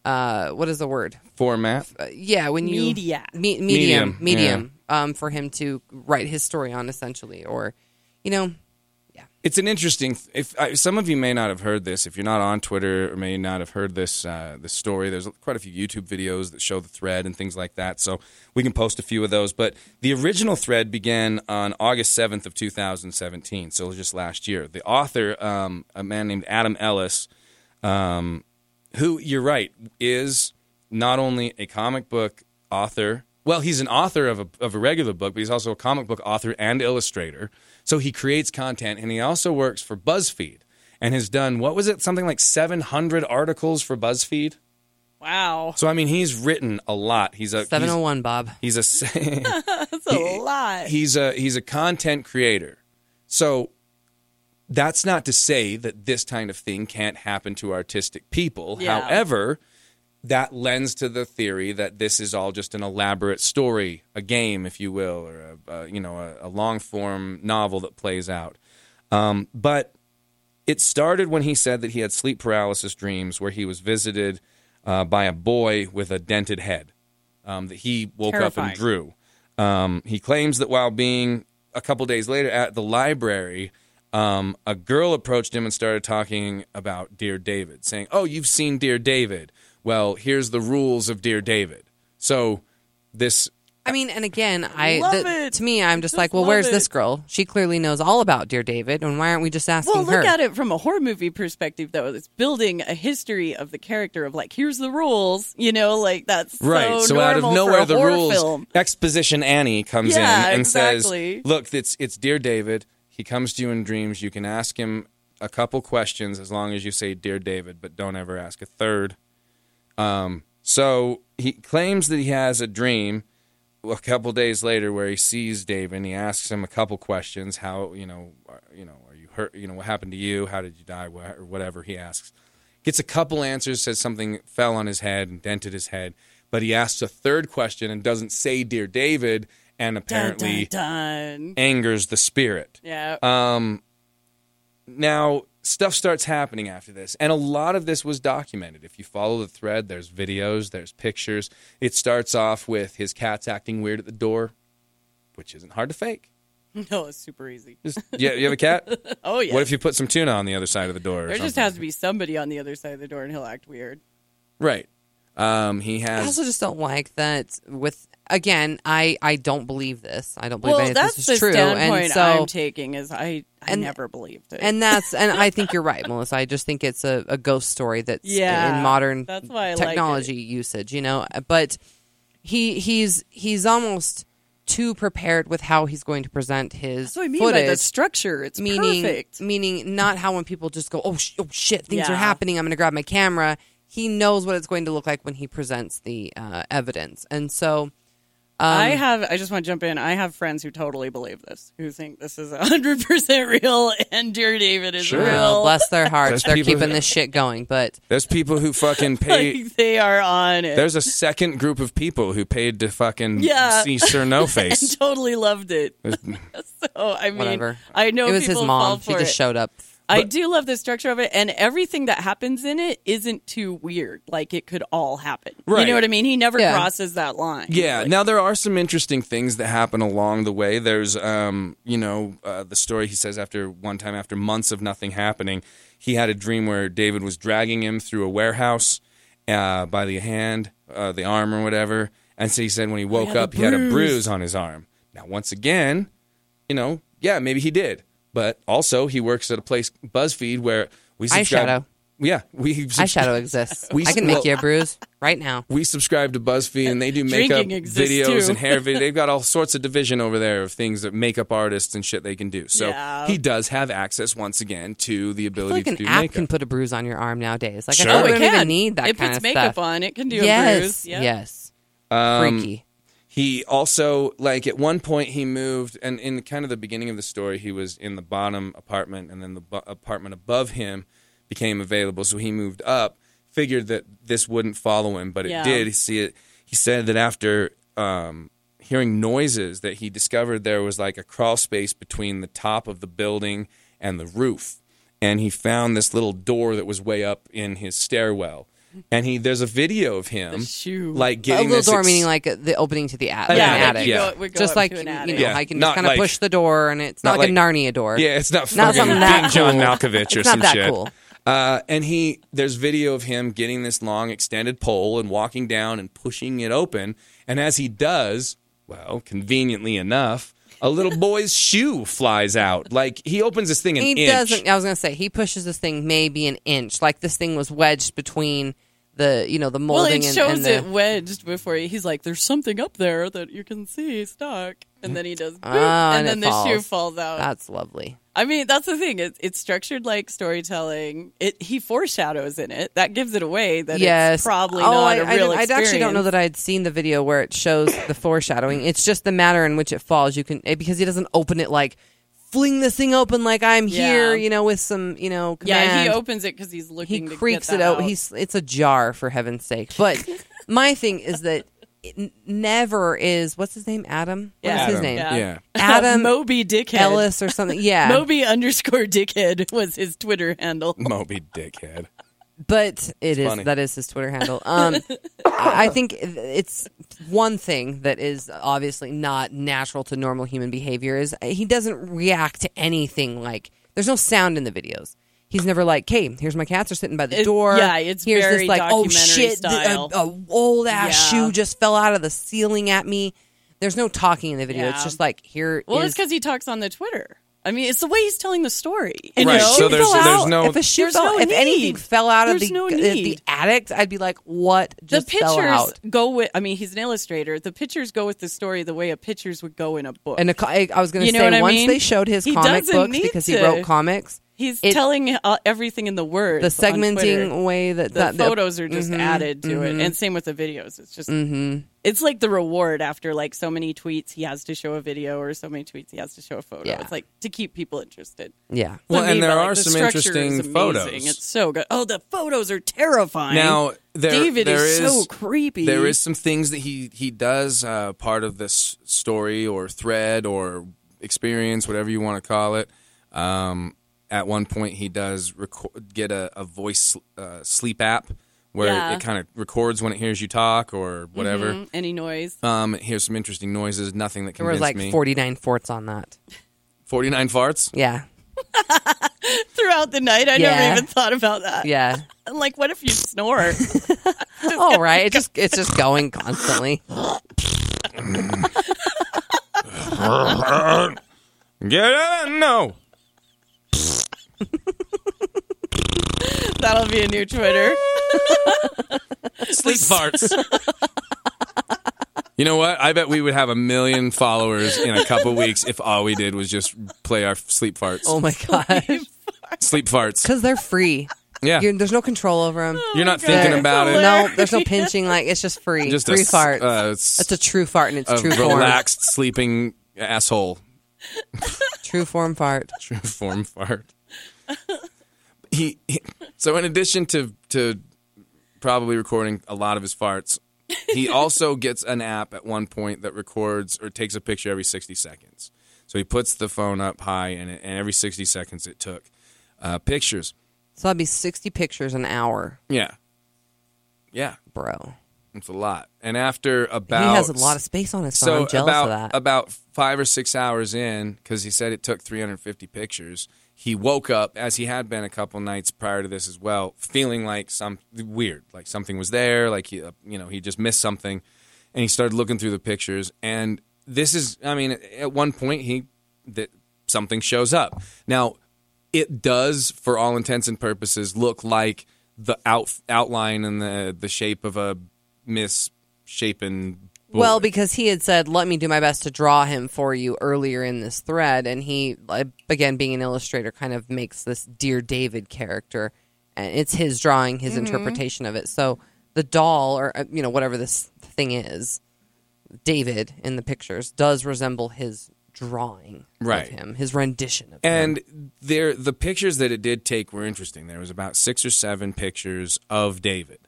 [SPEAKER 4] uh what is the word?
[SPEAKER 2] Format.
[SPEAKER 4] Uh, yeah, when you
[SPEAKER 3] Media.
[SPEAKER 4] me, medium
[SPEAKER 2] Medium,
[SPEAKER 4] medium, um for him to write his story on essentially, or you know
[SPEAKER 2] It's an interesting. th- If I, some of you may not have heard this, if you're not on Twitter or may not have heard this uh, this story, there's quite a few YouTube videos that show the thread and things like that. So we can post a few of those. But the original thread began on August 7th of 2017, so it was just last year. The author, um, a man named Adam Ellis, who you're right is not only a comic book author well he's an author of a, of a regular book but he's also a comic book author and illustrator so he creates content and he also works for buzzfeed and has done what was it something like 700 articles for buzzfeed
[SPEAKER 3] wow,
[SPEAKER 2] so i mean he's written a lot he's a
[SPEAKER 4] seven oh one Bob.
[SPEAKER 2] he's, he's a
[SPEAKER 3] that's a lot.
[SPEAKER 2] he's a he's a content creator. So that's not to say that this kind of thing can't happen to artistic people.
[SPEAKER 3] Yeah.
[SPEAKER 2] However, that lends to the theory that this is all just an elaborate story, a game, if you will, or a, a you know a, a long form novel that plays out. Um, but it started when he said that he had sleep paralysis dreams where he was visited uh, by a boy with a dented head um, that he woke up
[SPEAKER 3] Terrifying.
[SPEAKER 2] and drew. Um, he claims that while being a couple days later at the library, um, a girl approached him and started talking about Dear David, saying, Oh, you've seen Dear David. Well, here's the rules of Dear David. So this
[SPEAKER 4] I mean, and again, I
[SPEAKER 3] Love
[SPEAKER 4] the-
[SPEAKER 3] it.
[SPEAKER 4] to me, I'm just,
[SPEAKER 3] Just
[SPEAKER 4] like, well,
[SPEAKER 3] love
[SPEAKER 4] where's this
[SPEAKER 3] it.
[SPEAKER 4] girl? She clearly knows all about Dear David, and why aren't we just asking
[SPEAKER 3] Well, look
[SPEAKER 4] her?
[SPEAKER 3] at it from a horror movie perspective, though. It's building a history of the character of like, here's the rules, you know, like that's
[SPEAKER 2] Right. So,
[SPEAKER 3] So,
[SPEAKER 2] out of
[SPEAKER 3] normal
[SPEAKER 2] nowhere,
[SPEAKER 3] for a
[SPEAKER 2] the
[SPEAKER 3] horror
[SPEAKER 2] rules
[SPEAKER 3] Film.
[SPEAKER 2] exposition Annie comes
[SPEAKER 3] Yeah,
[SPEAKER 2] in and
[SPEAKER 3] exactly.
[SPEAKER 2] says, "Look, it's it's dear David. He comes to you in dreams. You can ask him a couple questions as long as you say dear David, but don't ever ask a third. Um, so he claims that he has a dream a couple days later where he sees David and he asks him a couple questions. How you know are- you know are you hurt? You know what happened to you? How did you die? Wha- Or whatever he asks. Gets a couple answers. Says something fell on his head and dented his head. But he asks a third question and doesn't say "Dear David," and
[SPEAKER 3] Dun,
[SPEAKER 2] apparently
[SPEAKER 3] dun, dun.
[SPEAKER 2] angers the spirit.
[SPEAKER 3] Yeah.
[SPEAKER 2] Um, now, stuff starts happening after this, and a lot of this was documented. If you follow the thread, there's videos, there's pictures. It starts off with his cat's acting weird at the door, which isn't hard to fake.
[SPEAKER 3] no, it's super easy.
[SPEAKER 2] Just, yeah, you have a cat.
[SPEAKER 3] Oh yeah.
[SPEAKER 2] What if you put some tuna on the other side of the door? Or
[SPEAKER 3] there just
[SPEAKER 2] something?
[SPEAKER 3] has to be somebody on the other side of the door, and he'll act weird.
[SPEAKER 2] right. Um, he
[SPEAKER 4] I
[SPEAKER 2] has
[SPEAKER 4] also just don't like that. With again, I I don't believe this. I don't believe
[SPEAKER 3] well,
[SPEAKER 4] any of
[SPEAKER 3] that's
[SPEAKER 4] this
[SPEAKER 3] the
[SPEAKER 4] is true.
[SPEAKER 3] standpoint
[SPEAKER 4] And so,
[SPEAKER 3] I'm taking. Is I, I
[SPEAKER 4] And-
[SPEAKER 3] never believed it.
[SPEAKER 4] and that's and I think you're right, Melissa. I just think it's a, a ghost story that's
[SPEAKER 3] Yeah,
[SPEAKER 4] in modern
[SPEAKER 3] that's why I like
[SPEAKER 4] technology usage, you know. But he he's he's almost too prepared with how he's going to present his
[SPEAKER 3] that's what I mean
[SPEAKER 4] footage.
[SPEAKER 3] by the structure. It's
[SPEAKER 4] meaning
[SPEAKER 3] perfect.
[SPEAKER 4] meaning not how when people just go, oh, sh- oh shit, things are
[SPEAKER 3] Yeah.
[SPEAKER 4] happening. I'm going to grab my camera. He knows what it's going to look like when he presents the uh, evidence, and so um,
[SPEAKER 3] I have. I just want to jump in. I have friends who totally believe this, who think this is hundred percent real, and Dear David is
[SPEAKER 2] Sure.
[SPEAKER 3] real.
[SPEAKER 4] well, bless their hearts,
[SPEAKER 2] There's
[SPEAKER 4] they're
[SPEAKER 2] people
[SPEAKER 4] keeping
[SPEAKER 2] who-
[SPEAKER 4] this shit going. But
[SPEAKER 2] there's people who fucking pay.
[SPEAKER 3] like they are on it.
[SPEAKER 2] There's a second group of people who paid to fucking
[SPEAKER 3] Yeah.
[SPEAKER 2] see Sir No Face.
[SPEAKER 3] and totally loved it. so I mean,
[SPEAKER 4] Whatever.
[SPEAKER 3] I know
[SPEAKER 4] it was his
[SPEAKER 3] people fall
[SPEAKER 4] mom. She
[SPEAKER 3] for
[SPEAKER 4] just
[SPEAKER 3] it.
[SPEAKER 4] showed up.
[SPEAKER 3] I do love the structure of it, and everything that happens in it isn't too weird. Like it could all happen. You
[SPEAKER 2] Right.
[SPEAKER 3] know what I mean? He never
[SPEAKER 4] Yeah.
[SPEAKER 3] crosses that line.
[SPEAKER 2] Yeah.
[SPEAKER 3] Like,
[SPEAKER 2] now there are some interesting things that happen along the way. There's, um, you know, uh, the story he says after one time, after months of nothing happening, he had a dream where David was dragging him through a warehouse uh, by the hand, uh, the arm, or whatever. And so he said when he woke
[SPEAKER 3] a
[SPEAKER 2] up, he had a
[SPEAKER 3] bruise.
[SPEAKER 2] bruise on his arm. Now, once again, you know, yeah, maybe he did, but also he works at a place BuzzFeed where we subscribe.
[SPEAKER 4] Eyeshadow.
[SPEAKER 2] Yeah, we
[SPEAKER 4] Eyeshadow exists.
[SPEAKER 2] We-
[SPEAKER 4] I can
[SPEAKER 2] well-
[SPEAKER 4] make you a bruise right now.
[SPEAKER 2] we subscribe to BuzzFeed and they do makeup
[SPEAKER 3] Drinking exists,
[SPEAKER 2] videos
[SPEAKER 3] too.
[SPEAKER 2] and hair videos. They've got all sorts of division over there of things that makeup artists and shit they can do. So
[SPEAKER 3] Yeah.
[SPEAKER 2] he does have access once again to the ability
[SPEAKER 4] like
[SPEAKER 2] to
[SPEAKER 4] an
[SPEAKER 2] do
[SPEAKER 4] app
[SPEAKER 2] makeup.
[SPEAKER 4] can put a bruise on your arm nowadays. Like
[SPEAKER 2] Sure.
[SPEAKER 4] I
[SPEAKER 2] Oh, it
[SPEAKER 4] don't even
[SPEAKER 3] can.
[SPEAKER 4] need that
[SPEAKER 3] it
[SPEAKER 4] kind
[SPEAKER 3] puts
[SPEAKER 4] of
[SPEAKER 3] makeup
[SPEAKER 4] stuff.
[SPEAKER 3] on. It can do
[SPEAKER 4] yes, Um,
[SPEAKER 3] a bruise. Yeah.
[SPEAKER 4] yes, freaky.
[SPEAKER 2] he also like at one point he moved and in kind of the beginning of the story he was in the bottom apartment and then the bu- apartment above him became available so he moved up figured that this wouldn't follow him but it
[SPEAKER 3] Yeah.
[SPEAKER 2] did see it he said that after um, hearing noises that he discovered there was like a crawl space between the top of the building and the roof and he found this little door that was way up in his stairwell and he there's a video of him
[SPEAKER 3] shoe.
[SPEAKER 2] like
[SPEAKER 4] A
[SPEAKER 2] getting
[SPEAKER 4] little
[SPEAKER 2] this
[SPEAKER 4] door
[SPEAKER 2] ex-
[SPEAKER 4] meaning like the opening to the attic.
[SPEAKER 2] Yeah,
[SPEAKER 4] an
[SPEAKER 2] like
[SPEAKER 4] attic.
[SPEAKER 2] you go-
[SPEAKER 3] we go
[SPEAKER 4] just
[SPEAKER 3] up
[SPEAKER 4] like
[SPEAKER 3] to an
[SPEAKER 4] you know,
[SPEAKER 3] attic.
[SPEAKER 2] Yeah,
[SPEAKER 4] I can
[SPEAKER 2] not
[SPEAKER 4] just kind of
[SPEAKER 2] like-
[SPEAKER 4] push the door, and it's
[SPEAKER 2] not
[SPEAKER 4] not,
[SPEAKER 2] like-
[SPEAKER 4] like, a Narnia door.
[SPEAKER 2] Yeah, it's not
[SPEAKER 4] Not
[SPEAKER 2] fucking
[SPEAKER 4] something that
[SPEAKER 2] King John
[SPEAKER 4] cool.
[SPEAKER 2] Malkovich
[SPEAKER 4] It's
[SPEAKER 2] or
[SPEAKER 4] not
[SPEAKER 2] some
[SPEAKER 4] that
[SPEAKER 2] shit.
[SPEAKER 4] cool.
[SPEAKER 2] Uh, and he, there's video of him getting this long extended pole and walking down and pushing it open. And as he does, well, conveniently enough, a little boy's shoe flies out. Like he opens this thing an
[SPEAKER 4] he
[SPEAKER 2] inch.
[SPEAKER 4] doesn't. I was gonna say he pushes this thing maybe an inch. Like this thing was wedged between the you know the
[SPEAKER 3] Well,
[SPEAKER 4] molding
[SPEAKER 3] it shows
[SPEAKER 4] and, and the,
[SPEAKER 3] it wedged before he, he's like, "There's something up there that you can see stuck," and then he does, boop,
[SPEAKER 4] Ah,
[SPEAKER 3] and,
[SPEAKER 4] and
[SPEAKER 3] then
[SPEAKER 4] it
[SPEAKER 3] the shoe
[SPEAKER 4] falls.
[SPEAKER 3] falls out.
[SPEAKER 4] That's lovely.
[SPEAKER 3] I mean, that's the thing. It's it's structured like storytelling. It he foreshadows in it. That gives it away that it's probably
[SPEAKER 4] oh,
[SPEAKER 3] not
[SPEAKER 4] I,
[SPEAKER 3] a
[SPEAKER 4] I
[SPEAKER 3] real
[SPEAKER 4] didn't- I actually don't know
[SPEAKER 3] experience.
[SPEAKER 4] that I had seen the video where it shows the foreshadowing. It's just the manner in which it falls. You can it, because he doesn't open it like fling this thing open like I'm
[SPEAKER 3] Yeah.
[SPEAKER 4] here, you know, with some, you know, command.
[SPEAKER 3] Yeah, he opens it because he's
[SPEAKER 4] he
[SPEAKER 3] looking. to get
[SPEAKER 4] creaks
[SPEAKER 3] that
[SPEAKER 4] it out.
[SPEAKER 3] out.
[SPEAKER 4] He's it's a jar for heaven's sake. But my thing is that it n- never is what's his name? Adam. What is
[SPEAKER 3] Yeah.
[SPEAKER 4] his
[SPEAKER 2] Adam,
[SPEAKER 4] name?
[SPEAKER 3] Yeah.
[SPEAKER 2] Yeah.
[SPEAKER 4] Adam
[SPEAKER 3] Moby Dickhead.
[SPEAKER 4] Ellis or something. Yeah.
[SPEAKER 3] Moby underscore Dickhead was his Twitter handle.
[SPEAKER 2] Moby Dickhead.
[SPEAKER 4] but it is
[SPEAKER 2] funny.
[SPEAKER 4] that is his Twitter handle. Um, I I think it's one thing that is obviously not natural to normal human behavior is he doesn't react to anything like there's no sound in the videos. He's never like, "Hey, here's my cats are sitting by the
[SPEAKER 3] It-
[SPEAKER 4] door."
[SPEAKER 3] yeah, it's
[SPEAKER 4] here's
[SPEAKER 3] very
[SPEAKER 4] this like, "Oh
[SPEAKER 3] documentary
[SPEAKER 4] shit, th-
[SPEAKER 3] style.
[SPEAKER 4] a, a old ass
[SPEAKER 3] Yeah.
[SPEAKER 4] shoe just fell out of the ceiling at me." There's no talking in the video. It's
[SPEAKER 3] Yeah.
[SPEAKER 4] just like here
[SPEAKER 3] Well,
[SPEAKER 4] is-
[SPEAKER 3] it's because he talks on the Twitter. I mean, it's the way he's telling the story. You
[SPEAKER 2] Right,
[SPEAKER 3] know?
[SPEAKER 2] so
[SPEAKER 4] shoe
[SPEAKER 2] there's-
[SPEAKER 4] fell
[SPEAKER 2] there's
[SPEAKER 4] out-
[SPEAKER 2] no-
[SPEAKER 4] if a shoe
[SPEAKER 3] There's
[SPEAKER 4] fell,
[SPEAKER 3] no
[SPEAKER 4] if anything
[SPEAKER 3] need.
[SPEAKER 4] fell out of
[SPEAKER 3] There's
[SPEAKER 4] the,
[SPEAKER 3] no
[SPEAKER 4] the, the
[SPEAKER 3] need.
[SPEAKER 4] attic, I'd be like, "What
[SPEAKER 3] the
[SPEAKER 4] just fell
[SPEAKER 3] pictures
[SPEAKER 4] out?"
[SPEAKER 3] go with. I mean, he's an illustrator. The pictures go with the story the way a pictures would go in a book.
[SPEAKER 4] And a co- I I was going
[SPEAKER 3] You
[SPEAKER 4] to
[SPEAKER 3] know
[SPEAKER 4] say,
[SPEAKER 3] what I
[SPEAKER 4] once
[SPEAKER 3] mean?
[SPEAKER 4] they showed his
[SPEAKER 3] He
[SPEAKER 4] comic
[SPEAKER 3] doesn't
[SPEAKER 4] books
[SPEAKER 3] need
[SPEAKER 4] because he
[SPEAKER 3] to.
[SPEAKER 4] wrote comics,
[SPEAKER 3] he's
[SPEAKER 4] it-
[SPEAKER 3] telling uh, everything in the words.
[SPEAKER 4] the
[SPEAKER 3] on Twitter.
[SPEAKER 4] segmenting way that
[SPEAKER 3] the
[SPEAKER 4] that
[SPEAKER 3] photos are just
[SPEAKER 4] mhm,
[SPEAKER 3] added to it
[SPEAKER 4] mhm.
[SPEAKER 3] and same with the videos it's just
[SPEAKER 4] hmm
[SPEAKER 3] it's like the reward after like so many tweets he has to show a video or so many tweets he has to show a photo
[SPEAKER 4] Yeah.
[SPEAKER 3] it's like to keep people interested
[SPEAKER 4] Yeah.
[SPEAKER 2] Well,
[SPEAKER 3] I mean
[SPEAKER 2] and there
[SPEAKER 3] by, like,
[SPEAKER 2] are
[SPEAKER 3] the
[SPEAKER 2] some
[SPEAKER 3] structure is
[SPEAKER 2] interesting
[SPEAKER 3] amazing.
[SPEAKER 2] photos.
[SPEAKER 3] it's so good oh the photos are terrifying
[SPEAKER 2] Now there,
[SPEAKER 3] david
[SPEAKER 2] there
[SPEAKER 3] is
[SPEAKER 2] is
[SPEAKER 3] so creepy
[SPEAKER 2] There is some things that he he does uh, part of this story or thread or experience, whatever you want to call it. Um, at one point, he does record, get a, a voice uh, sleep app where
[SPEAKER 3] Yeah.
[SPEAKER 2] it kind of records when it hears you talk or whatever.
[SPEAKER 3] Mhm. any noise
[SPEAKER 2] Um, it hears some interesting noises. Nothing that
[SPEAKER 4] There was
[SPEAKER 2] convinced
[SPEAKER 4] like
[SPEAKER 2] me.
[SPEAKER 4] 49 fourths on that.
[SPEAKER 2] Forty nine farts.
[SPEAKER 4] Yeah.
[SPEAKER 3] throughout the night i
[SPEAKER 4] Yeah.
[SPEAKER 3] never even thought about that
[SPEAKER 4] Yeah.
[SPEAKER 3] i'm like what if you snore
[SPEAKER 4] All right. It's just it's just going constantly.
[SPEAKER 2] Get in? No.
[SPEAKER 3] that'll be a new twitter
[SPEAKER 2] sleep farts. You know what? I bet we would have a million followers in a couple weeks if all we did was just play our sleep farts.
[SPEAKER 4] Oh my gosh.
[SPEAKER 2] Sleep farts.
[SPEAKER 4] Because they're free.
[SPEAKER 2] Yeah.
[SPEAKER 4] You're,
[SPEAKER 2] You're,
[SPEAKER 4] there's no control over them.
[SPEAKER 2] not
[SPEAKER 3] Oh, God,
[SPEAKER 2] thinking about it.
[SPEAKER 4] No, there's no pinching. Like it's just free.
[SPEAKER 2] Just
[SPEAKER 4] free
[SPEAKER 2] a, s-
[SPEAKER 4] farts.
[SPEAKER 2] Uh, s-
[SPEAKER 4] That's a true fart in its
[SPEAKER 2] a
[SPEAKER 4] true form.
[SPEAKER 2] relaxed sleeping asshole.
[SPEAKER 4] True form fart.
[SPEAKER 2] True form fart. He, he- so in addition to to probably recording a lot of his farts, he also gets an app at one point that records or takes a picture every 60 seconds. So he puts the phone up high and, it, and every 60 seconds it took uh, pictures.
[SPEAKER 4] So that'd be 60 pictures an hour,
[SPEAKER 2] Yeah. Yeah,
[SPEAKER 4] bro.
[SPEAKER 2] it's a lot. And after
[SPEAKER 4] He
[SPEAKER 2] about
[SPEAKER 4] has a lot of space on his phone.
[SPEAKER 2] so
[SPEAKER 4] I'm jealous
[SPEAKER 2] about
[SPEAKER 4] of that.
[SPEAKER 2] about five or six hours in, because he said it took 350 pictures. He woke up as he had been a couple nights prior to this as well, feeling like some weird, like something was there, like he, uh, you know, he just missed something, and he started looking through the pictures. And this is, I mean, at one point he that something shows up. Now, it does, for all intents and purposes, look like the out, outline and the the shape of a misshapen.
[SPEAKER 4] Well,
[SPEAKER 2] bullet.
[SPEAKER 4] because he had said, "Let me do my best to draw him for you" earlier in this thread, and he, like, again, being an illustrator, kind of makes this dear David character, and it's his drawing, his interpretation of it. So the doll, or uh, you know, whatever this thing is, David in the pictures does resemble his drawing
[SPEAKER 2] Right.
[SPEAKER 4] of him, his rendition of him.
[SPEAKER 2] And there, the pictures that it did take were interesting. There was about six or seven pictures of David.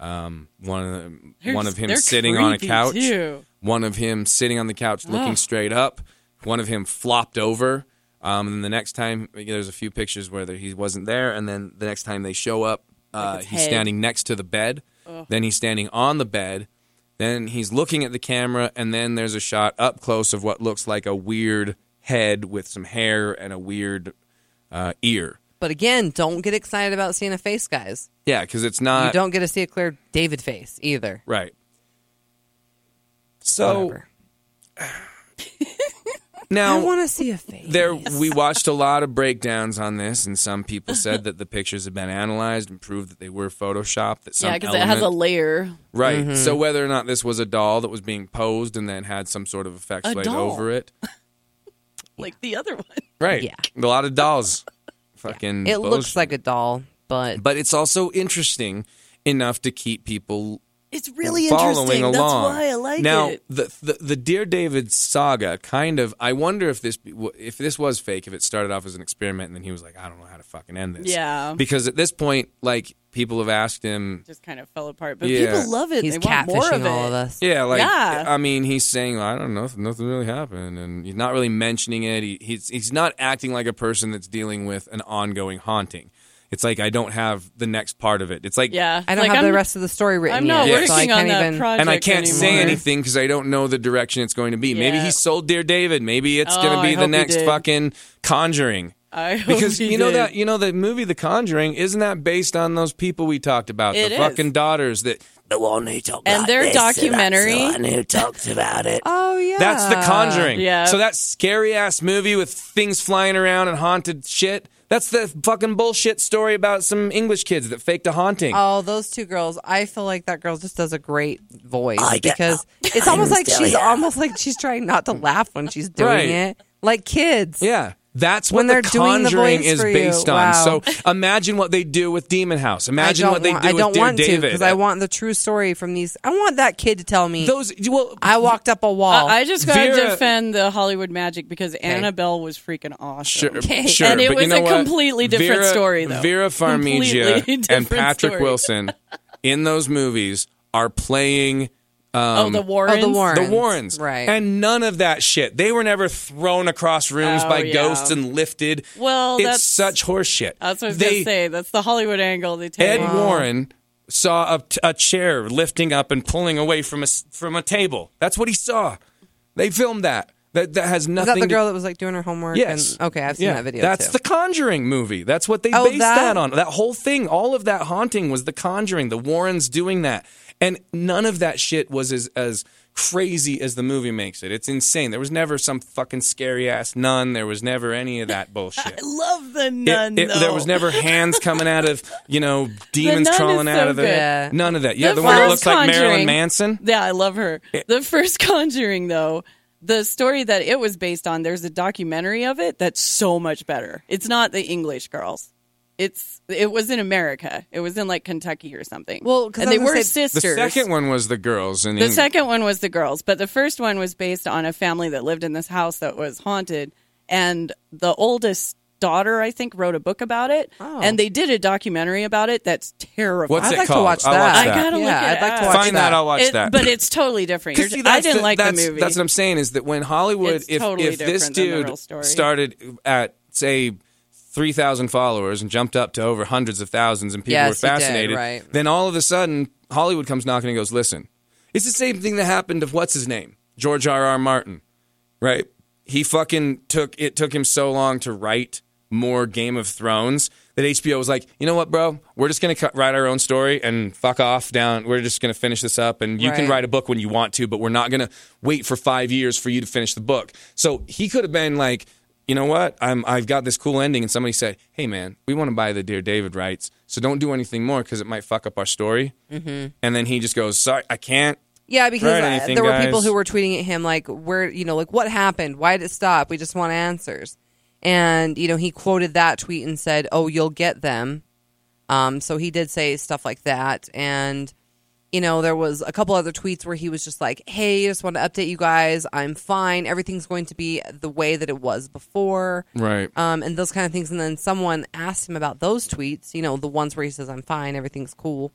[SPEAKER 2] Um, one of them,
[SPEAKER 3] They're
[SPEAKER 2] one
[SPEAKER 3] just-
[SPEAKER 2] of him
[SPEAKER 3] they're
[SPEAKER 2] sitting on a
[SPEAKER 3] creepy,
[SPEAKER 2] couch.
[SPEAKER 3] too.
[SPEAKER 2] One of him sitting on the couch looking
[SPEAKER 3] Ugh.
[SPEAKER 2] straight up. One of him flopped over. Um, and the next time, you know, there's a few pictures where there- he wasn't there. And then the next time they show up, uh,
[SPEAKER 3] its
[SPEAKER 2] he's
[SPEAKER 3] head.
[SPEAKER 2] standing next to the bed. Then he's standing on the bed. Then he's looking at the camera, and then there's a shot up close of what looks like a weird head with some hair and a weird uh, ear.
[SPEAKER 4] But again, don't get excited about seeing a face, guys.
[SPEAKER 2] Yeah, because it's
[SPEAKER 4] You
[SPEAKER 2] not
[SPEAKER 4] don't get to see a clear David face either.
[SPEAKER 2] right. So
[SPEAKER 4] Whatever. I
[SPEAKER 2] now
[SPEAKER 4] want to see a face.
[SPEAKER 2] there we watched a lot of breakdowns on this, and some people said that the pictures have been analyzed and proved that they were photoshopped. That some
[SPEAKER 3] yeah because it has a mm-hmm.
[SPEAKER 2] element-
[SPEAKER 3] layer
[SPEAKER 2] Right. So whether or not this was a doll that was being posed and then had some sort of effects
[SPEAKER 3] A
[SPEAKER 2] laid
[SPEAKER 3] doll.
[SPEAKER 2] over it.
[SPEAKER 3] like the other one
[SPEAKER 2] Right.
[SPEAKER 4] Yeah.
[SPEAKER 2] A lot of dolls. Fucking
[SPEAKER 4] it
[SPEAKER 2] bullshit.
[SPEAKER 4] looks like a doll, but
[SPEAKER 2] but it's also interesting enough to keep people
[SPEAKER 5] It's really
[SPEAKER 2] following
[SPEAKER 5] interesting.
[SPEAKER 2] along.
[SPEAKER 5] That's why I like
[SPEAKER 2] now,
[SPEAKER 5] it.
[SPEAKER 2] the, the the Dear David saga kind of. I wonder if this if this was fake. If it started off as an experiment and then he was like, I don't know how to fucking end this.
[SPEAKER 3] Yeah.
[SPEAKER 2] Because at this point, like people have asked him.
[SPEAKER 3] Just kind of fell apart. But
[SPEAKER 2] Yeah.
[SPEAKER 3] people love it.
[SPEAKER 4] He's
[SPEAKER 3] they want more of
[SPEAKER 4] catfishing
[SPEAKER 3] it.
[SPEAKER 4] all of us.
[SPEAKER 2] Yeah, like
[SPEAKER 3] Yeah.
[SPEAKER 2] I mean, he's saying I don't know, nothing really happened, and he's not really mentioning it. He, he's he's not acting like a person that's dealing with an ongoing haunting. It's like I don't have the next part of it. It's like
[SPEAKER 3] Yeah.
[SPEAKER 4] I don't
[SPEAKER 3] Like,
[SPEAKER 4] have
[SPEAKER 3] I'm-
[SPEAKER 4] the rest of the story written
[SPEAKER 3] I'm not
[SPEAKER 4] yet,
[SPEAKER 2] Yeah.
[SPEAKER 4] so I
[SPEAKER 3] working on
[SPEAKER 4] can't
[SPEAKER 3] that
[SPEAKER 4] even.
[SPEAKER 3] project
[SPEAKER 2] and I can't say
[SPEAKER 3] anymore.
[SPEAKER 2] anything because I don't know the direction it's going to be. Maybe
[SPEAKER 3] Yeah.
[SPEAKER 2] he sold Dear David. Maybe it's
[SPEAKER 3] Oh,
[SPEAKER 2] going to
[SPEAKER 3] I
[SPEAKER 2] be
[SPEAKER 3] hope
[SPEAKER 2] the
[SPEAKER 3] he
[SPEAKER 2] next
[SPEAKER 3] did.
[SPEAKER 2] fucking Conjuring.
[SPEAKER 3] I hope
[SPEAKER 2] Because
[SPEAKER 3] he
[SPEAKER 2] you know
[SPEAKER 3] did.
[SPEAKER 2] that you know the movie The Conjuring isn't that based on those people we talked about
[SPEAKER 3] It
[SPEAKER 2] the
[SPEAKER 3] is.
[SPEAKER 2] fucking daughters that
[SPEAKER 5] The one who talked
[SPEAKER 3] And their documentary.
[SPEAKER 5] who talks about it.
[SPEAKER 4] Oh yeah,
[SPEAKER 2] that's The Conjuring
[SPEAKER 3] Yeah.
[SPEAKER 2] so that scary ass movie with things flying around and haunted shit that's the fucking bullshit story about some English kids that faked a haunting
[SPEAKER 4] Oh, those two girls. I feel like that girl just does a great voice
[SPEAKER 5] I get-
[SPEAKER 4] because it's
[SPEAKER 5] I'm
[SPEAKER 4] almost like
[SPEAKER 5] still
[SPEAKER 4] she's
[SPEAKER 5] here.
[SPEAKER 4] almost like she's trying not to laugh when she's doing
[SPEAKER 2] Right.
[SPEAKER 4] it. Like kids.
[SPEAKER 2] Yeah. That's
[SPEAKER 4] When
[SPEAKER 2] what
[SPEAKER 4] they're
[SPEAKER 2] the
[SPEAKER 4] doing the
[SPEAKER 2] Conjuring
[SPEAKER 4] voice
[SPEAKER 2] is
[SPEAKER 4] for you.
[SPEAKER 2] based on.
[SPEAKER 4] Wow.
[SPEAKER 2] So imagine what they do with Demon House. Imagine
[SPEAKER 4] I don't
[SPEAKER 2] what they
[SPEAKER 4] want,
[SPEAKER 2] do
[SPEAKER 4] I don't
[SPEAKER 2] with Dear
[SPEAKER 4] want to
[SPEAKER 2] David.
[SPEAKER 4] because I want the true story from these. I want that kid to tell me.
[SPEAKER 2] those. Well,
[SPEAKER 4] I walked up a wall.
[SPEAKER 3] I, I just got to
[SPEAKER 2] Vera-
[SPEAKER 3] defend the Hollywood magic because Annabelle was freaking awesome.
[SPEAKER 2] Sure, sure,
[SPEAKER 3] And it
[SPEAKER 2] but
[SPEAKER 3] was
[SPEAKER 2] you know
[SPEAKER 3] a
[SPEAKER 2] what?
[SPEAKER 3] completely different
[SPEAKER 2] Vera,
[SPEAKER 3] story, though.
[SPEAKER 2] Vera Farmiga
[SPEAKER 3] Completely
[SPEAKER 2] and
[SPEAKER 3] different
[SPEAKER 2] Patrick
[SPEAKER 3] story.
[SPEAKER 2] Wilson in those movies are playing
[SPEAKER 3] Oh, the Warrens.
[SPEAKER 4] oh, the Warrens.
[SPEAKER 2] the Warrens,
[SPEAKER 4] Right.
[SPEAKER 2] And none of that shit. They were never thrown across rooms
[SPEAKER 3] Oh,
[SPEAKER 2] by
[SPEAKER 3] yeah.
[SPEAKER 2] ghosts and lifted.
[SPEAKER 3] Well,
[SPEAKER 2] it's
[SPEAKER 3] that's-
[SPEAKER 2] such horseshit.
[SPEAKER 3] That's what I was
[SPEAKER 2] they,
[SPEAKER 3] gonna say. That's the Hollywood angle they take.
[SPEAKER 2] Ed Warren saw a, a chair lifting up and pulling away from a s- from a table. That's what he saw. They filmed that. That that has
[SPEAKER 4] Is that
[SPEAKER 2] nothing.
[SPEAKER 4] the girl
[SPEAKER 2] To,
[SPEAKER 4] that was like doing her homework?
[SPEAKER 2] yes.
[SPEAKER 4] And, okay, I've seen
[SPEAKER 2] Yeah.
[SPEAKER 4] that video.
[SPEAKER 2] That's
[SPEAKER 4] too.
[SPEAKER 2] the Conjuring movie. That's what they
[SPEAKER 4] Oh,
[SPEAKER 2] based that?
[SPEAKER 4] that?
[SPEAKER 2] on. That whole thing, all of that haunting was the Conjuring. The Warrens doing that, and none of that shit was as as crazy as the movie makes it. It's insane. There was never some fucking scary ass nun. There was never any of that bullshit.
[SPEAKER 5] Love the
[SPEAKER 2] It-
[SPEAKER 5] nun.
[SPEAKER 2] it- there
[SPEAKER 5] though.
[SPEAKER 2] was never hands coming out of you know demons
[SPEAKER 3] nun is
[SPEAKER 2] crawling out
[SPEAKER 3] so
[SPEAKER 2] of the
[SPEAKER 3] good.
[SPEAKER 4] Yeah.
[SPEAKER 2] none of that. Yeah, the,
[SPEAKER 3] The
[SPEAKER 2] one that looks
[SPEAKER 3] first
[SPEAKER 2] like Marilyn
[SPEAKER 3] Conjuring.
[SPEAKER 2] Manson.
[SPEAKER 3] Yeah, I love her. The first Conjuring, though, the story that it was based on, there's a documentary of it that's so much better. It's not the English girls. It's it was in America. It was in like Kentucky or something.
[SPEAKER 4] Well, 'cause
[SPEAKER 3] and
[SPEAKER 4] I
[SPEAKER 3] they
[SPEAKER 4] was
[SPEAKER 3] were
[SPEAKER 4] gonna say-
[SPEAKER 2] The
[SPEAKER 3] sisters.
[SPEAKER 2] second one was the girls in
[SPEAKER 3] The
[SPEAKER 2] England.
[SPEAKER 3] second one was the girls, but the first one was based on a family that lived in this house that was haunted, and the oldest daughter, I think, wrote a book about it,
[SPEAKER 4] Oh.
[SPEAKER 3] and they did a documentary about it that's terrifying.
[SPEAKER 2] What's
[SPEAKER 4] I'd
[SPEAKER 2] it
[SPEAKER 4] like
[SPEAKER 2] called?
[SPEAKER 4] to watch
[SPEAKER 2] I'll
[SPEAKER 4] that.
[SPEAKER 2] watch
[SPEAKER 3] I
[SPEAKER 2] that.
[SPEAKER 3] gotta look
[SPEAKER 4] yeah,
[SPEAKER 3] it
[SPEAKER 4] I'd like
[SPEAKER 3] up.
[SPEAKER 4] to watch
[SPEAKER 2] Find that. I'll watch
[SPEAKER 3] It-
[SPEAKER 2] that.
[SPEAKER 3] But it's totally different.
[SPEAKER 2] 'Cause
[SPEAKER 3] You're-
[SPEAKER 2] see,
[SPEAKER 3] I
[SPEAKER 2] that's
[SPEAKER 3] didn't like the
[SPEAKER 2] that's-
[SPEAKER 3] movie.
[SPEAKER 2] That's what I'm saying is that when Hollywood,
[SPEAKER 3] It's
[SPEAKER 2] if
[SPEAKER 3] totally
[SPEAKER 2] if this
[SPEAKER 3] different than the
[SPEAKER 2] dude
[SPEAKER 3] real story.
[SPEAKER 2] started at say. 3,000 followers and jumped up to over hundreds of thousands, and people
[SPEAKER 4] Yes,
[SPEAKER 2] were
[SPEAKER 4] he did,
[SPEAKER 2] fascinated.
[SPEAKER 4] right.
[SPEAKER 2] Then all of a sudden, Hollywood comes knocking and goes, Listen, it's the same thing that happened to what's his name? George R. R. Martin right? He fucking took it took him so long to write more Game of Thrones that HBO was like, you know what, bro? We're just gonna cut, write our own story and fuck off down. We're just gonna finish this up, and you can
[SPEAKER 4] Right.
[SPEAKER 2] write a book when you want to, but we're not gonna wait for five years for you to finish the book. So he could have been like. You know what? I'm, I've got this cool ending, and somebody said, "Hey, man, we want to buy the Dear David rights, so don't do anything more because it might fuck up our story." Mm-hmm. And then he just goes, "Sorry, I can't."
[SPEAKER 4] Yeah, because
[SPEAKER 2] Right,
[SPEAKER 4] uh,
[SPEAKER 2] anything,
[SPEAKER 4] there were people
[SPEAKER 2] guys?
[SPEAKER 4] who were tweeting at him like, "Where you know, like what happened? Why did it stop? We just want answers." And you know, he quoted that tweet and said, "Oh, you'll get them." Um, so he did say stuff like that, and you know, there was a couple other tweets where he was just like, "Hey, just want to update you guys. I'm fine. Everything's going to be the way that it was before."
[SPEAKER 2] Right.
[SPEAKER 4] um, and those kind of things. And then someone asked him about those tweets, you know, the ones where he says, I'm fine, everything's cool.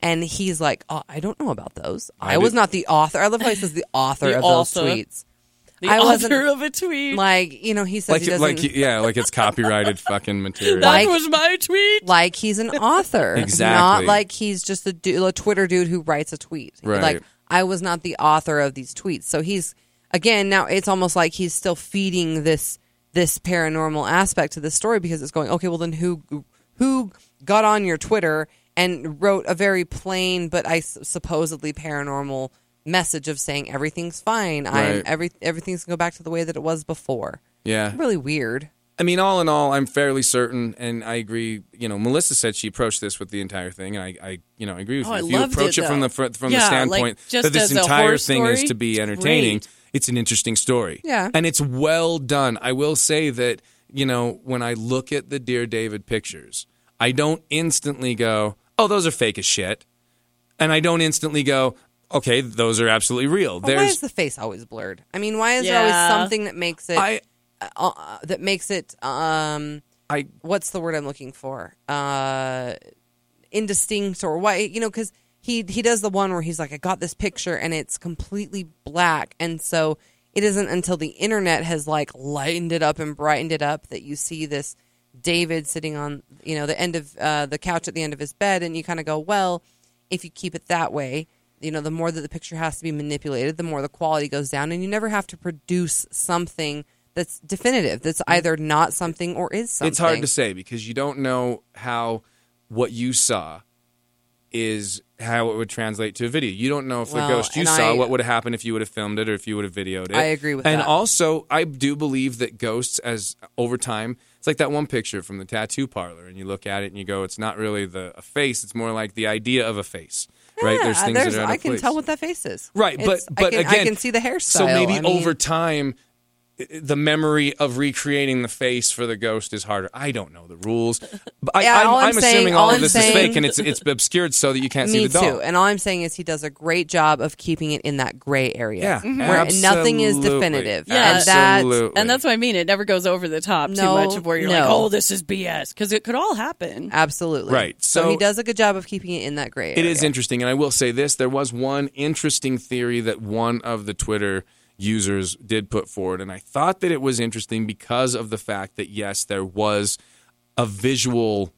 [SPEAKER 4] And he's like, oh, I don't know about those. I, was
[SPEAKER 2] did-
[SPEAKER 4] not the author. I love how he says the author
[SPEAKER 3] The
[SPEAKER 4] of
[SPEAKER 3] author.
[SPEAKER 4] those tweets.
[SPEAKER 3] the
[SPEAKER 4] I wasn't-
[SPEAKER 3] author of a tweet.
[SPEAKER 4] Like, you know, he says
[SPEAKER 2] Like,
[SPEAKER 4] he
[SPEAKER 2] it-
[SPEAKER 4] doesn't
[SPEAKER 2] like,
[SPEAKER 4] like,
[SPEAKER 2] yeah, like it's copyrighted fucking material.
[SPEAKER 3] that
[SPEAKER 4] like-
[SPEAKER 3] was my tweet.
[SPEAKER 4] he's an author. Not
[SPEAKER 2] Exactly.
[SPEAKER 4] like he's just a, du- a Twitter dude who writes a tweet.
[SPEAKER 2] Right.
[SPEAKER 4] Like, I was not the author of these tweets. So he's, again, now it's almost like he's still feeding this this paranormal aspect to this story because it's going, okay, well, then who who got on your Twitter and wrote a very plain but I s- supposedly paranormal message of saying everything's fine. I'm
[SPEAKER 2] Right.
[SPEAKER 4] every everything's gonna go back to the way that it was before.
[SPEAKER 2] yeah.
[SPEAKER 4] Really weird.
[SPEAKER 2] I mean, all in all, I'm fairly certain, and I agree. You know, Melissa said she approached this with the entire thing, and I, I you know, I agree with
[SPEAKER 5] Oh,
[SPEAKER 2] you.
[SPEAKER 5] I
[SPEAKER 2] if you
[SPEAKER 5] loved
[SPEAKER 2] approach
[SPEAKER 5] it,
[SPEAKER 2] it, from the
[SPEAKER 5] though.
[SPEAKER 2] fr- from the
[SPEAKER 3] Yeah, like,
[SPEAKER 2] standpoint
[SPEAKER 3] just
[SPEAKER 2] that this
[SPEAKER 3] as a
[SPEAKER 2] entire
[SPEAKER 3] horror
[SPEAKER 2] thing is
[SPEAKER 3] story,
[SPEAKER 2] to be
[SPEAKER 3] it's
[SPEAKER 2] entertaining,
[SPEAKER 3] great.
[SPEAKER 2] it's an interesting story.
[SPEAKER 4] Yeah.
[SPEAKER 2] and it's well done. I will say that you know when I look at the Dear David pictures, I don't instantly go, "Oh, those are fake as shit." and I don't instantly go, okay, those are absolutely real.
[SPEAKER 4] But why
[SPEAKER 2] There's
[SPEAKER 4] is the face always blurred? I mean, why is there
[SPEAKER 3] Yeah.
[SPEAKER 4] always something that makes it
[SPEAKER 2] I
[SPEAKER 4] uh, uh, that makes it um
[SPEAKER 2] I
[SPEAKER 4] what's the word I'm looking for? Uh, indistinct or why? You know, because he he does the one where he's like, I got this picture and it's completely black, and so it isn't until the internet has like lightened it up and brightened it up that you see this David sitting on you know the end of uh, the couch at the end of his bed, and you kind of go, well, if you keep it that way. You know, the more that the picture has to be manipulated, the more the quality goes down, and you never have to produce something that's definitive. That's either not something or is something.
[SPEAKER 2] Mm-hmm. It's hard to say because you don't know how what you saw is how it would translate to a video. You don't know if
[SPEAKER 4] Well,
[SPEAKER 2] the ghost you
[SPEAKER 4] and
[SPEAKER 2] saw
[SPEAKER 4] I-
[SPEAKER 2] what would have happened if you would have filmed it or if you would have videoed it.
[SPEAKER 4] I agree with
[SPEAKER 2] and
[SPEAKER 4] that.
[SPEAKER 2] also, I do believe that ghosts, as over time, it's like that one picture from the tattoo parlor, and you look at it and you go, "It's not really the a face; it's more like the idea of a face." right?
[SPEAKER 4] Yeah,
[SPEAKER 2] There's things
[SPEAKER 4] there's-
[SPEAKER 2] that are out
[SPEAKER 4] I
[SPEAKER 2] of
[SPEAKER 4] can
[SPEAKER 2] place.
[SPEAKER 4] tell what that face is.
[SPEAKER 2] Right, but
[SPEAKER 4] It's-
[SPEAKER 2] but
[SPEAKER 4] I can,
[SPEAKER 2] again,
[SPEAKER 4] I can see the hairstyle.
[SPEAKER 2] So maybe
[SPEAKER 4] I mean,
[SPEAKER 2] over time, i- i- the memory of recreating the face for the ghost is harder. I don't know the rules, but I,
[SPEAKER 4] Yeah,
[SPEAKER 2] I'm,
[SPEAKER 4] all
[SPEAKER 2] I'm
[SPEAKER 4] I'm
[SPEAKER 2] assuming
[SPEAKER 4] saying-
[SPEAKER 2] all
[SPEAKER 4] all
[SPEAKER 2] of
[SPEAKER 4] I'm
[SPEAKER 2] this is
[SPEAKER 4] saying-
[SPEAKER 2] fake and it's it's obscured so that you can't see
[SPEAKER 4] Me
[SPEAKER 2] the doll.
[SPEAKER 4] too. And all I'm saying is he does a great job of keeping it in that gray area.
[SPEAKER 2] yeah,
[SPEAKER 4] Where nothing is
[SPEAKER 2] absolutely,
[SPEAKER 4] definitive.
[SPEAKER 3] Yeah.
[SPEAKER 4] And that's-
[SPEAKER 2] absolutely.
[SPEAKER 3] And that's what I mean. It never goes over the top
[SPEAKER 4] No,
[SPEAKER 3] too much of where you're like,
[SPEAKER 4] no.
[SPEAKER 3] oh, this is BS. Because it could all happen.
[SPEAKER 4] Absolutely.
[SPEAKER 2] Right, so-
[SPEAKER 4] he does a good job of keeping it in that gray
[SPEAKER 2] It
[SPEAKER 4] area.
[SPEAKER 2] is interesting, and I will say this: there was one interesting theory that one of the Twitter users did put forward, and I thought that it was interesting because of the fact that yes, there was a visual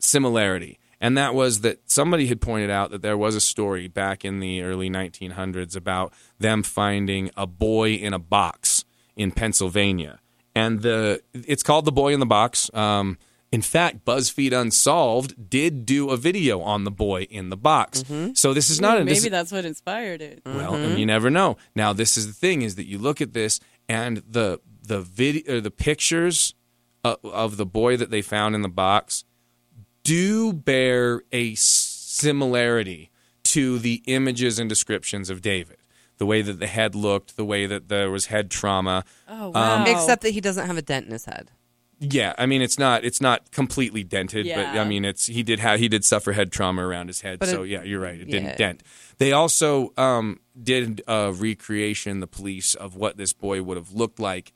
[SPEAKER 2] similarity, and that was that somebody had pointed out that there was a story back in the early 1900s about them finding a boy in a box in Pennsylvania, and the it's called the Boy in the Box. Um, in fact, BuzzFeed Unsolved did do a video on the boy in the box. So this is not a, this,
[SPEAKER 3] Maybe that's what inspired it.
[SPEAKER 2] well, and you never know. Now, this is the thing: is that you look at this and the the video, the pictures of, of the boy that they found in the box do bear a similarity to the images and descriptions of David. The way that the head looked, the way that there was head trauma. Um,
[SPEAKER 3] Oh, wow.
[SPEAKER 4] Except that he doesn't have a dent in his head.
[SPEAKER 2] Yeah, I mean it's not it's not completely dented, but I
[SPEAKER 3] Yeah.
[SPEAKER 2] mean it's he did have he did suffer head trauma around his head.
[SPEAKER 4] But
[SPEAKER 2] so
[SPEAKER 4] it-
[SPEAKER 2] yeah, you're right. It
[SPEAKER 4] yeah.
[SPEAKER 2] didn't dent. They also um, did a recreation, the police, of what this boy would have looked like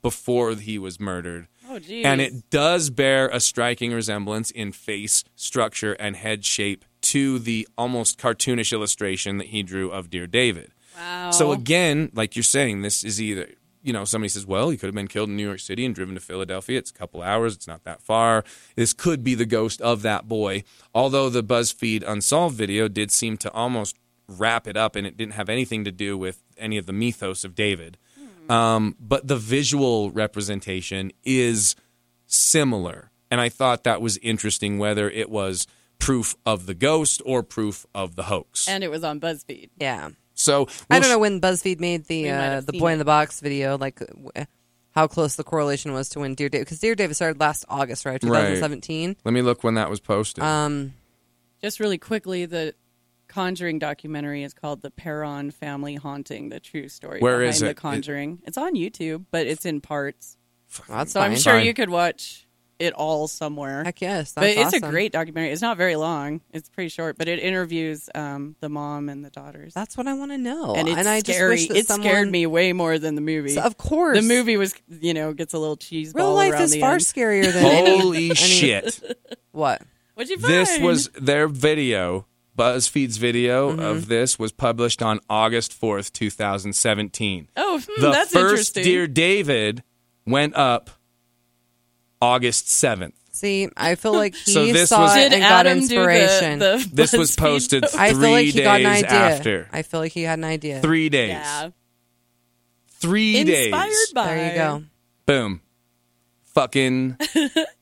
[SPEAKER 2] before he was murdered.
[SPEAKER 3] oh, geez.
[SPEAKER 2] And it does bear a striking resemblance in face, structure, and head shape to the almost cartoonish illustration that he drew of Dear David.
[SPEAKER 3] Wow.
[SPEAKER 2] So again, like you're saying, this is either you know somebody says, well, he could have been killed in New York City and driven to Philadelphia. It's a couple hours. It's not that far. This could be the ghost of that boy. Although the BuzzFeed Unsolved video did seem to almost wrap it up, and it didn't have anything to do with any of the mythos of David. Um, but the visual representation is similar. And I thought that was interesting, whether it was proof of the ghost or proof of the hoax.
[SPEAKER 3] and it was on BuzzFeed.
[SPEAKER 4] Yeah.
[SPEAKER 2] so
[SPEAKER 4] I
[SPEAKER 2] we'll
[SPEAKER 4] don't know when BuzzFeed made the
[SPEAKER 3] We might
[SPEAKER 4] uh,
[SPEAKER 3] have
[SPEAKER 4] the
[SPEAKER 3] seen
[SPEAKER 4] boy in the box video, like w- how close the correlation was to when Dear David, because Dear David started last August, right,
[SPEAKER 2] Right.
[SPEAKER 4] 2017.
[SPEAKER 2] Let me look when that was posted.
[SPEAKER 4] Um,
[SPEAKER 3] Just really quickly, the Conjuring documentary is called "The Perron Family Haunting: The True Story
[SPEAKER 2] Where
[SPEAKER 3] Behind
[SPEAKER 2] is
[SPEAKER 3] The
[SPEAKER 2] it?
[SPEAKER 3] Conjuring." it's on YouTube, but it's in parts,
[SPEAKER 4] well, that's
[SPEAKER 3] so I'm
[SPEAKER 4] fine.
[SPEAKER 3] sure
[SPEAKER 2] Fine.
[SPEAKER 3] you could watch it all somewhere.
[SPEAKER 4] Heck yes,
[SPEAKER 3] but
[SPEAKER 4] that's
[SPEAKER 3] it's a
[SPEAKER 4] awesome.
[SPEAKER 3] great documentary. It's not very long. It's pretty short, but it interviews um, the mom and the daughters.
[SPEAKER 4] That's what I want to know.
[SPEAKER 3] and it's
[SPEAKER 4] I
[SPEAKER 3] scary.
[SPEAKER 4] Just wish that
[SPEAKER 3] it scared
[SPEAKER 4] someone-
[SPEAKER 3] me way more than the movie.
[SPEAKER 4] So, of course,
[SPEAKER 3] the movie was, you know, gets a little cheese.
[SPEAKER 4] Real
[SPEAKER 3] ball
[SPEAKER 4] life
[SPEAKER 3] around
[SPEAKER 4] is
[SPEAKER 3] the
[SPEAKER 4] far
[SPEAKER 3] end. Oh.
[SPEAKER 4] scarier than any,
[SPEAKER 2] Holy shit.
[SPEAKER 4] what.
[SPEAKER 3] What'd you find?
[SPEAKER 2] This was their video. BuzzFeed's video of
[SPEAKER 4] Mm-hmm.
[SPEAKER 2] this was published on August 4th, 2017.
[SPEAKER 3] oh, hmm,
[SPEAKER 2] the
[SPEAKER 3] that's
[SPEAKER 2] first
[SPEAKER 3] interesting.
[SPEAKER 2] Dear David went up August 7th.
[SPEAKER 4] See, I feel like he
[SPEAKER 2] So this
[SPEAKER 4] saw
[SPEAKER 2] was-
[SPEAKER 4] it
[SPEAKER 3] Did
[SPEAKER 4] and got
[SPEAKER 3] Adam
[SPEAKER 4] inspiration.
[SPEAKER 3] do the, the
[SPEAKER 2] This was
[SPEAKER 3] BuzzFeed
[SPEAKER 2] posted
[SPEAKER 3] post?
[SPEAKER 4] I feel like
[SPEAKER 2] three
[SPEAKER 4] he got an
[SPEAKER 2] days
[SPEAKER 4] idea.
[SPEAKER 2] after.
[SPEAKER 4] I feel like he had an idea.
[SPEAKER 2] Three days.
[SPEAKER 3] Yeah.
[SPEAKER 2] Three
[SPEAKER 3] Inspired
[SPEAKER 2] days.
[SPEAKER 3] by.
[SPEAKER 4] There you go.
[SPEAKER 2] Boom. Fucking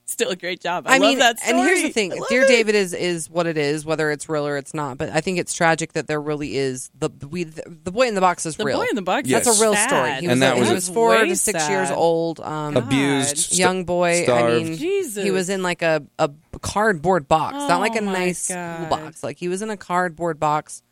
[SPEAKER 3] Still a great job. I,
[SPEAKER 4] I,
[SPEAKER 3] love
[SPEAKER 4] mean,
[SPEAKER 3] that
[SPEAKER 4] and here's the
[SPEAKER 3] story.
[SPEAKER 4] thing:
[SPEAKER 3] I love
[SPEAKER 4] Dear
[SPEAKER 3] it.
[SPEAKER 4] David is is what it is, whether it's real or it's not. But I think it's tragic that there really is the we the boy in the box is
[SPEAKER 3] The
[SPEAKER 4] real.
[SPEAKER 3] boy in the box.
[SPEAKER 2] Yes.
[SPEAKER 4] That's a real
[SPEAKER 3] Sad.
[SPEAKER 4] story. He was,
[SPEAKER 2] And that
[SPEAKER 4] a-
[SPEAKER 2] was
[SPEAKER 4] he
[SPEAKER 2] a-
[SPEAKER 4] was four
[SPEAKER 3] Way
[SPEAKER 4] to six
[SPEAKER 3] sad.
[SPEAKER 4] years old. Um,
[SPEAKER 2] abused.
[SPEAKER 3] God.
[SPEAKER 2] sta-
[SPEAKER 4] young boy. I
[SPEAKER 2] starved.
[SPEAKER 4] mean,
[SPEAKER 3] Jesus.
[SPEAKER 4] he was in like a, a cardboard box, not like a
[SPEAKER 3] Oh, my
[SPEAKER 4] nice school
[SPEAKER 3] God.
[SPEAKER 4] box. Like he was in a cardboard box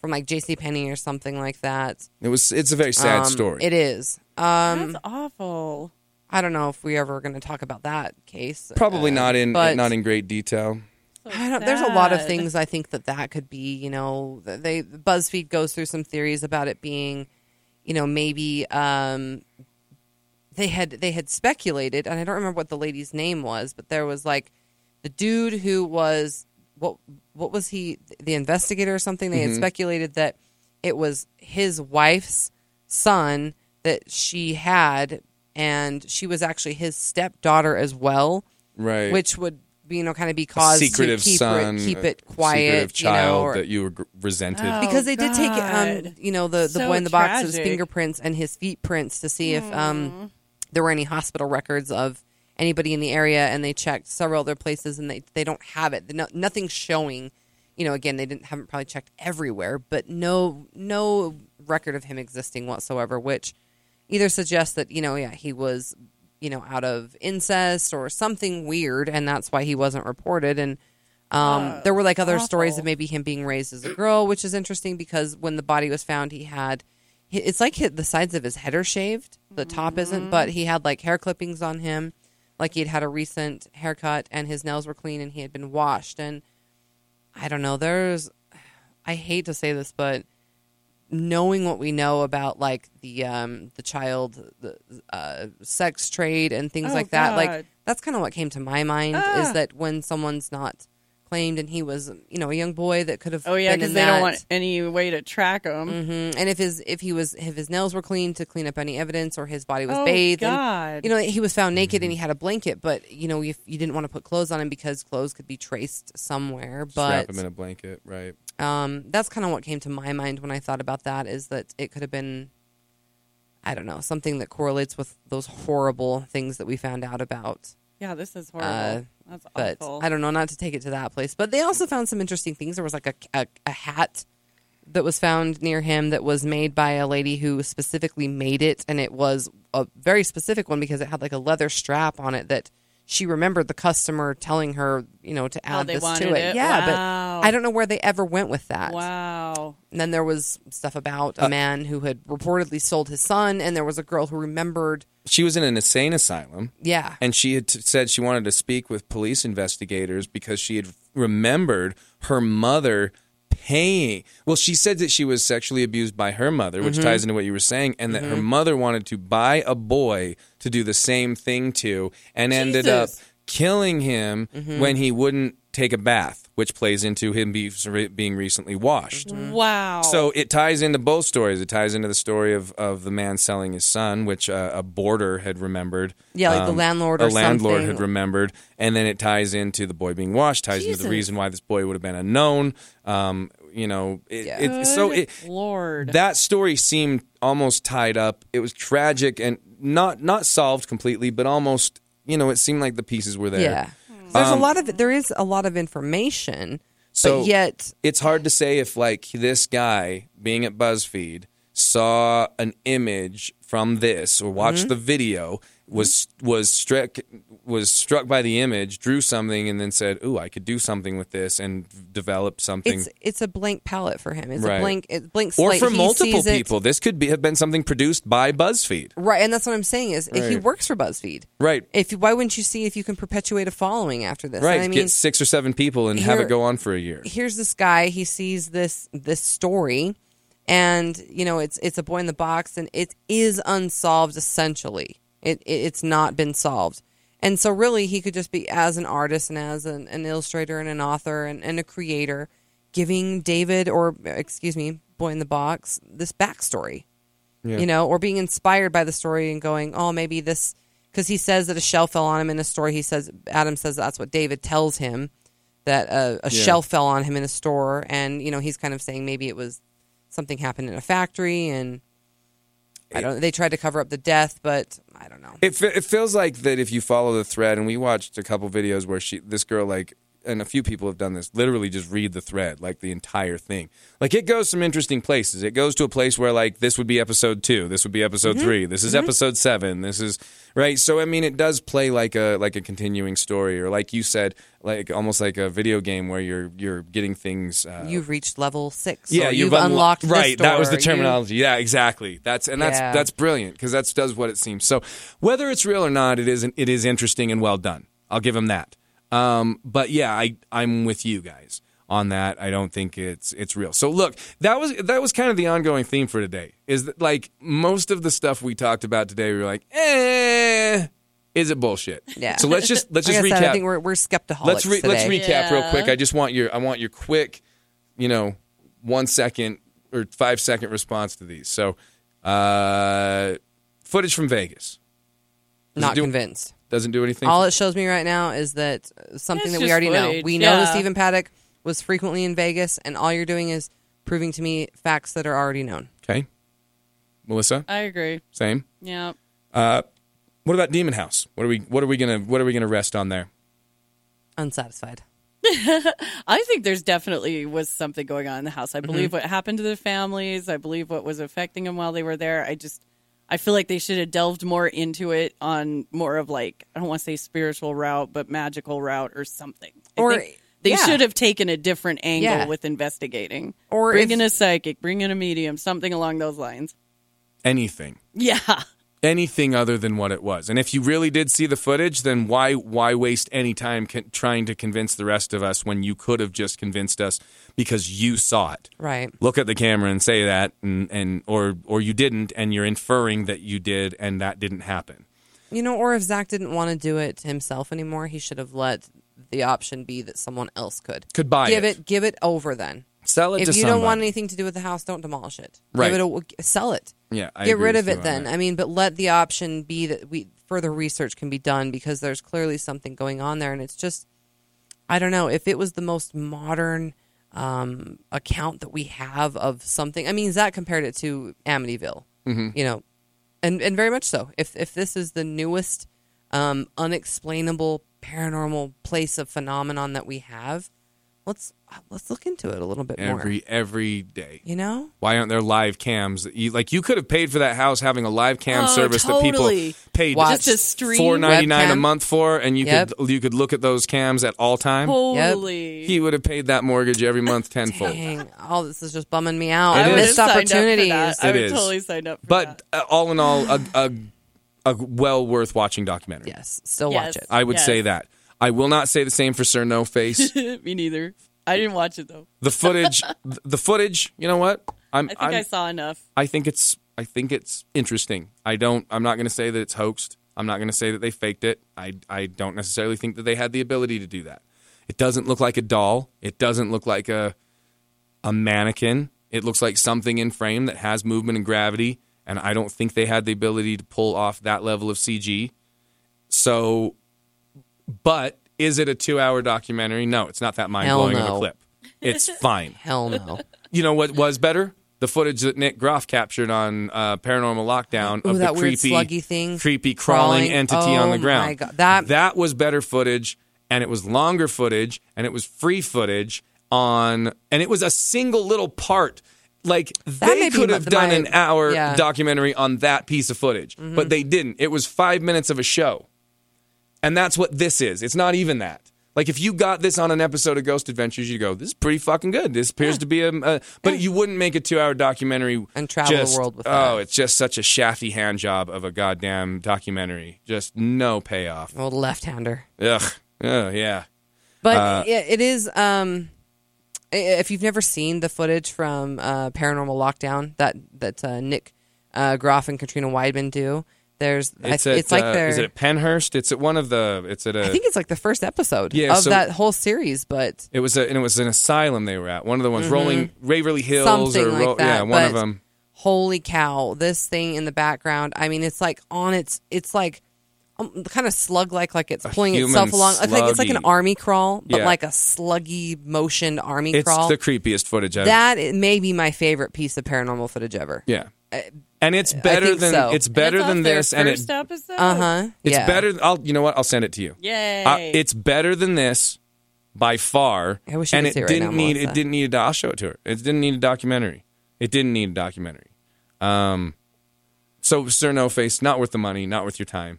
[SPEAKER 4] from like J.C. Penney or something like that.
[SPEAKER 2] It was it's a very sad
[SPEAKER 4] Um,
[SPEAKER 2] story.
[SPEAKER 4] It is. Um,
[SPEAKER 3] That's awful.
[SPEAKER 4] I don't know if we ever going to talk about that case.
[SPEAKER 2] Probably
[SPEAKER 4] Uh,
[SPEAKER 2] not in
[SPEAKER 4] but
[SPEAKER 2] not in great detail.
[SPEAKER 3] so
[SPEAKER 4] I don't, there's a lot of
[SPEAKER 3] sad.
[SPEAKER 4] things I think that that could be. You know, th- they BuzzFeed goes through some theories about it being, you know, maybe um, they had they had speculated, and I don't remember what the lady's name was, but there was like the dude who was what what was he the investigator or something? They had speculated that it was his wife's son that she had, and she was actually his stepdaughter as well
[SPEAKER 2] right?
[SPEAKER 4] which would you know kind of be
[SPEAKER 2] A
[SPEAKER 4] cause
[SPEAKER 2] secretive
[SPEAKER 4] to keep
[SPEAKER 2] son,
[SPEAKER 4] it, keep
[SPEAKER 2] a
[SPEAKER 4] it quiet,
[SPEAKER 2] secretive child
[SPEAKER 4] you know, or- Ah.
[SPEAKER 2] that you were gr- resented.
[SPEAKER 3] Oh.
[SPEAKER 4] because they did take um,
[SPEAKER 3] God.
[SPEAKER 4] you know the the
[SPEAKER 3] So
[SPEAKER 4] boy in the box box's
[SPEAKER 3] tragic. Hmm.
[SPEAKER 4] fingerprints and his feet prints to see if um there were any hospital records of anybody in the area, and they checked several other places, and they they don't have it. No, nothing's showing. You know, again, they didn't haven't probably checked everywhere, but no no record of him existing whatsoever, which either suggests that you know yeah he was you know out of incest or something weird, and that's why he wasn't reported and. Um, there were like other stories of
[SPEAKER 3] Uh, awful.
[SPEAKER 4] maybe him being raised as a girl, which is interesting because when the body was found, he had he- it's like hi- the sides of his head are shaved, the top isn't, but he had like hair clippings on him, like he had had a recent haircut, and his nails were clean and he had been washed. And I don't know, there's I hate to say this, but knowing what we know about like the um the child the uh sex trade and things
[SPEAKER 3] Oh,
[SPEAKER 4] like that like
[SPEAKER 3] God. Ah.
[SPEAKER 4] that's kind of what came to my mind is that when someone's not claimed and he was you know a young boy that could have
[SPEAKER 3] Oh yeah,
[SPEAKER 4] because
[SPEAKER 3] because they don't want any way to track them.
[SPEAKER 4] Mhm. And if his if he was if his nails were clean to clean up any evidence or his body was
[SPEAKER 3] Oh,
[SPEAKER 4] bathed, and,
[SPEAKER 3] God.
[SPEAKER 4] you know he was found naked and he had a blanket, but you know if you didn't want to put clothes on him because clothes could be traced somewhere.
[SPEAKER 2] Just wrap
[SPEAKER 4] But
[SPEAKER 2] him in a blanket, right?
[SPEAKER 4] um, that's kind of what came to my mind when I thought about that is that it could have been, I don't know, something that correlates with those horrible things that we found out about.
[SPEAKER 3] Yeah, this is horrible.
[SPEAKER 4] Uh,
[SPEAKER 3] That's
[SPEAKER 4] But
[SPEAKER 3] awful.
[SPEAKER 4] I don't know, not to take it to that place. But they also found some interesting things. There was like a, a, a hat that was found near him that was made by a lady who specifically made it. And it was a very specific one because it had like a leather strap on it that she remembered the customer telling her, you know, to
[SPEAKER 3] How
[SPEAKER 4] add
[SPEAKER 3] they
[SPEAKER 4] this to
[SPEAKER 3] wanted
[SPEAKER 4] it.
[SPEAKER 3] it?
[SPEAKER 4] Yeah,
[SPEAKER 3] Wow.
[SPEAKER 4] but I don't know where they ever went with that.
[SPEAKER 3] wow.
[SPEAKER 4] And then there was stuff about
[SPEAKER 2] Uh,
[SPEAKER 4] a man who had reportedly sold his son, and there was a girl who remembered.
[SPEAKER 2] She was in an insane asylum.
[SPEAKER 4] Yeah.
[SPEAKER 2] and she had t- said she wanted to speak with police investigators because she had remembered her mother paying. Well, she said that she was sexually abused by her mother, which ties into what you were saying, and that her mother wanted to buy a boy to do the same thing to, and ended up
[SPEAKER 3] Jesus.
[SPEAKER 2] killing him when he wouldn't take a bath, which plays into him be- being recently washed.
[SPEAKER 4] Mm.
[SPEAKER 3] Wow.
[SPEAKER 4] Oh.
[SPEAKER 2] So it ties into both stories. It ties into the story of, of the man selling his son, which uh, a boarder had remembered. Um,
[SPEAKER 4] Yeah, like the landlord or
[SPEAKER 2] a landlord
[SPEAKER 4] something.
[SPEAKER 2] had remembered, and then it ties into the boy being washed. Ties into
[SPEAKER 3] Jesus.
[SPEAKER 2] the reason why this boy would have been unknown. Um, you know, it,
[SPEAKER 4] Yeah.
[SPEAKER 2] it, so it,
[SPEAKER 3] Lord.
[SPEAKER 2] that story seemed almost tied up. It was tragic and not not solved completely, but almost. You know, it seemed like the pieces were there.
[SPEAKER 4] Yeah. There's
[SPEAKER 2] Um,
[SPEAKER 4] a lot of there is a lot of information,
[SPEAKER 2] So-
[SPEAKER 4] but yet
[SPEAKER 2] it's hard to say if like this guy being at BuzzFeed saw an image from this or watched
[SPEAKER 4] Mm-hmm.
[SPEAKER 2] the video was was struck was struck by the image drew something and then said ooh I could do something with this and developed something
[SPEAKER 4] it's it's a blank palette for him. It's
[SPEAKER 2] Right.
[SPEAKER 4] a blank it's blank
[SPEAKER 2] or
[SPEAKER 4] slate.
[SPEAKER 2] for
[SPEAKER 4] He
[SPEAKER 2] multiple
[SPEAKER 4] sees it-
[SPEAKER 2] people this could be, have been something produced by BuzzFeed
[SPEAKER 4] right? And that's what I'm saying is if he
[SPEAKER 2] Right.
[SPEAKER 4] works for BuzzFeed.
[SPEAKER 2] right
[SPEAKER 4] If why wouldn't you see if you can perpetuate a following after this?
[SPEAKER 2] right
[SPEAKER 4] And I mean,
[SPEAKER 2] get 6 or 7 people and have
[SPEAKER 4] here-
[SPEAKER 2] it go on for a year
[SPEAKER 4] here's this guy he sees this this story and you know it's it's a boy in the box and it is unsolved essentially it, it it's not been solved and so really he could just be as an artist and as an, an illustrator and an author and, and a creator giving david or excuse me boy in the box this backstory you know, or being inspired by the story and going, oh, maybe this, because he says that a shell fell on him in a store. He says, Adam says that's what David tells him that a, a shell fell on him in a store. And, you know, he's kind of saying maybe it was something happened in a factory and I don't, they tried to cover up the death, but I don't know.
[SPEAKER 2] It, fe- it feels like that if you follow the thread, and we watched a couple videos where she, this girl, like, and a few people have done this, literally just read the thread, like the entire thing. Like, it goes some interesting places. It goes to a place where, like, this would be episode two, this would be episode three, this is episode seven, this is right. So, I mean, it does play like a like a continuing story, or like you said, like almost like a video game where you're you're getting things. Uh,
[SPEAKER 4] You've reached level six. or
[SPEAKER 2] yeah,
[SPEAKER 4] you've,
[SPEAKER 2] unlo-
[SPEAKER 4] unlocked this
[SPEAKER 2] right. that was the
[SPEAKER 4] door, or you-
[SPEAKER 2] terminology. Yeah, exactly. That's and that's
[SPEAKER 4] Yeah.
[SPEAKER 2] that's brilliant because that's does what it seems. So whether it's real or not, it is it is interesting and well done. I'll give him that. Um, but yeah, I I'm with you guys on that. I don't think it's it's real. So look, that was that was kind of the ongoing theme for today. Is that like most of the stuff we talked about today? We were like, eh, is it bullshit?
[SPEAKER 4] Yeah.
[SPEAKER 2] So let's just let's
[SPEAKER 4] Like
[SPEAKER 2] just
[SPEAKER 4] I
[SPEAKER 2] recap.
[SPEAKER 4] said, I think we're we're skeptical.
[SPEAKER 2] let's re- let's recap real
[SPEAKER 3] Yeah.
[SPEAKER 2] quick. I just want your I want your quick, you know, one second or five second response to these. So, uh, footage from Vegas
[SPEAKER 4] not
[SPEAKER 2] do-
[SPEAKER 4] convinced.
[SPEAKER 2] doesn't do anything.
[SPEAKER 4] All it shows me right now is that uh, something
[SPEAKER 3] It's
[SPEAKER 4] that we
[SPEAKER 3] just
[SPEAKER 4] already know.
[SPEAKER 3] footage,
[SPEAKER 4] We know that
[SPEAKER 3] yeah.
[SPEAKER 4] Stephen Paddock was frequently in Vegas, and all you're doing is proving to me facts that are already known.
[SPEAKER 2] okay, Melissa,
[SPEAKER 3] I agree.
[SPEAKER 2] same.
[SPEAKER 3] Yeah.
[SPEAKER 2] What about Demon House? What are we what are we gonna what are we gonna rest on there?
[SPEAKER 4] Unsatisfied.
[SPEAKER 3] I think there's definitely was something going on in the house. I believe what happened to the families. I believe what was affecting them while they were there. I just, I feel like they should have delved more into it on more of like I don't want to say spiritual route, but magical route or something. I
[SPEAKER 4] Or-
[SPEAKER 3] think they
[SPEAKER 4] yeah.
[SPEAKER 3] should have taken a different angle
[SPEAKER 4] Yeah.
[SPEAKER 3] with investigating.
[SPEAKER 4] Or
[SPEAKER 3] bring
[SPEAKER 4] if-
[SPEAKER 3] in a psychic, bring in a medium, something along those lines.
[SPEAKER 2] Anything.
[SPEAKER 3] Yeah,
[SPEAKER 2] Anything other than what it was, and if you really did see the footage, then why why waste any time con- trying to convince the rest of us when you could have just convinced us because you saw it?
[SPEAKER 4] Right.
[SPEAKER 2] look at the camera and say that and, and or or you didn't and you're inferring that you did and that didn't happen
[SPEAKER 4] You know, or if Zach didn't want to do it himself anymore, he should have let the option be that someone else could.
[SPEAKER 2] could buy
[SPEAKER 4] give
[SPEAKER 2] it.
[SPEAKER 4] it, give it over then.
[SPEAKER 2] sell it
[SPEAKER 4] if
[SPEAKER 2] to
[SPEAKER 4] you don't want
[SPEAKER 2] somebody.
[SPEAKER 4] anything to do with the house, don't demolish it.
[SPEAKER 2] Right.
[SPEAKER 4] Give it aw- sell it.
[SPEAKER 2] yeah I
[SPEAKER 4] Get
[SPEAKER 2] agree
[SPEAKER 4] rid
[SPEAKER 2] with
[SPEAKER 4] of
[SPEAKER 2] you
[SPEAKER 4] it
[SPEAKER 2] on
[SPEAKER 4] then.
[SPEAKER 2] that.
[SPEAKER 4] I mean, but let the option be that we further research can be done because there's clearly something going on there, and it's just I don't know if it was the most modern um, account that we have of something. I mean, Zach compared it to Amityville,
[SPEAKER 2] Mm-hmm.
[SPEAKER 4] you know, and and very much so. If if this is the newest um, unexplainable paranormal place of phenomenon that we have, let's let's look into it a little bit more.
[SPEAKER 2] every every day
[SPEAKER 4] You know,
[SPEAKER 2] why aren't there live cams that you, like you could have paid for that house having a live cam
[SPEAKER 3] Oh,
[SPEAKER 2] service that
[SPEAKER 3] totally.
[SPEAKER 2] people paid
[SPEAKER 4] Watch. Just
[SPEAKER 3] a stream
[SPEAKER 2] four ninety nine a
[SPEAKER 4] webcam.
[SPEAKER 2] month for and you
[SPEAKER 4] Yep.
[SPEAKER 2] could you could look at those cams at all time
[SPEAKER 3] totally.
[SPEAKER 2] he would have paid that mortgage every month tenfold
[SPEAKER 4] dang, all this is just bumming me
[SPEAKER 2] It
[SPEAKER 4] out.
[SPEAKER 3] I
[SPEAKER 2] is.
[SPEAKER 3] would have
[SPEAKER 4] missed
[SPEAKER 3] signed up for
[SPEAKER 4] opportunities.
[SPEAKER 3] that. I
[SPEAKER 2] It
[SPEAKER 3] would
[SPEAKER 2] is.
[SPEAKER 3] totally signed up for that.
[SPEAKER 2] but uh, all in all a, a a well worth watching documentary
[SPEAKER 4] Yes, still watch
[SPEAKER 3] Yes.
[SPEAKER 4] it.
[SPEAKER 2] I would
[SPEAKER 3] Yes.
[SPEAKER 2] say that. I will not say the same for Sir No Face.
[SPEAKER 3] Me neither. I didn't watch it though.
[SPEAKER 2] the footage, th- the footage. You know what? I'm.
[SPEAKER 3] I think
[SPEAKER 2] I'm-
[SPEAKER 3] I saw enough.
[SPEAKER 2] I think it's. I think it's interesting. I don't. I'm not going to say that it's hoaxed. I'm not going to say that they faked it. I. I don't necessarily think that they had the ability to do that. It doesn't look like a doll. It doesn't look like a a mannequin. It looks like something in frame that has movement and gravity. And I don't think they had the ability to pull off that level of CG. So, but is it a two-hour documentary? No, it's not that mind-blowing of a
[SPEAKER 4] no.
[SPEAKER 2] clip. It's fine
[SPEAKER 4] Hell no.
[SPEAKER 2] you know what was better? The footage that Nick Groff captured on uh, Paranormal Lockdown
[SPEAKER 4] Ooh,
[SPEAKER 2] of
[SPEAKER 4] that
[SPEAKER 2] the
[SPEAKER 4] weird
[SPEAKER 2] creepy,
[SPEAKER 4] sluggy thing.
[SPEAKER 2] creepy crawling,
[SPEAKER 4] Crawling.
[SPEAKER 2] entity
[SPEAKER 4] Oh
[SPEAKER 2] on the ground.
[SPEAKER 4] my God. That-
[SPEAKER 2] was better footage, and it was longer footage, and it was free footage on, and it was a single little part. Like
[SPEAKER 4] That
[SPEAKER 2] they
[SPEAKER 4] may be
[SPEAKER 2] could
[SPEAKER 4] my-
[SPEAKER 2] have done
[SPEAKER 4] my-
[SPEAKER 2] an hour
[SPEAKER 4] yeah. Mm-hmm.
[SPEAKER 2] documentary on that piece of footage, but they didn't. It was five minutes of a show. And that's what this is. It's not even that. Like if you got this on an episode of Ghost Adventures, you go, "This is pretty fucking good." This appears to be a, a but you wouldn't make a two-hour documentary
[SPEAKER 4] And travel the
[SPEAKER 2] just-
[SPEAKER 4] world with
[SPEAKER 2] Oh,
[SPEAKER 4] that.
[SPEAKER 2] it's just such a shafty hand job of a goddamn documentary. Just no payoff.
[SPEAKER 4] Old left-hander.
[SPEAKER 2] Ugh. Oh yeah.
[SPEAKER 4] But
[SPEAKER 2] Uh,
[SPEAKER 4] i it is. Um, i- if you've never seen the footage from uh, Paranormal Lockdown that that uh, Nick uh, Groff and Katrina Weidman do, there's I
[SPEAKER 2] It's
[SPEAKER 4] th-
[SPEAKER 2] at,
[SPEAKER 4] it's like
[SPEAKER 2] uh,
[SPEAKER 4] their.
[SPEAKER 2] is it at Penhurst? It's at one of the. It's at a.
[SPEAKER 4] I think it's like the first episode
[SPEAKER 2] Yeah,
[SPEAKER 4] of
[SPEAKER 2] so-
[SPEAKER 4] that whole series, but
[SPEAKER 2] it was a, and it was an asylum they were at. One of the ones, Rolling Waverly Hills
[SPEAKER 4] Mm-hmm. something
[SPEAKER 2] or
[SPEAKER 4] like
[SPEAKER 2] Ro-
[SPEAKER 4] that.
[SPEAKER 2] yeah, one of
[SPEAKER 4] but
[SPEAKER 2] them.
[SPEAKER 4] Holy cow! This thing in the background. I mean, it's like on its. It's like um, kind of slug like, like it's pulling
[SPEAKER 2] human
[SPEAKER 4] itself along. I think it's like an
[SPEAKER 2] sluggy.
[SPEAKER 4] army crawl, but
[SPEAKER 2] Yeah.
[SPEAKER 4] like a sluggy motioned army
[SPEAKER 2] It's
[SPEAKER 4] crawl.
[SPEAKER 2] the creepiest footage I've
[SPEAKER 4] That i- may be my favorite piece of paranormal footage ever.
[SPEAKER 2] Yeah. And it's better
[SPEAKER 4] Uh, think
[SPEAKER 2] than
[SPEAKER 4] so.
[SPEAKER 2] it's better
[SPEAKER 3] That's
[SPEAKER 2] than
[SPEAKER 3] off their
[SPEAKER 2] this, and it
[SPEAKER 3] first episode.
[SPEAKER 4] Uh huh.
[SPEAKER 2] It's
[SPEAKER 4] yeah.
[SPEAKER 2] better. I'll you know what? I'll send it to you.
[SPEAKER 3] Yay!
[SPEAKER 2] Uh, it's better than this by far.
[SPEAKER 4] I wish you
[SPEAKER 2] and
[SPEAKER 4] could
[SPEAKER 2] it
[SPEAKER 4] see it right
[SPEAKER 2] didn't
[SPEAKER 4] now,
[SPEAKER 2] need it
[SPEAKER 4] Melissa.
[SPEAKER 2] didn't need a. I'll show it to her. It didn't need a documentary. It didn't need a documentary. Um, so Sir No Face, not worth the money, not worth your time.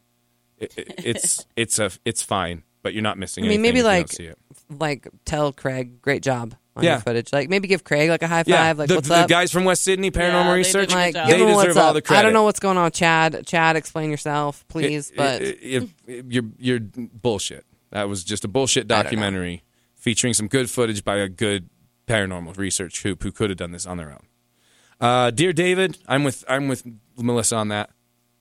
[SPEAKER 2] It, it- it's it's a it's fine, but you're not missing.
[SPEAKER 4] I mean,
[SPEAKER 2] anything
[SPEAKER 4] maybe
[SPEAKER 2] if you don't
[SPEAKER 4] like-
[SPEAKER 2] see it.
[SPEAKER 4] Like tell Craig, great job on
[SPEAKER 2] Yeah.
[SPEAKER 4] your footage. Like maybe give Craig like a high five.
[SPEAKER 2] yeah,
[SPEAKER 4] Like
[SPEAKER 2] the,
[SPEAKER 4] what's
[SPEAKER 2] the
[SPEAKER 4] up?
[SPEAKER 2] guys from West Sydney Paranormal
[SPEAKER 3] Yeah, they
[SPEAKER 2] Research.
[SPEAKER 3] did a
[SPEAKER 4] like
[SPEAKER 3] good job.
[SPEAKER 2] they
[SPEAKER 4] give him
[SPEAKER 2] deserve
[SPEAKER 4] what's
[SPEAKER 2] all
[SPEAKER 4] up.
[SPEAKER 2] the credit.
[SPEAKER 4] I don't know what's going on, with Chad. Chad, explain yourself,
[SPEAKER 2] It-
[SPEAKER 4] please.
[SPEAKER 2] it-
[SPEAKER 4] but
[SPEAKER 2] it- it- you're you're bullshit. That was just a bullshit
[SPEAKER 4] I don't know.
[SPEAKER 2] documentary featuring some good footage by a good paranormal research hoop who could have done this on their own. Uh, Dear David, I'm with I'm with Melissa on that.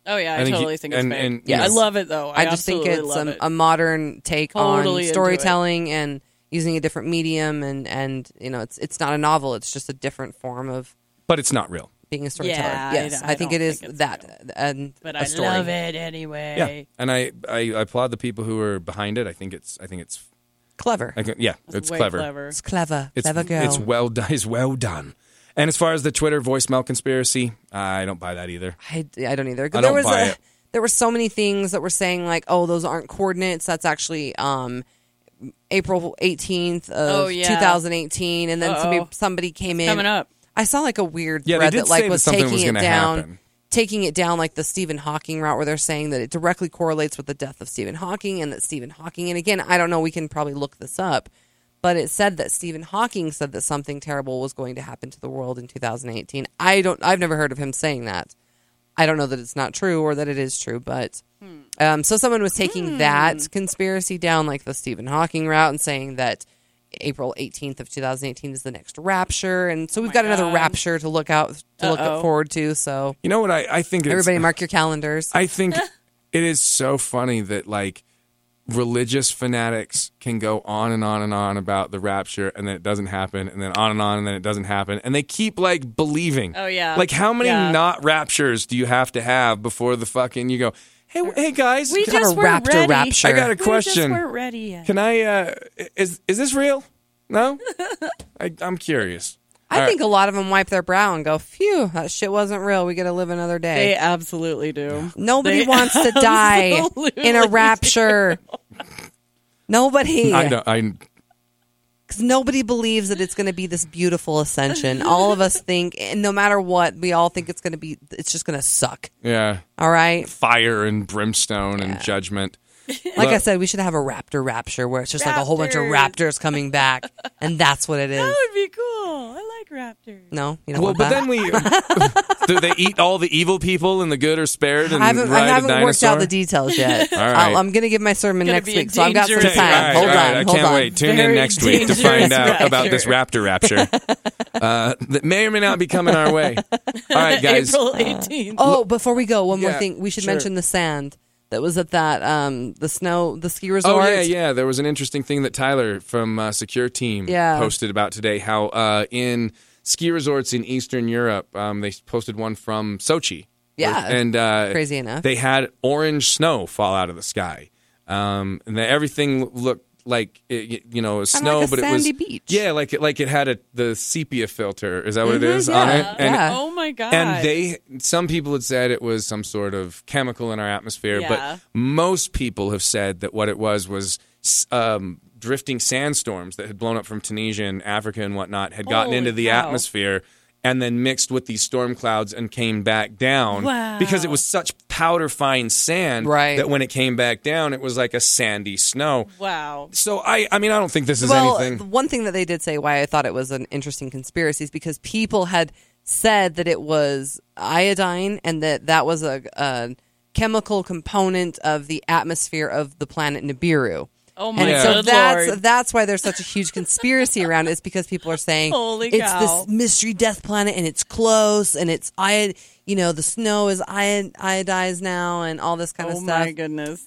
[SPEAKER 3] Oh yeah, I,
[SPEAKER 2] I think you-
[SPEAKER 3] totally think it's
[SPEAKER 2] and-
[SPEAKER 3] fake.
[SPEAKER 2] and-
[SPEAKER 3] yeah, I
[SPEAKER 4] yes.
[SPEAKER 3] love it though. I,
[SPEAKER 4] I just think
[SPEAKER 3] absolutely
[SPEAKER 4] it's
[SPEAKER 3] love
[SPEAKER 4] a,
[SPEAKER 3] it.
[SPEAKER 2] um,
[SPEAKER 4] a modern take
[SPEAKER 3] Totally
[SPEAKER 4] on
[SPEAKER 3] into it.
[SPEAKER 4] storytelling and using a different medium, and and you know, it's it's not a novel; it's just a different form of
[SPEAKER 2] But it's not real.
[SPEAKER 4] being a storyteller.
[SPEAKER 3] Yeah, I
[SPEAKER 4] yes,
[SPEAKER 3] don't-
[SPEAKER 4] I,
[SPEAKER 3] I
[SPEAKER 4] think
[SPEAKER 3] don't
[SPEAKER 4] it is
[SPEAKER 3] think it's
[SPEAKER 4] that, and
[SPEAKER 3] but
[SPEAKER 4] a
[SPEAKER 3] I
[SPEAKER 4] story.
[SPEAKER 3] love it anyway.
[SPEAKER 2] Yeah. And I, I applaud the people who are behind it. I think it's I think it's
[SPEAKER 4] Clever,
[SPEAKER 2] I can, yeah,
[SPEAKER 3] It's,
[SPEAKER 2] it's
[SPEAKER 3] way
[SPEAKER 2] clever.
[SPEAKER 4] it's clever,
[SPEAKER 2] It's
[SPEAKER 4] clever girl.
[SPEAKER 2] it's well done. It's well done. And as far as the Twitter voicemail conspiracy, I don't buy that either.
[SPEAKER 4] I, I don't either.
[SPEAKER 2] I
[SPEAKER 4] there
[SPEAKER 2] don't
[SPEAKER 4] was
[SPEAKER 2] buy
[SPEAKER 4] a,
[SPEAKER 2] it.
[SPEAKER 4] there were so many things that were saying like, oh, those aren't coordinates. That's actually um, April eighteenth of
[SPEAKER 3] Oh, yeah.
[SPEAKER 4] 2018, and then somebody,
[SPEAKER 3] Uh-oh.
[SPEAKER 4] somebody came in.
[SPEAKER 3] Coming up.
[SPEAKER 4] I saw like a weird
[SPEAKER 2] Yeah, they
[SPEAKER 4] thread
[SPEAKER 2] did
[SPEAKER 4] that like
[SPEAKER 2] say that
[SPEAKER 4] was
[SPEAKER 2] something
[SPEAKER 4] taking
[SPEAKER 2] was
[SPEAKER 4] it
[SPEAKER 2] gonna
[SPEAKER 4] down,
[SPEAKER 2] happen.
[SPEAKER 4] taking it down like the Stephen Hawking route, where they're saying that it directly correlates with the death of Stephen Hawking, and that Stephen Hawking, and again, I don't know, we can probably look this up, but it said that Stephen Hawking said that something terrible was going to happen to the world in 2018. I don't, I've never heard of him saying that. I don't know that it's not true or that it is true, but um, so someone was taking that conspiracy down like the Stephen Hawking route and saying that April 18th of 2018 is the next rapture, and so we've got another rapture to look out to look
[SPEAKER 3] Uh-oh.
[SPEAKER 4] forward to. So
[SPEAKER 2] You know what I, I think it's,
[SPEAKER 4] everybody, mark your calendars.
[SPEAKER 2] I think it is so funny that like religious fanatics can go on and on and on about the rapture and then it doesn't happen and then on and on and then it doesn't happen and they keep like believing.
[SPEAKER 3] Oh, yeah.
[SPEAKER 2] Like how many
[SPEAKER 3] Yeah.
[SPEAKER 2] not raptures do you have to have before the fucking you go, "Hey w- hey guys,
[SPEAKER 3] We
[SPEAKER 2] can,
[SPEAKER 4] Have
[SPEAKER 3] just
[SPEAKER 4] a
[SPEAKER 3] weren't
[SPEAKER 4] raptor
[SPEAKER 3] ready.
[SPEAKER 4] rapture.
[SPEAKER 2] I got a
[SPEAKER 3] We just
[SPEAKER 2] question.
[SPEAKER 3] weren't ready yet.
[SPEAKER 2] can I uh is is this real?" No? I I'm curious. All
[SPEAKER 4] I
[SPEAKER 2] right.
[SPEAKER 4] think a lot of them wipe their brow and go, "Phew, that shit wasn't real. We got to live another day."
[SPEAKER 3] They absolutely do.
[SPEAKER 4] Nobody
[SPEAKER 3] They
[SPEAKER 4] wants to die in a
[SPEAKER 3] absolutely
[SPEAKER 4] rapture. Nobody.
[SPEAKER 2] I don't I
[SPEAKER 4] because nobody believes that it's going to be this beautiful ascension. all of us think, and no matter what, we all think it's going to be. It's just going to suck.
[SPEAKER 2] yeah.
[SPEAKER 4] All right.
[SPEAKER 2] Fire and brimstone and judgment.
[SPEAKER 4] Like I
[SPEAKER 2] Look.
[SPEAKER 4] said, we should have a raptor rapture where it's just like a whole bunch of
[SPEAKER 3] Raptors.
[SPEAKER 4] raptors coming back, and that's what it is.
[SPEAKER 3] That would be cool. I like raptors.
[SPEAKER 4] No, you know.
[SPEAKER 2] Well, but then we do they eat all the evil people and the good are spared and
[SPEAKER 4] I haven't, I
[SPEAKER 2] ride
[SPEAKER 4] haven't
[SPEAKER 2] a
[SPEAKER 4] worked
[SPEAKER 2] dinosaur.
[SPEAKER 4] out the details yet.
[SPEAKER 2] All right.
[SPEAKER 4] I'll, I'm going to give my sermon
[SPEAKER 3] Gonna
[SPEAKER 4] next
[SPEAKER 3] be a
[SPEAKER 4] week, so I've got some time.
[SPEAKER 3] dangerous- All right,
[SPEAKER 4] hold
[SPEAKER 2] all right,
[SPEAKER 4] on,
[SPEAKER 2] I
[SPEAKER 4] hold
[SPEAKER 2] can't
[SPEAKER 4] on.
[SPEAKER 2] wait. Tune in
[SPEAKER 3] Very
[SPEAKER 2] next week to
[SPEAKER 3] dangerous
[SPEAKER 2] find out about
[SPEAKER 3] rapture.
[SPEAKER 2] this raptor rapture uh, that may or may not be coming our way. All right, guys.
[SPEAKER 3] April 18th.
[SPEAKER 4] Oh, before we go, one more
[SPEAKER 2] Yeah,
[SPEAKER 4] thing. We should
[SPEAKER 2] sure.
[SPEAKER 4] mention the sand that was at that um the snow the ski resort.
[SPEAKER 2] Oh yeah, yeah. There was an interesting thing that Tyler from uh, Secure Team
[SPEAKER 4] Yeah.
[SPEAKER 2] posted about today. How uh, in ski resorts in Eastern Europe, um, they posted one from Sochi.
[SPEAKER 4] Yeah.
[SPEAKER 2] and uh,
[SPEAKER 4] Crazy enough.
[SPEAKER 2] they had orange snow fall out of the sky, um, and then everything looked like it, you know it was
[SPEAKER 4] Kinda
[SPEAKER 2] snow,
[SPEAKER 4] like a
[SPEAKER 2] but it was
[SPEAKER 4] sandy beach.
[SPEAKER 2] yeah, like it like it had a the sepia filter. Is that what it is on it?
[SPEAKER 4] Mm-hmm, yeah,
[SPEAKER 2] And
[SPEAKER 4] yeah.
[SPEAKER 3] oh my god.
[SPEAKER 2] and they, some people had said it was some sort of chemical in our atmosphere,
[SPEAKER 3] Yeah.
[SPEAKER 2] but most people have said that what it was was s- um, drifting sandstorms that had blown up from Tunisia and Africa and whatnot had gotten
[SPEAKER 3] Holy
[SPEAKER 2] into the
[SPEAKER 3] cow.
[SPEAKER 2] atmosphere and then mixed with these storm clouds and came back down
[SPEAKER 3] Wow.
[SPEAKER 2] because it was such powder fine sand
[SPEAKER 4] Right.
[SPEAKER 2] that when it came back down, it was like a sandy snow.
[SPEAKER 3] wow.
[SPEAKER 2] So I, I mean, I don't think this is
[SPEAKER 4] well, the
[SPEAKER 2] anything.
[SPEAKER 4] one thing that they did say why I thought it was an interesting conspiracy is because people had said that it was iodine and that that was a, a chemical component of the atmosphere of the planet Nibiru.
[SPEAKER 3] Oh my
[SPEAKER 4] And
[SPEAKER 2] Yeah.
[SPEAKER 4] so
[SPEAKER 3] good
[SPEAKER 4] that's
[SPEAKER 3] lord.
[SPEAKER 4] that's why there's such a huge conspiracy around it. It's because people are saying
[SPEAKER 3] Holy
[SPEAKER 4] it's
[SPEAKER 3] cow.
[SPEAKER 4] this mystery death planet and it's close and it's iod, you know, the snow is iod, iodized now and all this kind
[SPEAKER 3] oh
[SPEAKER 4] of stuff.
[SPEAKER 3] my goodness.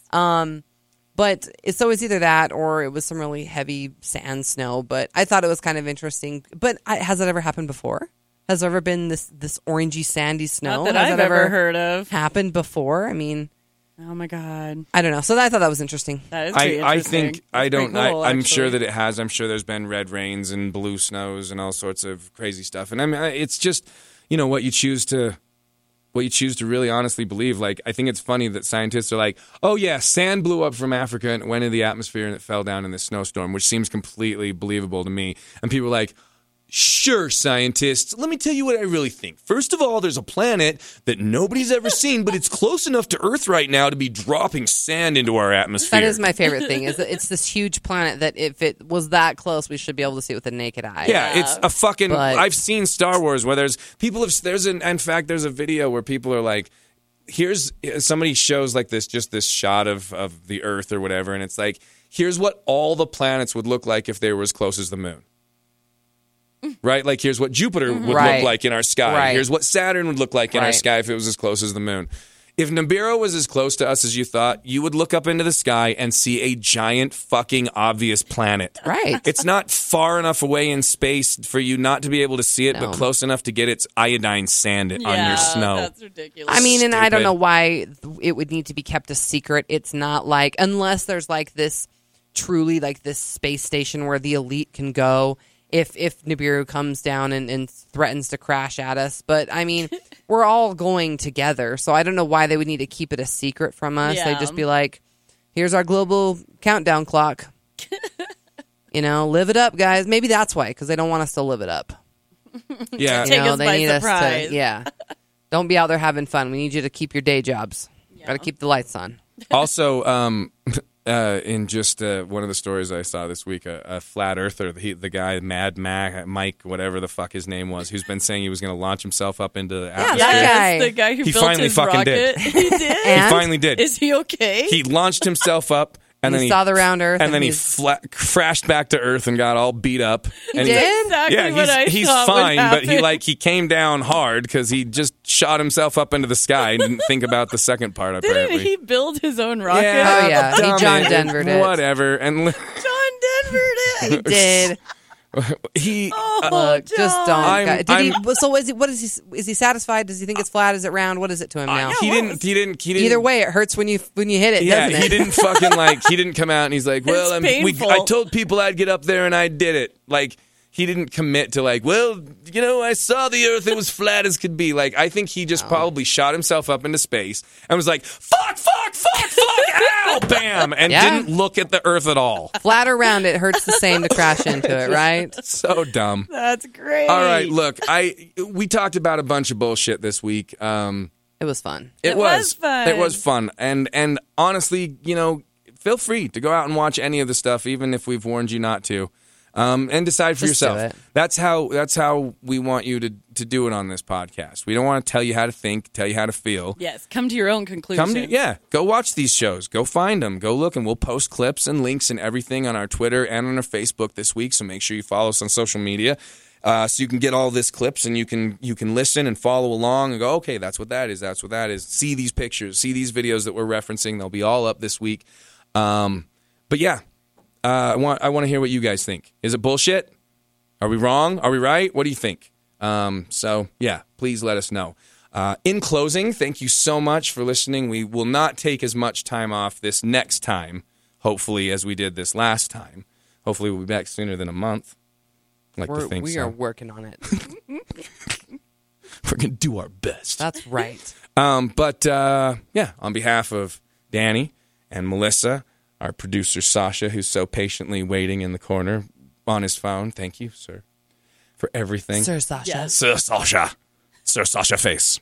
[SPEAKER 4] But it's always either that or it was some really heavy sand snow. But I thought it was kind of interesting. But I, has that ever happened before? Has there ever been this this orangey sandy snow?
[SPEAKER 2] Oh,
[SPEAKER 3] Not that
[SPEAKER 4] has
[SPEAKER 3] I've
[SPEAKER 4] that
[SPEAKER 3] ever heard of.
[SPEAKER 4] happened before? I mean,
[SPEAKER 3] Oh my god.
[SPEAKER 4] I don't know. So I thought that was interesting.
[SPEAKER 3] That is pretty
[SPEAKER 2] I, I
[SPEAKER 3] interesting.
[SPEAKER 2] think I
[SPEAKER 4] pretty
[SPEAKER 2] don't. I,
[SPEAKER 4] cool,
[SPEAKER 2] I'm sure
[SPEAKER 4] actually.
[SPEAKER 2] that it has. I'm sure there's been red rains and blue snows and all sorts of crazy stuff. And I mean, I- it's just you know what you choose to what you choose to really honestly believe. Like I think it's funny that scientists are like, oh yeah, sand blew up from Africa and it went into the atmosphere and it fell down in this snowstorm, which seems completely believable to me. And people are like. Sure, scientists. Let me tell you what I really think. First of all, there's a planet that nobody's ever seen, but it's close enough to Earth right now to be dropping sand into our atmosphere.
[SPEAKER 4] That is my favorite thing. Is that it's this huge planet that if it was that close, we should be able to see it with the naked eye.
[SPEAKER 2] Yeah, it's a fucking.
[SPEAKER 4] But-
[SPEAKER 2] I've seen Star Wars where there's people have. There's an. In fact, there's a video where people are like, "Here's somebody shows like this, just this shot of of the Earth or whatever, and it's like." here's what all the planets would look like if they were as close as the moon. Right? Like, here's what Jupiter would
[SPEAKER 4] Mm. Mm-hmm. Right.
[SPEAKER 2] look like in our sky.
[SPEAKER 4] Right.
[SPEAKER 2] Here's what Saturn would look like in our
[SPEAKER 4] Right.
[SPEAKER 2] sky if it was as close as the moon. If Nibiru was as close to us as you thought, you would look up into the sky and see a giant fucking obvious planet.
[SPEAKER 4] Right.
[SPEAKER 2] It's not far enough away in space for you not to be able to see it, but
[SPEAKER 4] No.
[SPEAKER 2] close enough to get its iodine sand on
[SPEAKER 3] Yeah,
[SPEAKER 2] your snow.
[SPEAKER 3] That's ridiculous.
[SPEAKER 4] I mean, and I don't
[SPEAKER 2] Stupid.
[SPEAKER 4] know why th- it would need to be kept a secret. It's not like unless there's like this truly like this space station where the elite can go if if Nibiru comes down and, and threatens to crash at us. But I mean, we're all going together, so I don't know why they would need to keep it a secret from us.
[SPEAKER 3] Yeah.
[SPEAKER 4] They'd just be like, "Here's our global countdown clock." you know, live it up, guys. Maybe that's why because they don't want us to live it up.
[SPEAKER 2] Yeah.
[SPEAKER 3] Take
[SPEAKER 4] You know,
[SPEAKER 3] us
[SPEAKER 4] they
[SPEAKER 3] by
[SPEAKER 4] need Us
[SPEAKER 3] surprise.
[SPEAKER 4] to, yeah. Don't be out there having fun. We need you to keep your day jobs. Got to keep the lights on.
[SPEAKER 2] also, um, uh, in just uh, one of the stories I saw this week, a, a flat earther, he, the guy Mad Mac, Mike, whatever the fuck his name was, who's been saying he was going to launch himself up into the atmosphere.
[SPEAKER 4] that
[SPEAKER 3] Yes,
[SPEAKER 4] guy.
[SPEAKER 3] the guy who
[SPEAKER 2] He
[SPEAKER 3] built
[SPEAKER 2] finally
[SPEAKER 3] his
[SPEAKER 2] fucking
[SPEAKER 3] rocket.
[SPEAKER 2] did.
[SPEAKER 3] he did.
[SPEAKER 2] He
[SPEAKER 4] And
[SPEAKER 2] finally did.
[SPEAKER 3] Is he okay?
[SPEAKER 2] he launched himself up, and
[SPEAKER 4] He
[SPEAKER 2] then he
[SPEAKER 4] saw the round Earth,
[SPEAKER 2] and, then he
[SPEAKER 4] he's-
[SPEAKER 2] fla- crashed back to Earth and got all beat up. and
[SPEAKER 4] did?
[SPEAKER 3] exactly
[SPEAKER 2] yeah,
[SPEAKER 3] what
[SPEAKER 2] he's,
[SPEAKER 3] I
[SPEAKER 2] he's
[SPEAKER 3] thought would
[SPEAKER 2] fine, but he
[SPEAKER 3] happen.
[SPEAKER 2] like he came down hard because he just shot himself up into the sky and didn't think about the second part. Apparently,
[SPEAKER 3] didn't he build his own rocket?
[SPEAKER 4] Yeah. Oh, yeah. He
[SPEAKER 2] dumb
[SPEAKER 4] John
[SPEAKER 2] idiot.
[SPEAKER 4] Denver did.
[SPEAKER 2] Whatever, and li-
[SPEAKER 3] John Denver did.
[SPEAKER 4] He did.
[SPEAKER 2] he uh,
[SPEAKER 3] Oh,
[SPEAKER 4] Look,
[SPEAKER 3] John.
[SPEAKER 4] just don't.
[SPEAKER 2] I'm-
[SPEAKER 4] did he?
[SPEAKER 2] I'm-
[SPEAKER 4] well, So is he? What is he? Is he satisfied? Does he think it's flat? Is it round? What is it to him now?
[SPEAKER 2] he didn't he didn't he didn't
[SPEAKER 4] Either way, it hurts when you when you hit it,
[SPEAKER 2] yeah,
[SPEAKER 4] doesn't it?
[SPEAKER 2] he didn't fucking like. He didn't come out and he's like, "Well,
[SPEAKER 3] It's
[SPEAKER 2] I'm, we,
[SPEAKER 3] painful.
[SPEAKER 2] I told people I'd get up there and I did it." Like he didn't commit to like, "Well, you know, I saw the Earth; it was flat as could be." Like I think he just probably shot himself up into space and was like, "Fuck, fuck, fuck, fuck!" Ow, bam, and
[SPEAKER 4] Yeah.
[SPEAKER 2] didn't look at the Earth at all.
[SPEAKER 4] Flat or round, it hurts the same to crash into it, right?
[SPEAKER 2] So dumb.
[SPEAKER 3] That's great.
[SPEAKER 2] All right, look, I we talked about a bunch of bullshit this week. Um,
[SPEAKER 4] It was fun.
[SPEAKER 2] It,
[SPEAKER 3] It
[SPEAKER 2] was.
[SPEAKER 3] was fun.
[SPEAKER 2] It was fun. And and honestly, you know, feel free to go out and watch any of the stuff, even if we've warned you not to. Um, and decide for
[SPEAKER 4] Just do
[SPEAKER 2] yourself.
[SPEAKER 4] it.
[SPEAKER 2] That's how that's how we want you to, to do it on this podcast. We don't want to tell you how to think, tell you how to feel.
[SPEAKER 3] Yes, come to your own conclusion.
[SPEAKER 2] Come to yeah, go watch these shows. Go find them. Go look, and we'll post clips and links and everything on our Twitter and on our Facebook this week. So make sure you follow us on social media, uh, so you can get all this clips and you can you can listen and follow along and go. Okay, that's what that is. That's what that is. See these pictures. See these videos that we're referencing. They'll be all up this week. Um, but yeah, uh, I want I want to hear what you guys think. Is it bullshit? Are we wrong? Are we right? What do you think? Um, so, yeah, please let us know. Uh, in closing, thank you so much for listening. We will not take as much time off this next time, hopefully, as we did this last time. Hopefully, we'll be back sooner than a month. I'd Like to
[SPEAKER 4] We're,
[SPEAKER 2] think
[SPEAKER 4] we
[SPEAKER 2] so.
[SPEAKER 4] are working on it.
[SPEAKER 2] We're gonna do our best.
[SPEAKER 4] That's right.
[SPEAKER 2] Um, but uh, yeah, on behalf of Danny and Melissa, our producer Sasha, who's so patiently waiting in the corner on his phone, thank you, sir, for everything.
[SPEAKER 4] Sir Sasha.
[SPEAKER 3] Yes.
[SPEAKER 1] Sir Sasha. Sir Sasha Face.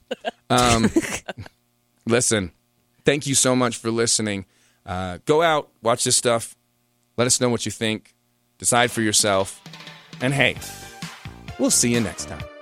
[SPEAKER 2] Um, listen, thank you so much for listening. Uh, go out, watch this stuff. Let us know what you think. Decide for yourself. And hey, we'll see you next time.